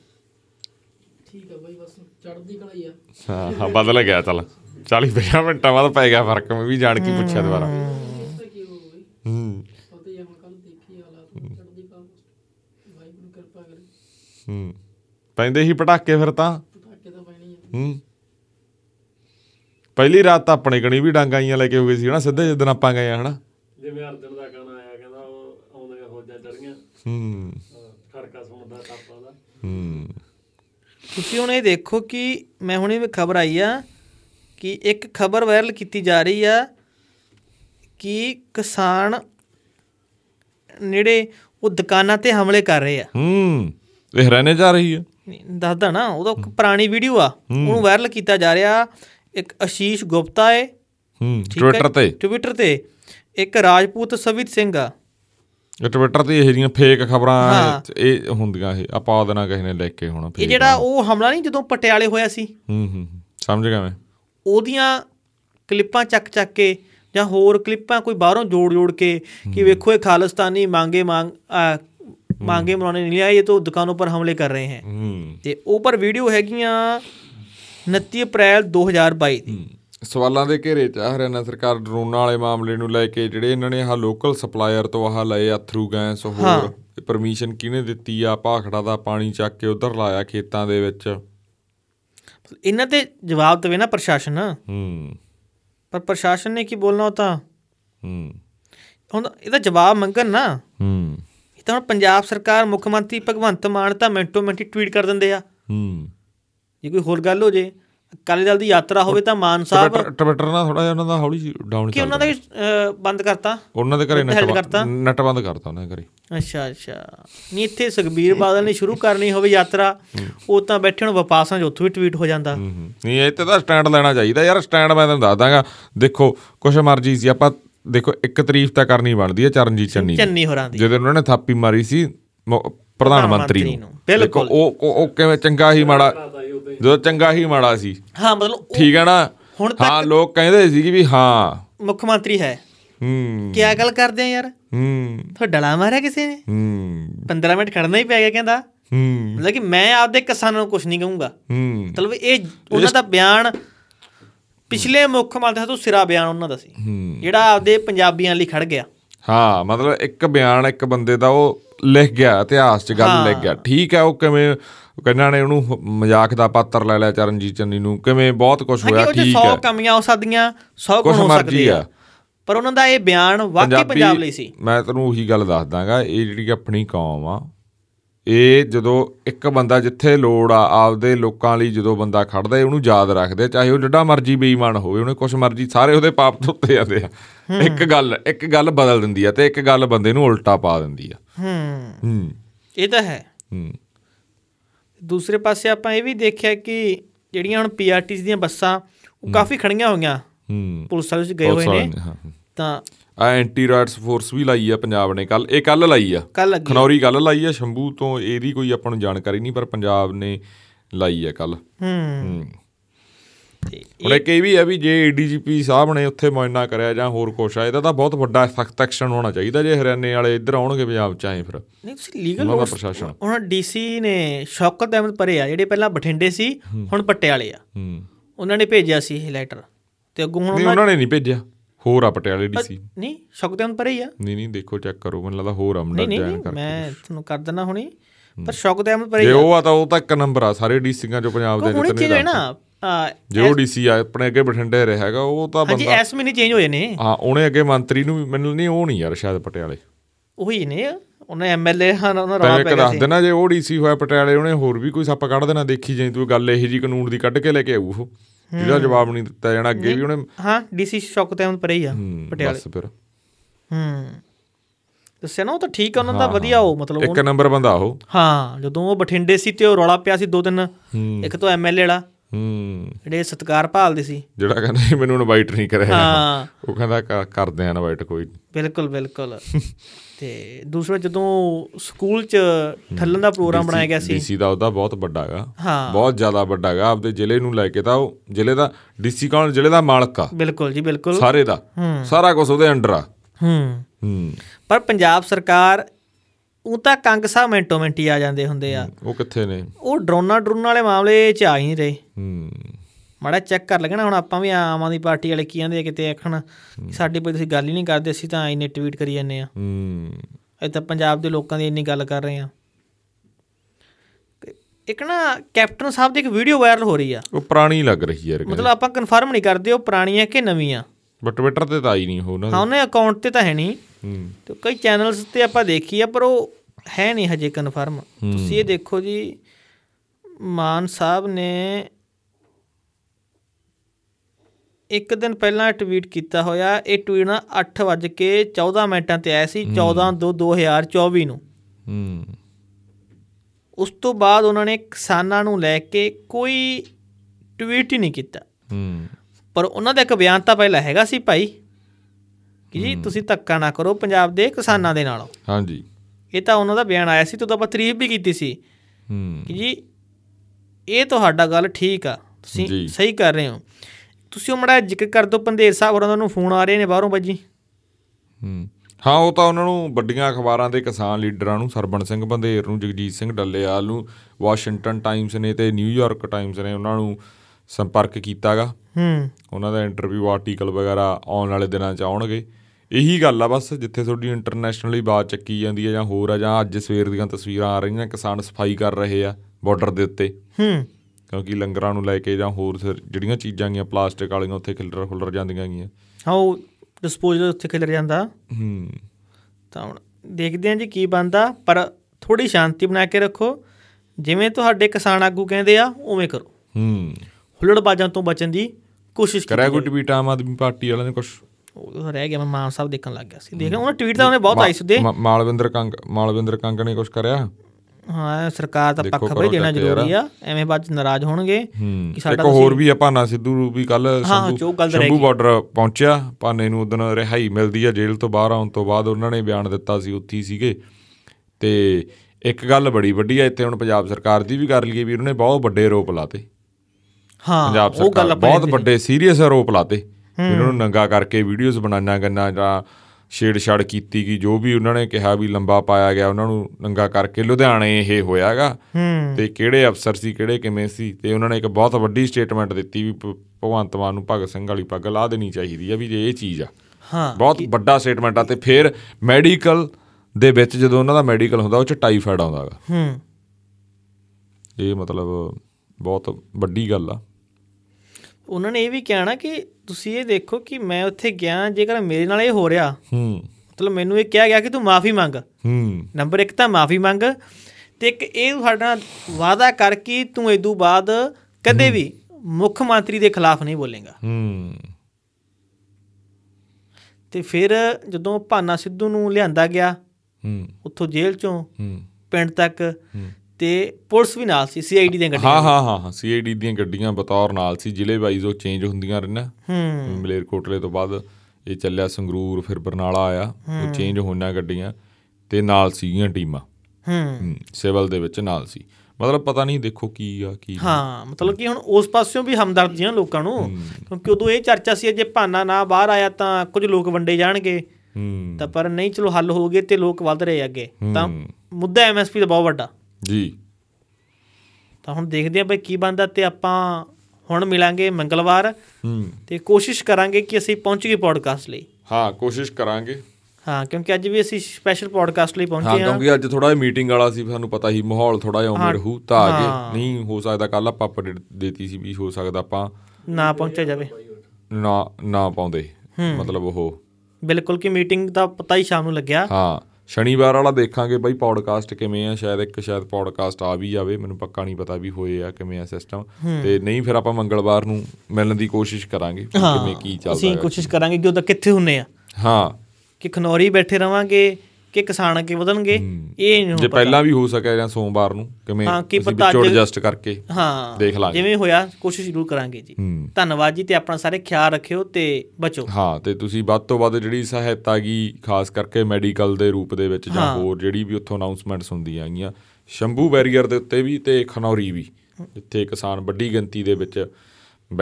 Speaker 4: ਠੀਕ ਆ ਬਾਈ ਬਸ ਚੜ੍ਹਦੀ ਕਲਾ ਹੀ ਆ
Speaker 2: ਹਾਂ ਹਾਂ, ਬਦਲ ਗਿਆ ਚੱਲ 40 50 ਮਿੰਟਾਂ ਬਾਅਦ ਪੈ ਗਿਆ ਫਰਕ ਮੈਂ ਵੀ ਜਾਣ ਕੇ ਪੁੱਛਿਆ ਦੁਬਾਰਾ
Speaker 4: ਇਸ ਤਾਂ ਕੀ ਹੋ ਗਈ
Speaker 2: ਹੂੰ
Speaker 4: ਪਤਾ ਹੀ ਆ ਹੁਣ ਕੱਲ ਦੇਖੀ ਹਾਲਾਤ ਚੜ੍ਹਦੀ ਕਲਾ ਬਾਈ ਨੂੰ ਕਿਰਪਾ ਕਰੇ
Speaker 2: ਹੂੰ ਪੈਂਦੇ ਹੀ ਪਟਾਕੇ ਫਿਰ ਤਾਂ
Speaker 4: ਪਟਾਕੇ ਤਾਂ ਪੈਣੀ ਆ
Speaker 2: ਹੂੰ ਪਹਿਲੀ ਰਾਤ ਤਾਂ ਆਪਣੇ ਕਣੀ ਵੀ ਡਾਂਗਾਈਆਂ ਲੈ ਕੇ ਹੋ ਗਏ ਸੀ ਹਨਾ ਸਿੱਧੇ ਜਿੱਦਣ ਆਪਾਂ ਗਏ ਆ, ਹਨਾ
Speaker 5: ਜਿਵੇਂ ਅਰਜਨ ਦਾ ਗਾਣਾ ਆਇਆ
Speaker 2: ਹੂੰ
Speaker 5: ਖੜਕਾ ਸੁਣਦਾ ਸੱਪ ਉਹਦਾ
Speaker 2: ਹੂੰ
Speaker 1: ਤੁਸੀਂ ਹੁਣ ਇਹ ਦੇਖੋ ਕਿ ਮੈਂ ਹੁਣੇ ਵੀ ਖਬਰ ਆਈ ਆ ਕਿ ਇੱਕ ਖਬਰ ਵਾਇਰਲ ਕੀਤੀ ਜਾ ਰਹੀ ਆ ਕਿ ਕਿਸਾਨ ਨੇੜੇ ਉਹ ਦੁਕਾਨਾਂ ਤੇ ਹਮਲੇ ਕਰ ਰਹੇ ਆ
Speaker 2: ਹੂੰ ਇਹ ਹਰਿਆਣੇ ਜਾ ਰਹੀ ਹੈ
Speaker 1: ਨਹੀਂ, ਦੱਸਦਾ ਨਾ ਉਹਦਾ ਇੱਕ ਪੁਰਾਣੀ ਵੀਡੀਓ ਆ ਉਹਨੂੰ ਵਾਇਰਲ ਕੀਤਾ ਜਾ ਰਿਹਾ ਇੱਕ ਅਸ਼ੀਸ਼ ਗੁਪਤਾ ਏ
Speaker 2: ਹੂੰ
Speaker 1: ਠੀਕ ਹੈ?
Speaker 2: ਟਵਿੱਟਰ ਤੇ
Speaker 1: ਟਵਿੱਟਰ ਤੇ ਇੱਕ ਰਾਜਪੂਤ ਸਵਿਤ ਸਿੰਘ ਆ
Speaker 2: ਇਹ ਟਵਿੱਟਰ ਤੇ ਇਹ ਜਿਹੀਆਂ ਫੇਕ ਖਬਰਾਂ
Speaker 1: ਹਾਂ।
Speaker 2: ਇਹ ਹੁੰਦੀਆਂ ਇਹ ਆਪਾਂ ਉਹਦੇ ਨਾਲ ਕਿਸੇ ਨੇ ਲੈ ਕੇ ਹੋਣਾ
Speaker 1: ਇਹ ਜਿਹੜਾ ਉਹ ਹਮਲਾ ਨਹੀਂ ਜਦੋਂ ਪਟਿਆਲੇ ਹੋਇਆ ਸੀ
Speaker 2: ਹੂੰ ਹੂੰ ਹੂੰ। ਸਮਝ ਗਿਆ ਮੈਂ
Speaker 1: ਉਹਦੀਆਂ ਕਲਿੱਪਾਂ ਚੱਕ ਚੱਕ ਕੇ ਜਾਂ ਹੋਰ ਕਲਿੱਪਾਂ ਕੋਈ ਬਾਹਰੋਂ ਜੋੜ ਜੋੜ ਕੇ ਕਿ ਵੇਖੋ ਇਹ ਖਾਲਿਸਤਾਨੀ ਮੰਗੇ ਮੰਗ ਅ, ਮੰਗੇ ਮਨਾਉਣੇ ਨਹੀਂ ਆਏ ਇਹ ਤਾਂ ਦੁਕਾਨੋਂ ਪਰ ਹਮਲੇ ਕਰ ਰਹੇ ਹੈ
Speaker 2: ਹੂੰ
Speaker 1: ਤੇ ਉਹ ਪਰ ਵੀਡੀਓ ਹੈਗੀਆਂ 29 ਅਪ੍ਰੈਲ 2022 ਦੀ
Speaker 2: ਸਵਾਲਾਂ ਦੇ ਘੇਰੇ 'ਚ ਆ ਹਰਿਆਣਾ ਸਰਕਾਰ ਡਰੋਨਾਂ ਵਾਲੇ ਮਾਮਲੇ ਨੂੰ ਲੈ ਕੇ ਜਿਹੜੇ ਇਹਨਾਂ ਨੇ ਆਹ ਲੋਕਲ ਸਪਲਾਇਰ ਤੋਂ ਆਹ ਲਏ ਅਥਰੂ ਗੈਸ
Speaker 1: ਹਾਂ।
Speaker 2: ਹੋਰ ਪਰਮਿਸ਼ਨ ਕਿਹਨੇ ਦਿੱਤੀ ਆ ਭਾਖੜਾ ਦਾ ਪਾਣੀ ਚੱਕ ਕੇ ਉਧਰ ਲਾਇਆ ਖੇਤਾਂ ਦੇ ਵਿੱਚ
Speaker 1: ਇਹਨਾਂ ਤੇ ਜਵਾਬ ਦੇਵੇ ਨਾ ਪ੍ਰਸ਼ਾਸਨ
Speaker 2: ਹੂੰ
Speaker 1: ਪਰ ਪ੍ਰਸ਼ਾਸਨ ਨੇ ਕੀ ਬੋਲਣਾ ਉਹ ਤਾਂ
Speaker 2: ਹੂੰ
Speaker 1: ਹੁਣ ਇਹਦਾ ਜਵਾਬ ਮੰਗਣ ਨਾ
Speaker 2: ਹੂੰ
Speaker 1: ਇਹ ਤਾਂ ਹੁਣ ਪੰਜਾਬ ਸਰਕਾਰ ਮੁੱਖ ਮੰਤਰੀ ਭਗਵੰਤ ਮਾਨ ਤਾਂ ਮਿੰਟੋ ਮਿੰਟ ਟਵੀਟ ਕਰ ਦਿੰਦੇ ਆ
Speaker 2: ਹੂੰ
Speaker 1: ਜੇ ਕੋਈ ਹੋਰ ਗੱਲ ਹੋ ਜੇ ਅਕਾਲੀ ਦਲ ਦੀ ਯਾਤਰਾ ਹੋਵੇ ਤਾਂ ਮਾਨ ਸਾਹਿਬ
Speaker 2: ਟਵਿੱਟਰ ਟਵਿੱਟਰ ਨਾਲ ਥੋੜਾ ਜਿਹਾ ਉਹਨਾਂ ਦਾ ਹੌਲੀ ਡਾਊਨ
Speaker 1: ਕਿ ਉਹਨਾਂ ਦਾ ਅਹ, ਬੰਦ ਕਰਤਾ
Speaker 2: ਉਹਨਾਂ ਦੇ ਘਰੇ
Speaker 1: net
Speaker 2: ਨੈਟ
Speaker 1: held ਕਰਤਾ?
Speaker 2: ਨੈਟ ਬੰਦ ਕਰਤਾ ਉਹਨਾਂ ਦੇ ਘਰੇ
Speaker 1: ਅੱਛਾ ਅੱਛਾ ਨਹੀਂ ਇੱਥੇ ਸੁਖਬੀਰ ਬਾਦਲ ਨੇ ਸ਼ੁਰੂ ਕਰਨੀ ਹੋਵੇ ਯਾਤਰਾ ਉਹ ਤਾਂ ਬੈਠੇ ਹੁਣ ਵਪਾਸਾਂ 'ਚ ਉੱਥੋਂ ਵੀ ਟਵੀਟ ਹੋ ਜਾਂਦਾ
Speaker 2: ਹੂੰ ਹੂੰ। ਨਹੀਂ ਇਹ ਤੇ ਤਾਂ ਸਟੈਂਡ ਲੈਣਾ ਚਾਹੀਦਾ ਯਾਰ ਸਟੈਂਡ ਮੈਂ ਤੈਨੂੰ ਦੱਸ ਦਾਂਗਾ ਦੇਖੋ ਕੁਛ ਮਰਜੀ ਸੀ ਆਪਾਂ ਦੇਖੋ ਇੱਕ ਤਾਰੀਫ ਤਾਂ ਕਰਨੀ ਬਣਦੀ ਹੈ ਚਰਨਜੀਤ ਚੰਨੀ ਦੀ।
Speaker 1: ਚੰਨੀ ਹੋਰਾਂ ਦੀ
Speaker 2: ਜਦੋਂ ਉਹਨਾਂ ਨੇ ਥਾਪੀ ਮਾਰੀ ਸੀ ਮ- ਪ੍ਰਧਾਨ ਮੰਤਰੀ
Speaker 1: ਮੰਤਰੀ
Speaker 2: ਨੂੰ
Speaker 1: ਨੂੰ। ਬਿਲਕੁਲ।
Speaker 2: ਦੇਖੋ, ਉਹ ਉਹ- ਉਹ ਕਿਵੇਂ ਚੰਗਾ ਹੀ ਮਾੜਾ ਜਦੋਂ ਚੰਗਾ ਹੀ ਮਾੜਾ ਸੀ
Speaker 1: ਹਾਂ ਮਤਲਬ ਉਹ
Speaker 2: ਠੀਕ ਹੈ ਨਾ
Speaker 1: ਹੁਣ
Speaker 2: ਹਾਂ ਲੋਕ ਕਹਿੰਦੇ ਸੀ ਕਿ ਵੀ ਹਾਂ
Speaker 1: ਮੁੱਖ ਮੰਤਰੀ ਹੈ
Speaker 2: ਹੂੰ
Speaker 1: ਕਿਆ ਗੱਲ ਕਰਦੇ ਆ ਯਾਰ
Speaker 2: ਹੂੰ
Speaker 1: ਤੁਹਾਡਾ ਡਲਾ ਮਾਰਿਆ ਕਿਸੇ ਨੇ
Speaker 2: ਹੂੰ
Speaker 1: 15 ਮਿੰਟ ਖੜਨਾ ਹੀ ਪੈ ਗਿਆ ਕਹਿੰਦਾ
Speaker 2: ਹੂੰ
Speaker 1: ਮਤਲਬ ਕਿ ਮੈਂ ਆਪਦੇ ਕਿਸਾਨਾਂ ਨੂੰ ਕੁਝ ਨਹੀਂ ਕਹੂੰਗਾ
Speaker 2: ਹੂੰ
Speaker 1: ਮਤਲਬ ਇਹ ਉਹਨਾਂ ਦਾ ਬਿਆਨ ਪਿਛਲੇ ਮੁੱਖ ਮੰਤਰੀ ਤੋਂ ਸਿਰਾ ਬਿਆਨ ਉਹਨਾਂ ਦਾ ਸੀ
Speaker 2: ਹੂੰ।
Speaker 1: ਜਿਹੜਾ ਆਪਦੇ ਪੰਜਾਬੀਆਂ ਲਈ ਖੜ ਗਿਆ
Speaker 2: ਹਾਂ ਮਤਲਬ ਇੱਕ ਬਿਆਨ ਇੱਕ ਬੰਦੇ ਦਾ ਉਹ ਲਿਖ ਗਿਆ ਇਤਿਹਾਸ 'ਚ ਗੱਲ
Speaker 1: ਹਾਂ।
Speaker 2: ਲਿਖ ਗਿਆ ਠੀਕ ਹੈ ਉਹ ਕਿਵੇਂ ਕਿੰਨਾਂ ਨੇ ਉਹਨੂੰ ਹ- ਮਜ਼ਾਕ ਦਾ ਪਾਤਰ ਲੈ ਲਿਆ ਚਰਨਜੀਤ ਚੰਨੀ ਨੂੰ ਕਿਵੇਂ ਬਹੁਤ ਕੁਝ
Speaker 1: ਹਾਂ ਕਿ
Speaker 2: ਹੋਇਆ
Speaker 1: ਉਹ 'ਚ
Speaker 2: ਠੀਕ
Speaker 1: 100
Speaker 2: ਹੈ
Speaker 1: ਕਮੀਆਂ ਹੋ ਸਕਦੀਆਂ 100 ਗੁਣ
Speaker 2: ਕੁਛ
Speaker 1: ਹੋ
Speaker 2: ਮਰਜ਼ੀ
Speaker 1: ਸਕਦੇ
Speaker 2: ਆ
Speaker 1: ਆ ਪਰ ਉਹਨਾਂ ਦਾ ਇਹ ਬਿਆਨ ਵਾਕਈ ਪੰਜਾਬ ਲਈ ਸੀ
Speaker 2: ਮੈਂ ਤੈਨੂੰ ਉਹੀ ਗੱਲ ਦੱਸ ਦਾਂਗਾ ਇਹ ਜਿਹੜੀ ਆਪਣੀ ਕੌਮ ਆ ਇਹ ਜਦੋਂ ਇੱਕ ਬੰਦਾ ਜਿੱਥੇ ਲੋੜ ਆ ਆਪਦੇ ਲੋਕਾਂ ਲਈ ਜਦੋਂ ਬੰਦਾ ਖੜਦਾ ਏ ਉਹਨੂੰ ਯਾਦ ਰੱਖਦੇ ਆ, ਚਾਹੇ ਉਹ ਜਿੱਡਾ ਮਰਜੀ ਬੇਈਮਾਨ ਹੋਵੇ ਉਹਨੇ ਕੁਛ ਮਰਜੀ ਸਾਰੇ ਉਹਦੇ ਪਾਪ ਤੋਂ ਉੱਤੇ ਆਦੇ ਆ ਇੱਕ ਗੱਲ ਇੱਕ ਗੱਲ ਬਦਲ ਦਿੰਦੀ ਆ ਤੇ ਇੱਕ ਗੱਲ ਬੰਦੇ ਨੂੰ ਉਲਟਾ ਪਾ ਦਿੰਦੀ ਆ
Speaker 1: ਹੂੰ
Speaker 2: ਹੂੰ
Speaker 1: ਇਹ ਤਾਂ ਹੈ
Speaker 2: ਹੂੰ
Speaker 1: ਦੂਸਰੇ ਪਾਸੇ ਆਪਾਂ ਇਹ ਵੀ ਦੇਖਿਆ ਕਿ ਜਿਹੜੀਆਂ ਹੁਣ ਪੀਆਰਟੀਸੀ ਦੀਆਂ ਬੱਸਾਂ ਉਹ ਕਾਫੀ ਖੜੀਆਂ ਹੋਈਆਂ
Speaker 2: ਹੂੰ
Speaker 1: ਪੁਲਿਸ ਵਾਲੇ ਵਿੱਚ ਗਏ ਹੋਏ ਨੇ ਤਾਂ
Speaker 2: ਆ ਐਂਟੀ ਰਾਈਟਸ ਫੋਰਸ ਵੀ ਲਾਈ ਆ ਪੰਜਾਬ ਨੇ ਕੱਲ ਇਹ ਕੱਲ ਲਾਈ ਆ
Speaker 1: ਕੱਲ ਲੱਗੀ
Speaker 2: ਖਨੌਰੀ ਕੱਲ ਲਾਈ ਆ ਸ਼ੰਭੂ ਤੋਂ ਇਹਦੀ ਕੋਈ ਆਪਾਂ ਨੂੰ ਜਾਣਕਾਰੀ ਨਹੀਂ ਪਰ ਪੰਜਾਬ ਨੇ ਲਾਈ ਆ ਕੱਲ
Speaker 1: ਹੂੰ
Speaker 2: ਹੂੰ
Speaker 1: ਤੇ
Speaker 2: ਹੁਣ ਇੱਕ ਇਹ ਵੀ ਆ ਵੀ ਜੇ ਡੀਜੀਪੀ ਸਾਹਿਬ ਨੇ ਉੱਥੇ ਮੁਆਇਨਾ ਕਰਿਆ ਜਾਂ ਹੋਰ ਕੁਛ ਆ ਇਹਦਾ ਤਾਂ ਬਹੁਤ ਵੱਡਾ ਸਖਤ ਐਕਸ਼ਨ ਹੋਣਾ ਚਾਹੀਦਾ ਜੇ ਹਰਿਆਣੇ ਵਾਲੇ ਇੱਧਰ ਆਉਣਗੇ ਪੰਜਾਬ ਚ ਆਏ ਫਿਰ
Speaker 1: ਨਹੀਂ ਤੁਸੀਂ ਲੀਗਲ
Speaker 2: ਉਹਨਾਂ ਦਾ ਪ੍ਰਸ਼ਾਸਨ।
Speaker 1: ਹੁਣ ਡੀਸੀ ਨੇ ਸ਼ੌਕਤ ਅਹਿਮਦ ਪਰੇ ਆ ਜਿਹੜੇ ਪਹਿਲਾਂ ਬਠਿੰਡੇ ਸੀ ਹੁਣ ਪਟਿਆਲੇ ਆ
Speaker 2: ਹੂੰ
Speaker 1: ਉਹਨਾਂ ਨੇ ਭੇਜਿਆ ਸੀ ਇਹ ਲੈਟਰ ਤੇ ਅੱਗੋਂ ਹੁਣ
Speaker 2: ਨਹੀਂ
Speaker 1: ਉਹਨਾਂ
Speaker 2: ਉਹਨਾਂ ਨੇ ਨਹੀਂ ਭੇਜਿਆ ਹੋਰ ਆ ਪਟਿਆਲੇ ਡੀਸੀ
Speaker 1: ਨਹੀਂ ਸ਼ੌਕਤ ਅਹਿਮਦ ਪਰੇ ਹੀ ਆ
Speaker 2: ਨਹੀਂ ਨਹੀਂ ਦੇਖੋ ਚੈੱਕ ਕਰੋ ਮੈਨੂੰ ਲੱਗਦਾ ਹੋਰ
Speaker 1: ਨਹੀਂ
Speaker 2: ਅਮਡਾ
Speaker 1: ਨਹੀਂ
Speaker 2: ਜਾਇਨ
Speaker 1: ਨਹੀਂ,
Speaker 2: ਕਰ
Speaker 1: ਮੈਂ ਤੁਹਾਨੂੰ ਕਰ ਦਿੰਦਾ ਹੁਣੀ ਪਰ ਸ਼ੌਕਤ ਅਹਿਮਦ ਪਰੇ ਹੀ
Speaker 2: ਜੇ
Speaker 1: ਆ
Speaker 2: ਉਹ ਆ ਤਾਂ ਉਹ ਤਾਂ ਇੱਕ ਨੰਬਰ ਆ ਸਾਰੇ ਡੀਸੀਆਂ ਚੋਂ ਪੰਜਾਬ ਦੇ
Speaker 1: ਉਹ ਹੁਣੀ
Speaker 2: ਜਿੱਤਨੇ
Speaker 1: ਚੇਂਜ ਹੋਏ ਨਾ
Speaker 2: ਦਾ
Speaker 1: ਆ,
Speaker 2: ਜੇ ਉਹ ਡੀਸੀ ਆ ਆਪਣੇ ਅੱਗੇ ਬਠਿੰਡੇ ਰਿਹਾ ਹੈਗਾ ਉਹ ਤਾਂ
Speaker 1: ਹਾਂਜੀ
Speaker 2: ਬੰਦਾ
Speaker 1: ਇਸ ਮਹੀਨੇ ਚੇਂਜ ਹੋਏ ਨੇ
Speaker 2: ਹਾਂ ਉਹਨੇ ਅੱਗੇ ਮੰਤਰੀ ਨੂੰ ਵੀ- ਮੈਨੂੰ ਨਹੀਂ ਉਹ ਨਹੀਂ ਯਾਰ ਸ਼ਾਇਦ ਪਟਿਆਲੇ
Speaker 1: ਉਹੀ ਨੇ ਉਹਨਾਂ ਐਮਐਲਏ ਹਨ ਉਹਨਾਂ
Speaker 2: ਤੈਨੂੰ
Speaker 1: ਰੌਲਾ
Speaker 2: ਇੱਕ
Speaker 1: ਪੈ ਗਿਆ
Speaker 2: ਦੱਸ
Speaker 1: ਸੀ
Speaker 2: ਦੇਣਾ ਜੇ ਉਹ ਡੀਸੀ ਹੋਇਆ ਪਟਿਆਲੇ ਉਹਨੇ ਹੋਰ ਵੀ ਕੋਈ ਸੱਪ ਕੱਢ ਦੇਣਾ ਦੇਖੀ ਜਾਈ ਤੂੰ ਗੱਲ ਇਹੀ ਜੀ ਕਾਨੂੰਨ ਦੀ ਕੱਢ ਕੇ ਲੈ ਕੇ ਆਊ ਉਹ ਜਿਹਦਾ ਜਵਾਬ ਨਹੀਂ ਦਿੱਤਾ ਜਾਣਾ ਅੱਗੇ ਵੀ ਉਹਨੇ
Speaker 1: ਹਾਂ ਡੀਸੀ ਸ਼ੌਕਤ ਅਹਿਮਦ ਪਰੇ ਹੀ ਆ
Speaker 2: ਹੂੰ,
Speaker 1: ਪਟਿਆਲੇ
Speaker 2: ਬਸ ਫਿਰ
Speaker 1: ਹੂੰ ਦੱਸਿਆ ਨਾ ਉਹ ਤਾਂ ਠੀਕ ਆ ਉਹਨਾਂ ਦਾ ਵਧੀਆ ਉਹ ਮਤਲਬ
Speaker 2: ਇੱਕ
Speaker 1: ਉਹ-
Speaker 2: ਨੰਬਰ ਬੰਦਾ ਉਹ
Speaker 1: ਹਾਂ ਜਦੋਂ ਉਹ ਬਠਿੰਡੇ ਸੀ ਤੇ ਉਹ ਰੌਲਾ ਪਿਆ ਸੀ ਦੋ ਤਿੰਨ
Speaker 2: ਹੂੰ
Speaker 1: ਇੱਕ ਤੋਂ ਐਮਐਲਏ ਵਾਲਾ
Speaker 2: ਹੂੰ
Speaker 1: ਜਿਹੜੇ ਸਤਕਾਰ ਭਾਲਦੇ ਸੀ
Speaker 2: ਜਿਹੜਾ ਕਹਿੰਦਾ ਸੀ, ਮੈਨੂੰ ਇਨਵਾਈਟ ਨਹੀਂ ਕਰਿਆ ਜਾਣਾ।
Speaker 1: ਹਾਂ
Speaker 2: ਉਹ ਕਹਿੰਦਾ ਕ- ਕਰਦੇ ਆ ਇਨਵਾਈਟ ਕੋਈ ਨਹੀਂ।
Speaker 1: ਬਿਲਕੁਲ ਬਿਲਕੁਲ ਤੇ ਦੂਸਰਾ ਜਦੋਂ ਸਕੂਲ ਚ ਠੱਲਣ ਦਾ ਪ੍ਰੋਗਰਾਮ ਬਣਾਇਆ ਗਿਆ ਸੀ
Speaker 2: ਡੀਸੀ ਦਾ ਉਹਦਾ ਬਹੁਤ ਵੱਡਾ ਹੈਗਾ
Speaker 1: ਹਾਂ।
Speaker 2: ਬਹੁਤ ਜ਼ਿਆਦਾ ਵੱਡਾ ਹੈਗਾ ਆਪਦੇ ਜ਼ਿਲ੍ਹੇ ਨੂੰ ਲੈ ਕੇ ਤਾਂ ਉਹ ਜ਼ਿਲ੍ਹੇ ਦਾ ਡੀਸੀ ਕੌਣ ਜ਼ਿਲ੍ਹੇ ਦਾ ਮਾਲਕ ਆ
Speaker 1: ਬਿਲਕੁਲ ਜੀ ਬਿਲਕੁਲ
Speaker 2: ਸਾਰੇ ਦਾ ਸਾਰਾ ਕੁਝ ਉਹਦੇ ਅੰਡਰ ਆ
Speaker 1: ਹੂੰ
Speaker 2: ਹੂੰ
Speaker 1: ਪਰ ਪੰਜਾਬ ਸਰਕਾਰ ਉਹ ਤਾਂ ਕੰਗ ਸਾਹਿਬ ਮਿੰਟੋ ਮਿੰਟ ਹੀ ਆ ਜਾਂਦੇ ਹੁੰਦੇ ਆ
Speaker 2: ਉਹ ਕਿੱਥੇ ਨੇ
Speaker 1: ਉਹ ਡਰੋਨਾ ਡਰੋਨ ਵਾਲੇ ਮਾਮਲੇ 'ਚ ਆ ਹੀ ਨਹੀਂ ਰਹੇ
Speaker 2: ਹੂੰ
Speaker 1: ਮਾੜਾ ਚੈੱਕ ਕਰ ਲੱਗਣਾ ਹੁਣ ਆਪਾਂ ਵੀ ਆਮ ਆਦਮੀ ਪਾਰਟੀ ਵਾਲੇ ਕੀ ਕਹਿੰਦੇ ਆ ਕਿਤੇ ਆਖਣ ਕਿ ਸਾਡੇ ਪਰ ਤੁਸੀਂ ਗੱਲ ਹੀ ਨਹੀਂ ਕਰਦੇ ਅਸੀਂ ਤਾਂ ਇੰਨੇ ਟਵੀਟ ਕਰੀ ਜਾਂਦੇ ਆ
Speaker 2: ਹੂੰ
Speaker 1: ਅਸੀਂ ਤਾਂ ਪੰਜਾਬ ਦੇ ਲੋਕਾਂ ਦੀ ਇੰਨੀ ਗੱਲ ਕਰ ਰਹੇ ਆ ਤੇ ਇੱਕ ਨਾ ਕੈਪਟਨ ਸਾਹਿਬ ਦੀ ਇੱਕ ਵੀਡੀਓ ਵਾਇਰਲ ਹੋ ਰਹੀ ਆ
Speaker 2: ਉਹ ਪੁਰਾਣੀ ਲੱਗ ਰਹੀ ਯਾਰ
Speaker 1: ਮਤਲਬ ਆਪਾਂ ਕਨਫਰਮ ਨਹੀਂ ਕਰਦੇ ਉਹ ਪੁਰਾਣੀ ਆ ਕਿ ਨਵੀਂ ਆ
Speaker 2: ਬਟ ਟਵਿੱਟਰ ਤੇ ਤਾਂ ਆਈ ਨਹੀਂ Hmm. ਉਹਨਾਂ
Speaker 1: ਹਾਂ
Speaker 2: ਦੀ
Speaker 1: ਉਹਨੇ ਅਕਾਊਂਟ ਤੇ ਤਾਂ ਹੈ ਨਹੀਂ
Speaker 2: ਹੂੰ
Speaker 1: ਤੇ ਕਈ ਚੈਨਲਸ ਤੇ ਆਪਾਂ ਦੇਖੀ ਆ ਪਰ ਉਹ ਹੈ ਨਹੀਂ ਹਜੇ ਕਨਫਰਮ ਤੁਸੀਂ ਇਹ ਦੇਖੋ ਜੀ ਮਾਨ ਸਾਹਿਬ ਨੇ ਇੱਕ ਦਿਨ ਪਹਿਲਾਂ ਟਵੀਟ ਕੀਤਾ ਹੋਇਆ ਇਹ ਟਵੀਟ ਨਾ 8:14 ਮਿੰਟਾਂ ਤੇ ਆਇਆ ਸੀ 14 ਦੋ 2024 ਨੂੰ
Speaker 2: ਹੂੰ
Speaker 1: ਉਸ ਤੋਂ ਬਾਅਦ ਉਹਨਾਂ ਨੇ ਕਿਸਾਨਾਂ ਨੂੰ ਲੈ ਕੇ ਕੋਈ ਟਵੀਟ ਹੀ ਨਹੀਂ ਕੀਤਾ
Speaker 2: ਹੂੰ
Speaker 1: ਪਰ ਉਹਨਾਂ ਦਾ ਇੱਕ ਬਿਆਨ ਤਾਂ ਪਹਿਲਾਂ ਹੈਗਾ ਸੀ ਭਾਈ ਕਿ ਜੀ ਤੁਸੀਂ ਧੱਕਾ ਨਾ ਕਰੋ ਪੰਜਾਬ ਦੇ ਕਿਸਾਨਾਂ ਦੇ ਨਾਲ
Speaker 2: ਹਾਂਜੀ
Speaker 1: ਇਹ ਤਾਂ ਉਹਨਾਂ ਦਾ ਬਿਆਨ ਆਇਆ ਸੀ ਤੇ ਉਹਦਾ ਆਪਾਂ ਤਾਰੀਫ ਵੀ ਕੀਤੀ ਸੀ
Speaker 2: ਹੂੰ
Speaker 1: ਕਿ ਜੀ ਇਹ ਤੁਹਾਡਾ ਗੱਲ ਠੀਕ ਆ
Speaker 2: ਜੀ।
Speaker 1: ਤੁਸੀਂ ਸਹੀ ਕਰ ਰਹੇ ਹੋ ਤੁਸੀਂ ਉਹ ਮੜਾ ਜ਼ਿਕਰ ਕਰ ਦਿਓ ਪੰਦੇਰ ਸਾਹਿਬ ਹੋਰਾਂ ਦਾ ਨੂੰ ਫੋਨ ਆ ਰਹੇ ਨੇ ਬਾਹਰੋਂ ਬੱਜੀ
Speaker 2: ਹੂੰ Hmm. ਹਾਂ ਉਹ ਤਾਂ ਉਹਨਾਂ ਨੂੰ ਵੱਡੀਆਂ ਅਖਬਾਰਾਂ ਦੇ ਕਿਸਾਨ ਲੀਡਰਾਂ ਨੂੰ ਸਰਬਣ ਸਿੰਘ ਬੰਦੇਰ ਨੂੰ ਜਗਜੀਤ ਸਿੰਘ ਡੱਲੇਵਾਲ ਨੂੰ ਵਾਸ਼ਿੰਗਟਨ ਟਾਈਮਸ ਨੇ ਤੇ ਨਿਊਯਾਰਕ ਟਾਈਮਸ ਨੇ ਉਹਨਾਂ ਨੂੰ ਸੰਪਰਕ ਕੀਤਾਗਾ
Speaker 1: ਹੂੰ
Speaker 2: ਉਹਨਾਂ ਦਾ ਇੰਟਰਵਿਊ ਆਰਟੀਕਲ ਵਗੈਰਾ ਆਉਣ ਵਾਲੇ ਦਿਨਾਂ 'ਚ ਆਉਣਗੇ ਇਹੀ ਗੱਲ ਆ ਬਸ ਜਿੱਥੇ ਤੁਹਾਡੀ ਇੰਟਰਨੈਸ਼ਨਲੀ ਬਾਤ ਚੱਕੀ ਜਾਂਦੀ ਹੈ ਜਾਂ ਹੋਰ ਆ ਜਾਂ ਅੱਜ ਸਵੇਰ ਦੀਆਂ ਤਸਵੀਰਾਂ ਆ ਰਹੀਆਂ ਕਿਸਾਨ ਸਫਾਈ ਕਰ ਰਹੇ ਆ ਬਾਰਡਰ ਦੇ ਉੱਤੇ
Speaker 1: ਹੂੰ
Speaker 2: ਕਿਉਂਕਿ ਲੰਗਰਾਂ ਨੂੰ ਲੈ ਕੇ ਜਾਂ ਹੋਰ ਫਿਰ ਜਿਹੜੀਆਂ ਚੀਜ਼ਾਂ ਗੀਆਂ ਪਲਾਸਟਿਕ ਵਾਲੀਆਂ ਉੱਥੇ ਖਿਲਰ ਖੁਲਰ ਜਾਂਦੀਆਂ ਗੀਆਂ
Speaker 1: ਹਾਂ ਉਹ ਡਿਸਪੋਜ਼ਲ ਉੱਥੇ ਖਿਲਰ ਜਾਂਦਾ
Speaker 2: ਹੂੰ
Speaker 1: ਤਾਂ ਹੁਣ ਦੇਖਦੇ ਹਾਂ ਜੀ ਕੀ ਬਣਦਾ ਪਰ ਥੋੜੀ ਸ਼ਾਂਤੀ ਬਣਾ ਕੇ ਰੱਖੋ ਜਿਵੇਂ ਤੁਹਾਡੇ ਕਿਸਾਨ ਆਗੂ ਕਹਿੰਦੇ ਆ ਉਵੇਂ ਕਰੋ
Speaker 2: ਹੂੰ
Speaker 1: ਹੁੱਲੜਬਾਜ਼ਾਂ ਤੋਂ ਬਚਣ ਦੀ ਕੋਸ਼ਿਸ਼ ਕੀਤੀ
Speaker 2: ਕਰਿਆ ਕੋਈ ਟਵੀਟ ਆਮ ਆਦਮੀ ਪਾਰਟੀ ਵਾਲਿਆਂ ਨੇ ਕੁਝ
Speaker 1: ਉਹ ਰਹਿ ਗਿਆ ਮੈਂ ਮਾਨ ਸਾਹਿਬ ਦੇਖਣ ਲੱਗ ਗਿਆ ਸੀ ਦੇਖ ਉਹਨਾਂ ਟਵੀਟ ਤਾਂ ਉਹਨੇ ਬਹੁਤ ਆਈ ਸੁਦੇ
Speaker 2: ਮਾਲਵਿੰਦਰ ਕੰਗ ਮਾਲਵਿੰਦਰ ਕੰਗ ਨੇ ਕੁਝ ਕਰਿਆ
Speaker 1: ਹਾਂ ਸਰਕਾਰ ਦਾ
Speaker 2: ਦੇਖੋ
Speaker 1: ਪੱਖ
Speaker 2: ਕਰੋ
Speaker 1: ਬਈ ਦੇਣਾ
Speaker 2: check ਯਾਰ।
Speaker 1: ਜ਼ਰੂਰੀ ਆ ਐਵੇਂ ਬਾਅਦ 'ਚ ਨਾਰਾਜ਼ ਹੋਣਗੇ
Speaker 2: ਹੂੰ
Speaker 1: ਕਿ ਸਾਡਾ
Speaker 2: ਇੱਕ ਹੋਰ ਵੀ ਆ ਭਾਨਾ ਸਿੱਧੂ ਨੂੰ ਵੀ ਕੱਲ
Speaker 1: ਹਾਂ, ਜੋ ਗੱਲ ਰਹਿ
Speaker 2: ਸ਼ੰਭੂ
Speaker 1: ਗਈ।
Speaker 2: ਬਾਰਡਰ ਪਹੁੰਚਿਆ ਭਾਨੇ ਨੂੰ ਉਦੋਂ ਰਿਹਾਈ ਮਿਲਦੀ ਆ ਜੇਲ੍ਹ ਤੋਂ ਬਾਹਰ ਆਉਣ ਤੋਂ ਬਾਅਦ ਉਹਨਾਂ ਨੇ ਬਿਆਨ ਦਿੱਤਾ ਸੀ ਉੱਥੇ ਹੀ ਸੀਗੇ ਤੇ ਇੱਕ ਗੱਲ ਬੜੀ ਵੱਡੀ ਆ ਇੱਥੇ ਹੁਣ ਪੰਜਾਬ ਸਰਕਾਰ ਦੀ ਵੀ ਕਰ ਲਈਏ ਵੀ ਉਹਨੇ ਬਹੁਤ ਵੱਡੇ ਆਰੋਪ ਲਾਤੇ
Speaker 1: ਹਾਂ
Speaker 2: ਪੰਜਾਬ
Speaker 1: ਉਹ ਗੱਲ
Speaker 2: ਸਰਕਾਰ
Speaker 1: ਆਪਾਂ
Speaker 2: ਬਹੁਤ
Speaker 1: ਨੇ-
Speaker 2: ਵੱਡੇ ਸੀਰੀਅਸ ਆਰੋਪ ਲਾਤੇ ਇਹਨਾਂ ਨੂੰ ਨੰਗਾ ਕਰਕੇ ਵੀਡੀਓਜ਼ ਬਣਾਣਾ ਗੰਨਾ ਜਾਂ ਛੇੜਛਾੜ ਕੀਤੀ ਗਈ ਜੋ ਵੀ ਉਹਨਾਂ ਨੇ ਕਿਹਾ ਵੀ ਲੰਬਾ ਪਾਇਆ ਗਿਆ ਉਹਨਾਂ ਨੂੰ ਨੰਗਾ ਕਰਕੇ ਲੁਧਿਆਣੇ ਇਹ ਹੋਇਆਗਾ
Speaker 1: ਹੂੰ
Speaker 2: ਤੇ ਕਿਹੜੇ ਅਫਸਰ ਸੀ ਕਿਹੜੇ ਕਿਵੇਂ ਸੀ ਤੇ ਉਹਨਾਂ ਨੇ ਇੱਕ ਬਹੁਤ ਵੱਡੀ ਸਟੇਟਮੈਂਟ ਦਿੱਤੀ ਵੀ ਭ- ਭਗਵੰਤ ਮਾਨ ਨੂੰ ਭਗਤ ਸਿੰਘ ਵਾਲੀ ਪੱਗ ਲਾ ਦੇਣੀ ਚਾਹੀਦੀ ਆ ਵੀ ਇਹ ਚੀਜ਼ ਆ
Speaker 1: ਹਾਂ
Speaker 2: ਬਹੁਤ ਵੱਡਾ ਸਟੇਟਮੈਂਟ ਆ ਤੇ ਫਿਰ ਮੈਡੀਕਲ ਦੇ ਵਿੱਚ ਜਦੋਂ ਉਹਨਾਂ ਦਾ ਮੈਡੀਕਲ ਹੁੰਦਾ ਉਹ ਚ ਟਾਈਫਾਇਡ ਆਉਂਦਾ ਗਾ
Speaker 1: ਹੂੰ
Speaker 2: ਇਹ ਮਤਲਬ ਬਹੁਤ ਵੱਡੀ ਗੱਲ ਆ
Speaker 1: ਉਹਨਾਂ ਨੇ ਇਹ ਵੀ ਕਿਹਾ ਨਾ ਕਿ ਤੁਸੀਂ ਇਹ ਦੇਖੋ ਕਿ ਮੈਂ ਉੱਥੇ ਗਿਆ ਜੇਕਰ ਮੇਰੇ ਨਾਲ ਇਹ ਹੋ ਰਿਹਾ
Speaker 2: ਹੂੰ
Speaker 1: ਮਤਲਬ ਮੈਨੂੰ ਇਹ ਕਿਹਾ ਗਿਆ ਕਿ ਤੂੰ ਮਾਫੀ ਮੰਗ
Speaker 2: ਹੂੰ
Speaker 1: ਨੰਬਰ 1 ਤਾਂ ਮਾਫੀ ਮੰਗ ਤੇ ਇੱਕ ਇਹ ਸਾਡਾ ਵਾਅਦਾ ਕਰ ਕਿ ਤੂੰ ਇਦੋਂ ਬਾਅਦ ਕਦੇ ਵੀ ਮੁੱਖ ਮੰਤਰੀ ਦੇ ਖਿਲਾਫ ਨਹੀਂ ਬੋਲੇਗਾ
Speaker 2: ਹੂੰ
Speaker 1: ਤੇ ਫਿਰ ਜਦੋਂ ਭਾਨਾ ਸਿੱਧੂ ਨੂੰ ਲਿਆਂਦਾ ਗਿਆ
Speaker 2: ਹੂੰ
Speaker 1: ਉੱਥੋਂ ਜੇਲ੍ਹ ਚੋਂ
Speaker 2: ਹੂੰ
Speaker 1: ਪਿੰਡ ਤੱਕ ਤੇ ਪੁਲਿਸ ਵੀ ਨਾਲ ਸੀ ਸੀਆਈਡੀ ਦੀਆਂ ਗੱਡੀਆਂ
Speaker 2: ਹਾਂ ਹਾਂ ਹਾਂ ਹਾਂ ਸੀਆਈਡੀ ਦੀਆਂ ਗੱਡੀਆਂ ਬਤੌਰ ਨਾਲ ਸੀ ਜ਼ਿਲ੍ਹੇ ਵਾਈਜ਼ ਉਹ ਚੇਂਜ ਹੁੰਦੀਆਂ ਰਹਿਣਾ
Speaker 1: ਹੂੰ
Speaker 2: ਮਲੇਰਕੋਟਲੇ ਤੋਂ ਬਾਅਦ ਇਹ ਚੱਲਿਆ ਸੰਗਰੂਰ ਫਿਰ ਬਰਨਾਲਾ ਆਇਆ ਉਹ ਚੇਂਜ ਹੋਈਆਂ ਗੱਡੀਆਂ ਤੇ ਨਾਲ ਸੀਗੀਆਂ ਟੀਮਾਂ
Speaker 1: ਹੂੰ
Speaker 2: ਹਮ, ਸਿਵਲ ਦੇ ਵਿੱਚ ਨਾਲ ਸੀ ਮਤਲਬ ਪਤਾ ਨਹੀਂ ਦੇਖੋ ਕੀ ਆ ਕੀ ਨਹੀਂ।
Speaker 1: ਹਾਂ ਮਤਲਬ ਕਿ ਹੁਣ ਉਸ ਪਾਸਿਓਂ ਵੀ ਹਮਦਰਦੀਆਂ ਲੋਕਾਂ ਨੂੰ ਕਿਉਂਕਿ ਉਦੋਂ ਇਹ ਚਰਚਾ ਸੀ ਜੇ ਭਾਨਾ ਨਾ ਬਾਹਰ ਆਇਆ ਤਾਂ ਕੁਝ ਲੋਕ ਵੰਡੇ ਜਾਣਗੇ
Speaker 2: ਹਮ,
Speaker 1: ਤਾਂ ਪਰ ਨਹੀਂ ਚਲੋ ਹੱਲ ਹੋ ਗਏ ਤੇ ਲੋਕ ਵੱਧ ਰਹੇ ਅੱਗੇ ਤਾਂ
Speaker 2: ਹੂੰ।
Speaker 1: ਮੁੱਦਾ ਐਮਐਸਪੀ ਦਾ ਬਹੁਤ ਵੱਡਾ
Speaker 2: ਜੀ
Speaker 1: ਤਾਂ ਹੁਣ ਦੇਖਦੇ ਆ ਬਈ ਕੀ ਬਣਦਾ ਤੇ ਆਪਾਂ ਹੁਣ ਮਿਲਾਂਗੇ ਮੰਗਲਵਾਰ
Speaker 2: ਹਮ,
Speaker 1: ਤੇ ਕੋਸ਼ਿਸ਼ ਕਰਾਂਗੇ ਕਿ ਅਸੀਂ ਪਹੁੰਚ ਗਏ ਪੋਡਕਾਸਟ ਲਈ
Speaker 2: ਹਾਂ ਕੋਸ਼ਿਸ਼ ਕਰਾਂਗੇ
Speaker 1: ਹਾਂ ਕਿਉਂਕਿ ਅੱਜ ਵੀ ਅਸੀਂ ਸਪੈਸ਼ਲ ਪੋਡਕਾਸਟ ਲਈ
Speaker 2: ਹਾਂ
Speaker 1: ਪਹੁੰਚੇ ਹਾਂ
Speaker 2: ਕਿਉਂਕਿ ਅੱਜ ਥੋੜਾ ਮੀਟਿੰਗ ਵਾਲਾ ਸੀ ਸਾਨੂੰ ਪਤਾ ਸੀ ਮਾਹੌਲ ਥੋੜਾ ਜਿਹਾ ਉਮਰ ਰਹੂ ਤਾਂ ਆ
Speaker 1: ਹਾਂ।
Speaker 2: ਗਏ ਨਹੀਂ ਹੋ ਸਕਦਾ ਕੱਲ ਆਪਾਂ ਅਪਡੇਟ ਦੇਤੀ ਸੀ ਵੀ ਹੋ ਸਕਦਾ ਆਪਾਂ
Speaker 1: ਨਾ ਪਹੁੰਚਿਆ ਜਾਵੇ
Speaker 2: ਨਾ ਨਾ ਪਾਉਂਦੇ ਮਤਲਬ ਉਹ
Speaker 1: ਬਿਲਕੁਲ ਕਿ ਮੀਟਿੰਗ ਦਾ ਪਤਾ ਹੀ ਸ਼ਾਮ ਨੂੰ ਲੱਗਿਆ
Speaker 2: ਹਾਂ ਸ਼ਨੀਵਾਰ ਵਾਲਾ ਦੇਖਾਂਗੇ ਬਾਈ ਪੌਡਕਾਸਟ ਕਿਵੇਂ ਆ ਸ਼ਾਇਦ ਇੱਕ ਸ਼ਾਇਦ ਪੌਡਕਾਸਟ ਆ ਵੀ ਜਾਵੇ ਮੈਨੂੰ ਪੱਕਾ ਨਹੀਂ ਪਤਾ ਵੀ ਹੋਏ ਆ ਕਿਵੇਂ ਆ ਸਿਸਟਮ ਤੇ ਨਹੀਂ ਫਿਰ ਆਪਾਂ ਮੰਗਲਵਾਰ ਨੂੰ ਮਿਲਣ ਦੀ ਕੋਸ਼ਿਸ਼ ਕਰਾਂਗੇ ਵੀ ਕਿਵੇਂ ਕੀ
Speaker 1: ਅਸੀਂ
Speaker 2: ਚੱਲਦਾ ਹੈ
Speaker 1: ਕੋਸ਼ਿਸ਼ ਕਰਾਂਗੇ ਕਿ ਉਹਦਾ ਕਿੱਥੇ ਹੁੰਨੇ ਆ
Speaker 2: ਹਾਂ
Speaker 1: ਕਿ ਖਨੌਰੀ ਬੈਠੇ ਰਵਾਂਗੇ ਕਿ ਕਿਸਾਨ ਅੱਗੇ ਵਧਣਗੇ ਇਹ ਨਹੀਂ
Speaker 2: ਜੇ
Speaker 1: ਹੁਣ ਪਤਾ।
Speaker 2: ਪਹਿਲਾਂ ਵੀ ਹੋ ਸਕਿਆ ਜਾਂ ਸੋਮਵਾਰ ਨੂੰ ਕਿਵੇਂ
Speaker 1: ਹਾਂ, ਕੀ
Speaker 2: ਅਸੀਂ
Speaker 1: ਪਤਾ
Speaker 2: ਵਿੱਚੋਂ
Speaker 1: ਅੱਜ-
Speaker 2: ਐਡਜਸਟ ਕਰਕੇ
Speaker 1: ਹਾਂ
Speaker 2: ਦੇਖ ਲਾਂਗੇ।
Speaker 1: ਜਿਵੇਂ ਹੋਇਆ ਕੋਸ਼ਿਸ਼ ਜ਼ਰੂਰ ਕਰਾਂਗੇ ਜੀ
Speaker 2: ਹੂੰ।
Speaker 1: ਧੰਨਵਾਦ ਜੀ ਤੇ ਆਪਣਾ ਸਾਰੇ ਖਿਆਲ ਰੱਖਿਓ ਤੇ ਬਚੋ
Speaker 2: ਹਾਂ ਤੇ ਤੁਸੀਂ ਵੱਧ ਤੋਂ ਵੱਧ ਜਿਹੜੀ ਸਹਾਇਤਾ ਗੀ ਖਾਸ ਕਰਕੇ ਮੈਡੀਕਲ ਦੇ ਰੂਪ ਦੇ ਵਿੱਚ ਜਾਂ
Speaker 1: ਹਾਂ।
Speaker 2: ਹੋਰ ਜਿਹੜੀ ਵੀ ਉੱਥੋਂ ਅਨਾਉਂਸਮੈਂਟਸ ਹੁੰਦੀਆਂ ਗੀਆਂ ਸ਼ੰਭੂ ਬੈਰੀਅਰ ਦੇ ਉੱਤੇ ਵੀ ਤੇ ਖਨੌਰੀ ਵੀ ਜਿੱਥੇ ਕਿਸਾਨ ਵੱਡੀ ਗਿਣਤੀ ਦੇ ਵਿੱਚ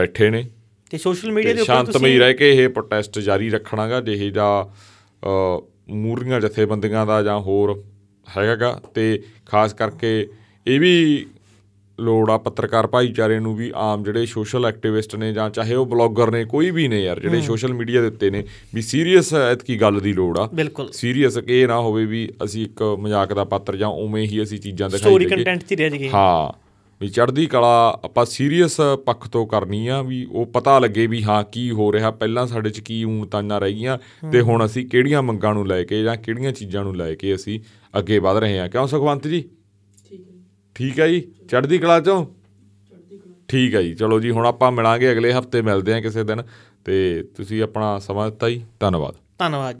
Speaker 2: ਬੈਠੇ ਨੇ
Speaker 1: ਤੇ ਸੋਸ਼ਲ ਮੀਡੀਆ ਦੇ
Speaker 2: ਤੇ
Speaker 1: ਉੱਪਰ
Speaker 2: ਸ਼ਾਂਤਮਈ
Speaker 1: ਤੁਸੀਂ
Speaker 2: ਰਹਿ ਕੇ ਇਹ ਪ੍ਰੋਟੈਸਟ ਜਾਰੀ ਰੱਖਣਾਗਾ ਜਿਹੇ ਦਾ ਮੂਰੀਆਂ ਜਥੇਬੰਦੀਆਂ ਦਾ ਜਾਂ ਹੋਰ ਹੈਗਾਗਾ ਤੇ ਖਾਸ ਕਰਕੇ ਇਹ ਵੀ ਲੋੜ ਆ ਪੱਤਰਕਾਰ ਭਾਈਚਾਰੇ ਨੂੰ ਵੀ ਆਮ ਜਿਹੜੇ ਸੋਸ਼ਲ ਐਕਟਿਵਿਸਟ ਨੇ ਜਾਂ ਚਾਹੇ ਉਹ ਬਲੌਗਰ ਨੇ ਕੋਈ ਵੀ ਨੇ ਯਾਰ ਜਿਹੜੇ ਸੋਸ਼ਲ ਮੀਡੀਆ ਦੇ ਉੱਤੇ ਨੇ ਵੀ ਸੀਰੀਅਸ ਐਤਕੀ ਗੱਲ ਦੀ ਲੋੜ ਆ
Speaker 1: ਬਿਲਕੁਲ
Speaker 2: ਸੀਰੀਅਸ ਕਿ ਇਹ ਨਾ ਹੋਵੇ ਵੀ ਅਸੀਂ ਇੱਕ ਮਜ਼ਾਕ ਦਾ ਪਾਤਰ ਜਾਂ ਉਵੇਂ ਹੀ ਅਸੀਂ ਚੀਜ਼ਾਂ ਦਿਖਾਈ
Speaker 1: ਸਟੋਰੀ
Speaker 2: ਦੇਈਏ।
Speaker 1: ਕੰਟੈਂਟ 'ਚ ਹੀ ਰਹਿ ਜਾਈਏ
Speaker 2: ਹਾਂ ਵੀ ਚੜ੍ਹਦੀ ਕਲਾ ਆਪਾਂ ਸੀਰੀਅਸ ਪੱਖ ਤੋਂ ਕਰਨੀ ਆ ਵੀ ਉਹ ਪਤਾ ਲੱਗੇ ਵੀ ਹਾਂ ਕੀ ਹੋ ਰਿਹਾ ਪਹਿਲਾਂ ਸਾਡੇ 'ਚ ਕੀ ਊਣਤਾਨਾਂ ਰਹਿ ਗਈਆਂ ਤੇ ਹੁਣ ਅਸੀਂ ਕਿਹੜੀਆਂ ਮੰਗਾਂ ਨੂੰ ਲੈ ਕੇ ਜਾਂ ਕਿਹੜੀਆਂ ਚੀਜ਼ਾਂ ਨੂੰ ਲੈ ਕੇ ਅਸੀਂ ਅੱਗੇ ਵਧ ਰਹੇ ਹਾਂ ਕਿਉਂ ਸੁਖਵੰਤ ਜੀ
Speaker 4: ਠੀਕ ਹੈ ਜੀ,
Speaker 2: ਠੀਕ ਹੈ ਜੀ ਚੜ੍ਹਦੀ ਕਲਾ 'ਚੋਂ
Speaker 4: ਚੜ੍ਹਦੀ ਕਲਾ
Speaker 2: ਠੀਕ ਹੈ ਜੀ ਚਲੋ ਜੀ ਹੁਣ ਆਪਾਂ ਮਿਲਾਂਗੇ ਅਗਲੇ ਹਫਤੇ ਮਿਲਦੇ ਹਾਂ ਕਿਸੇ ਦਿਨ ਤੇ ਤੁਸੀਂ ਆਪਣਾ ਸਮਾਂ ਦਿੱਤਾ ਜੀ ਧੰਨਵਾਦ
Speaker 1: ਧੰਨਵਾਦ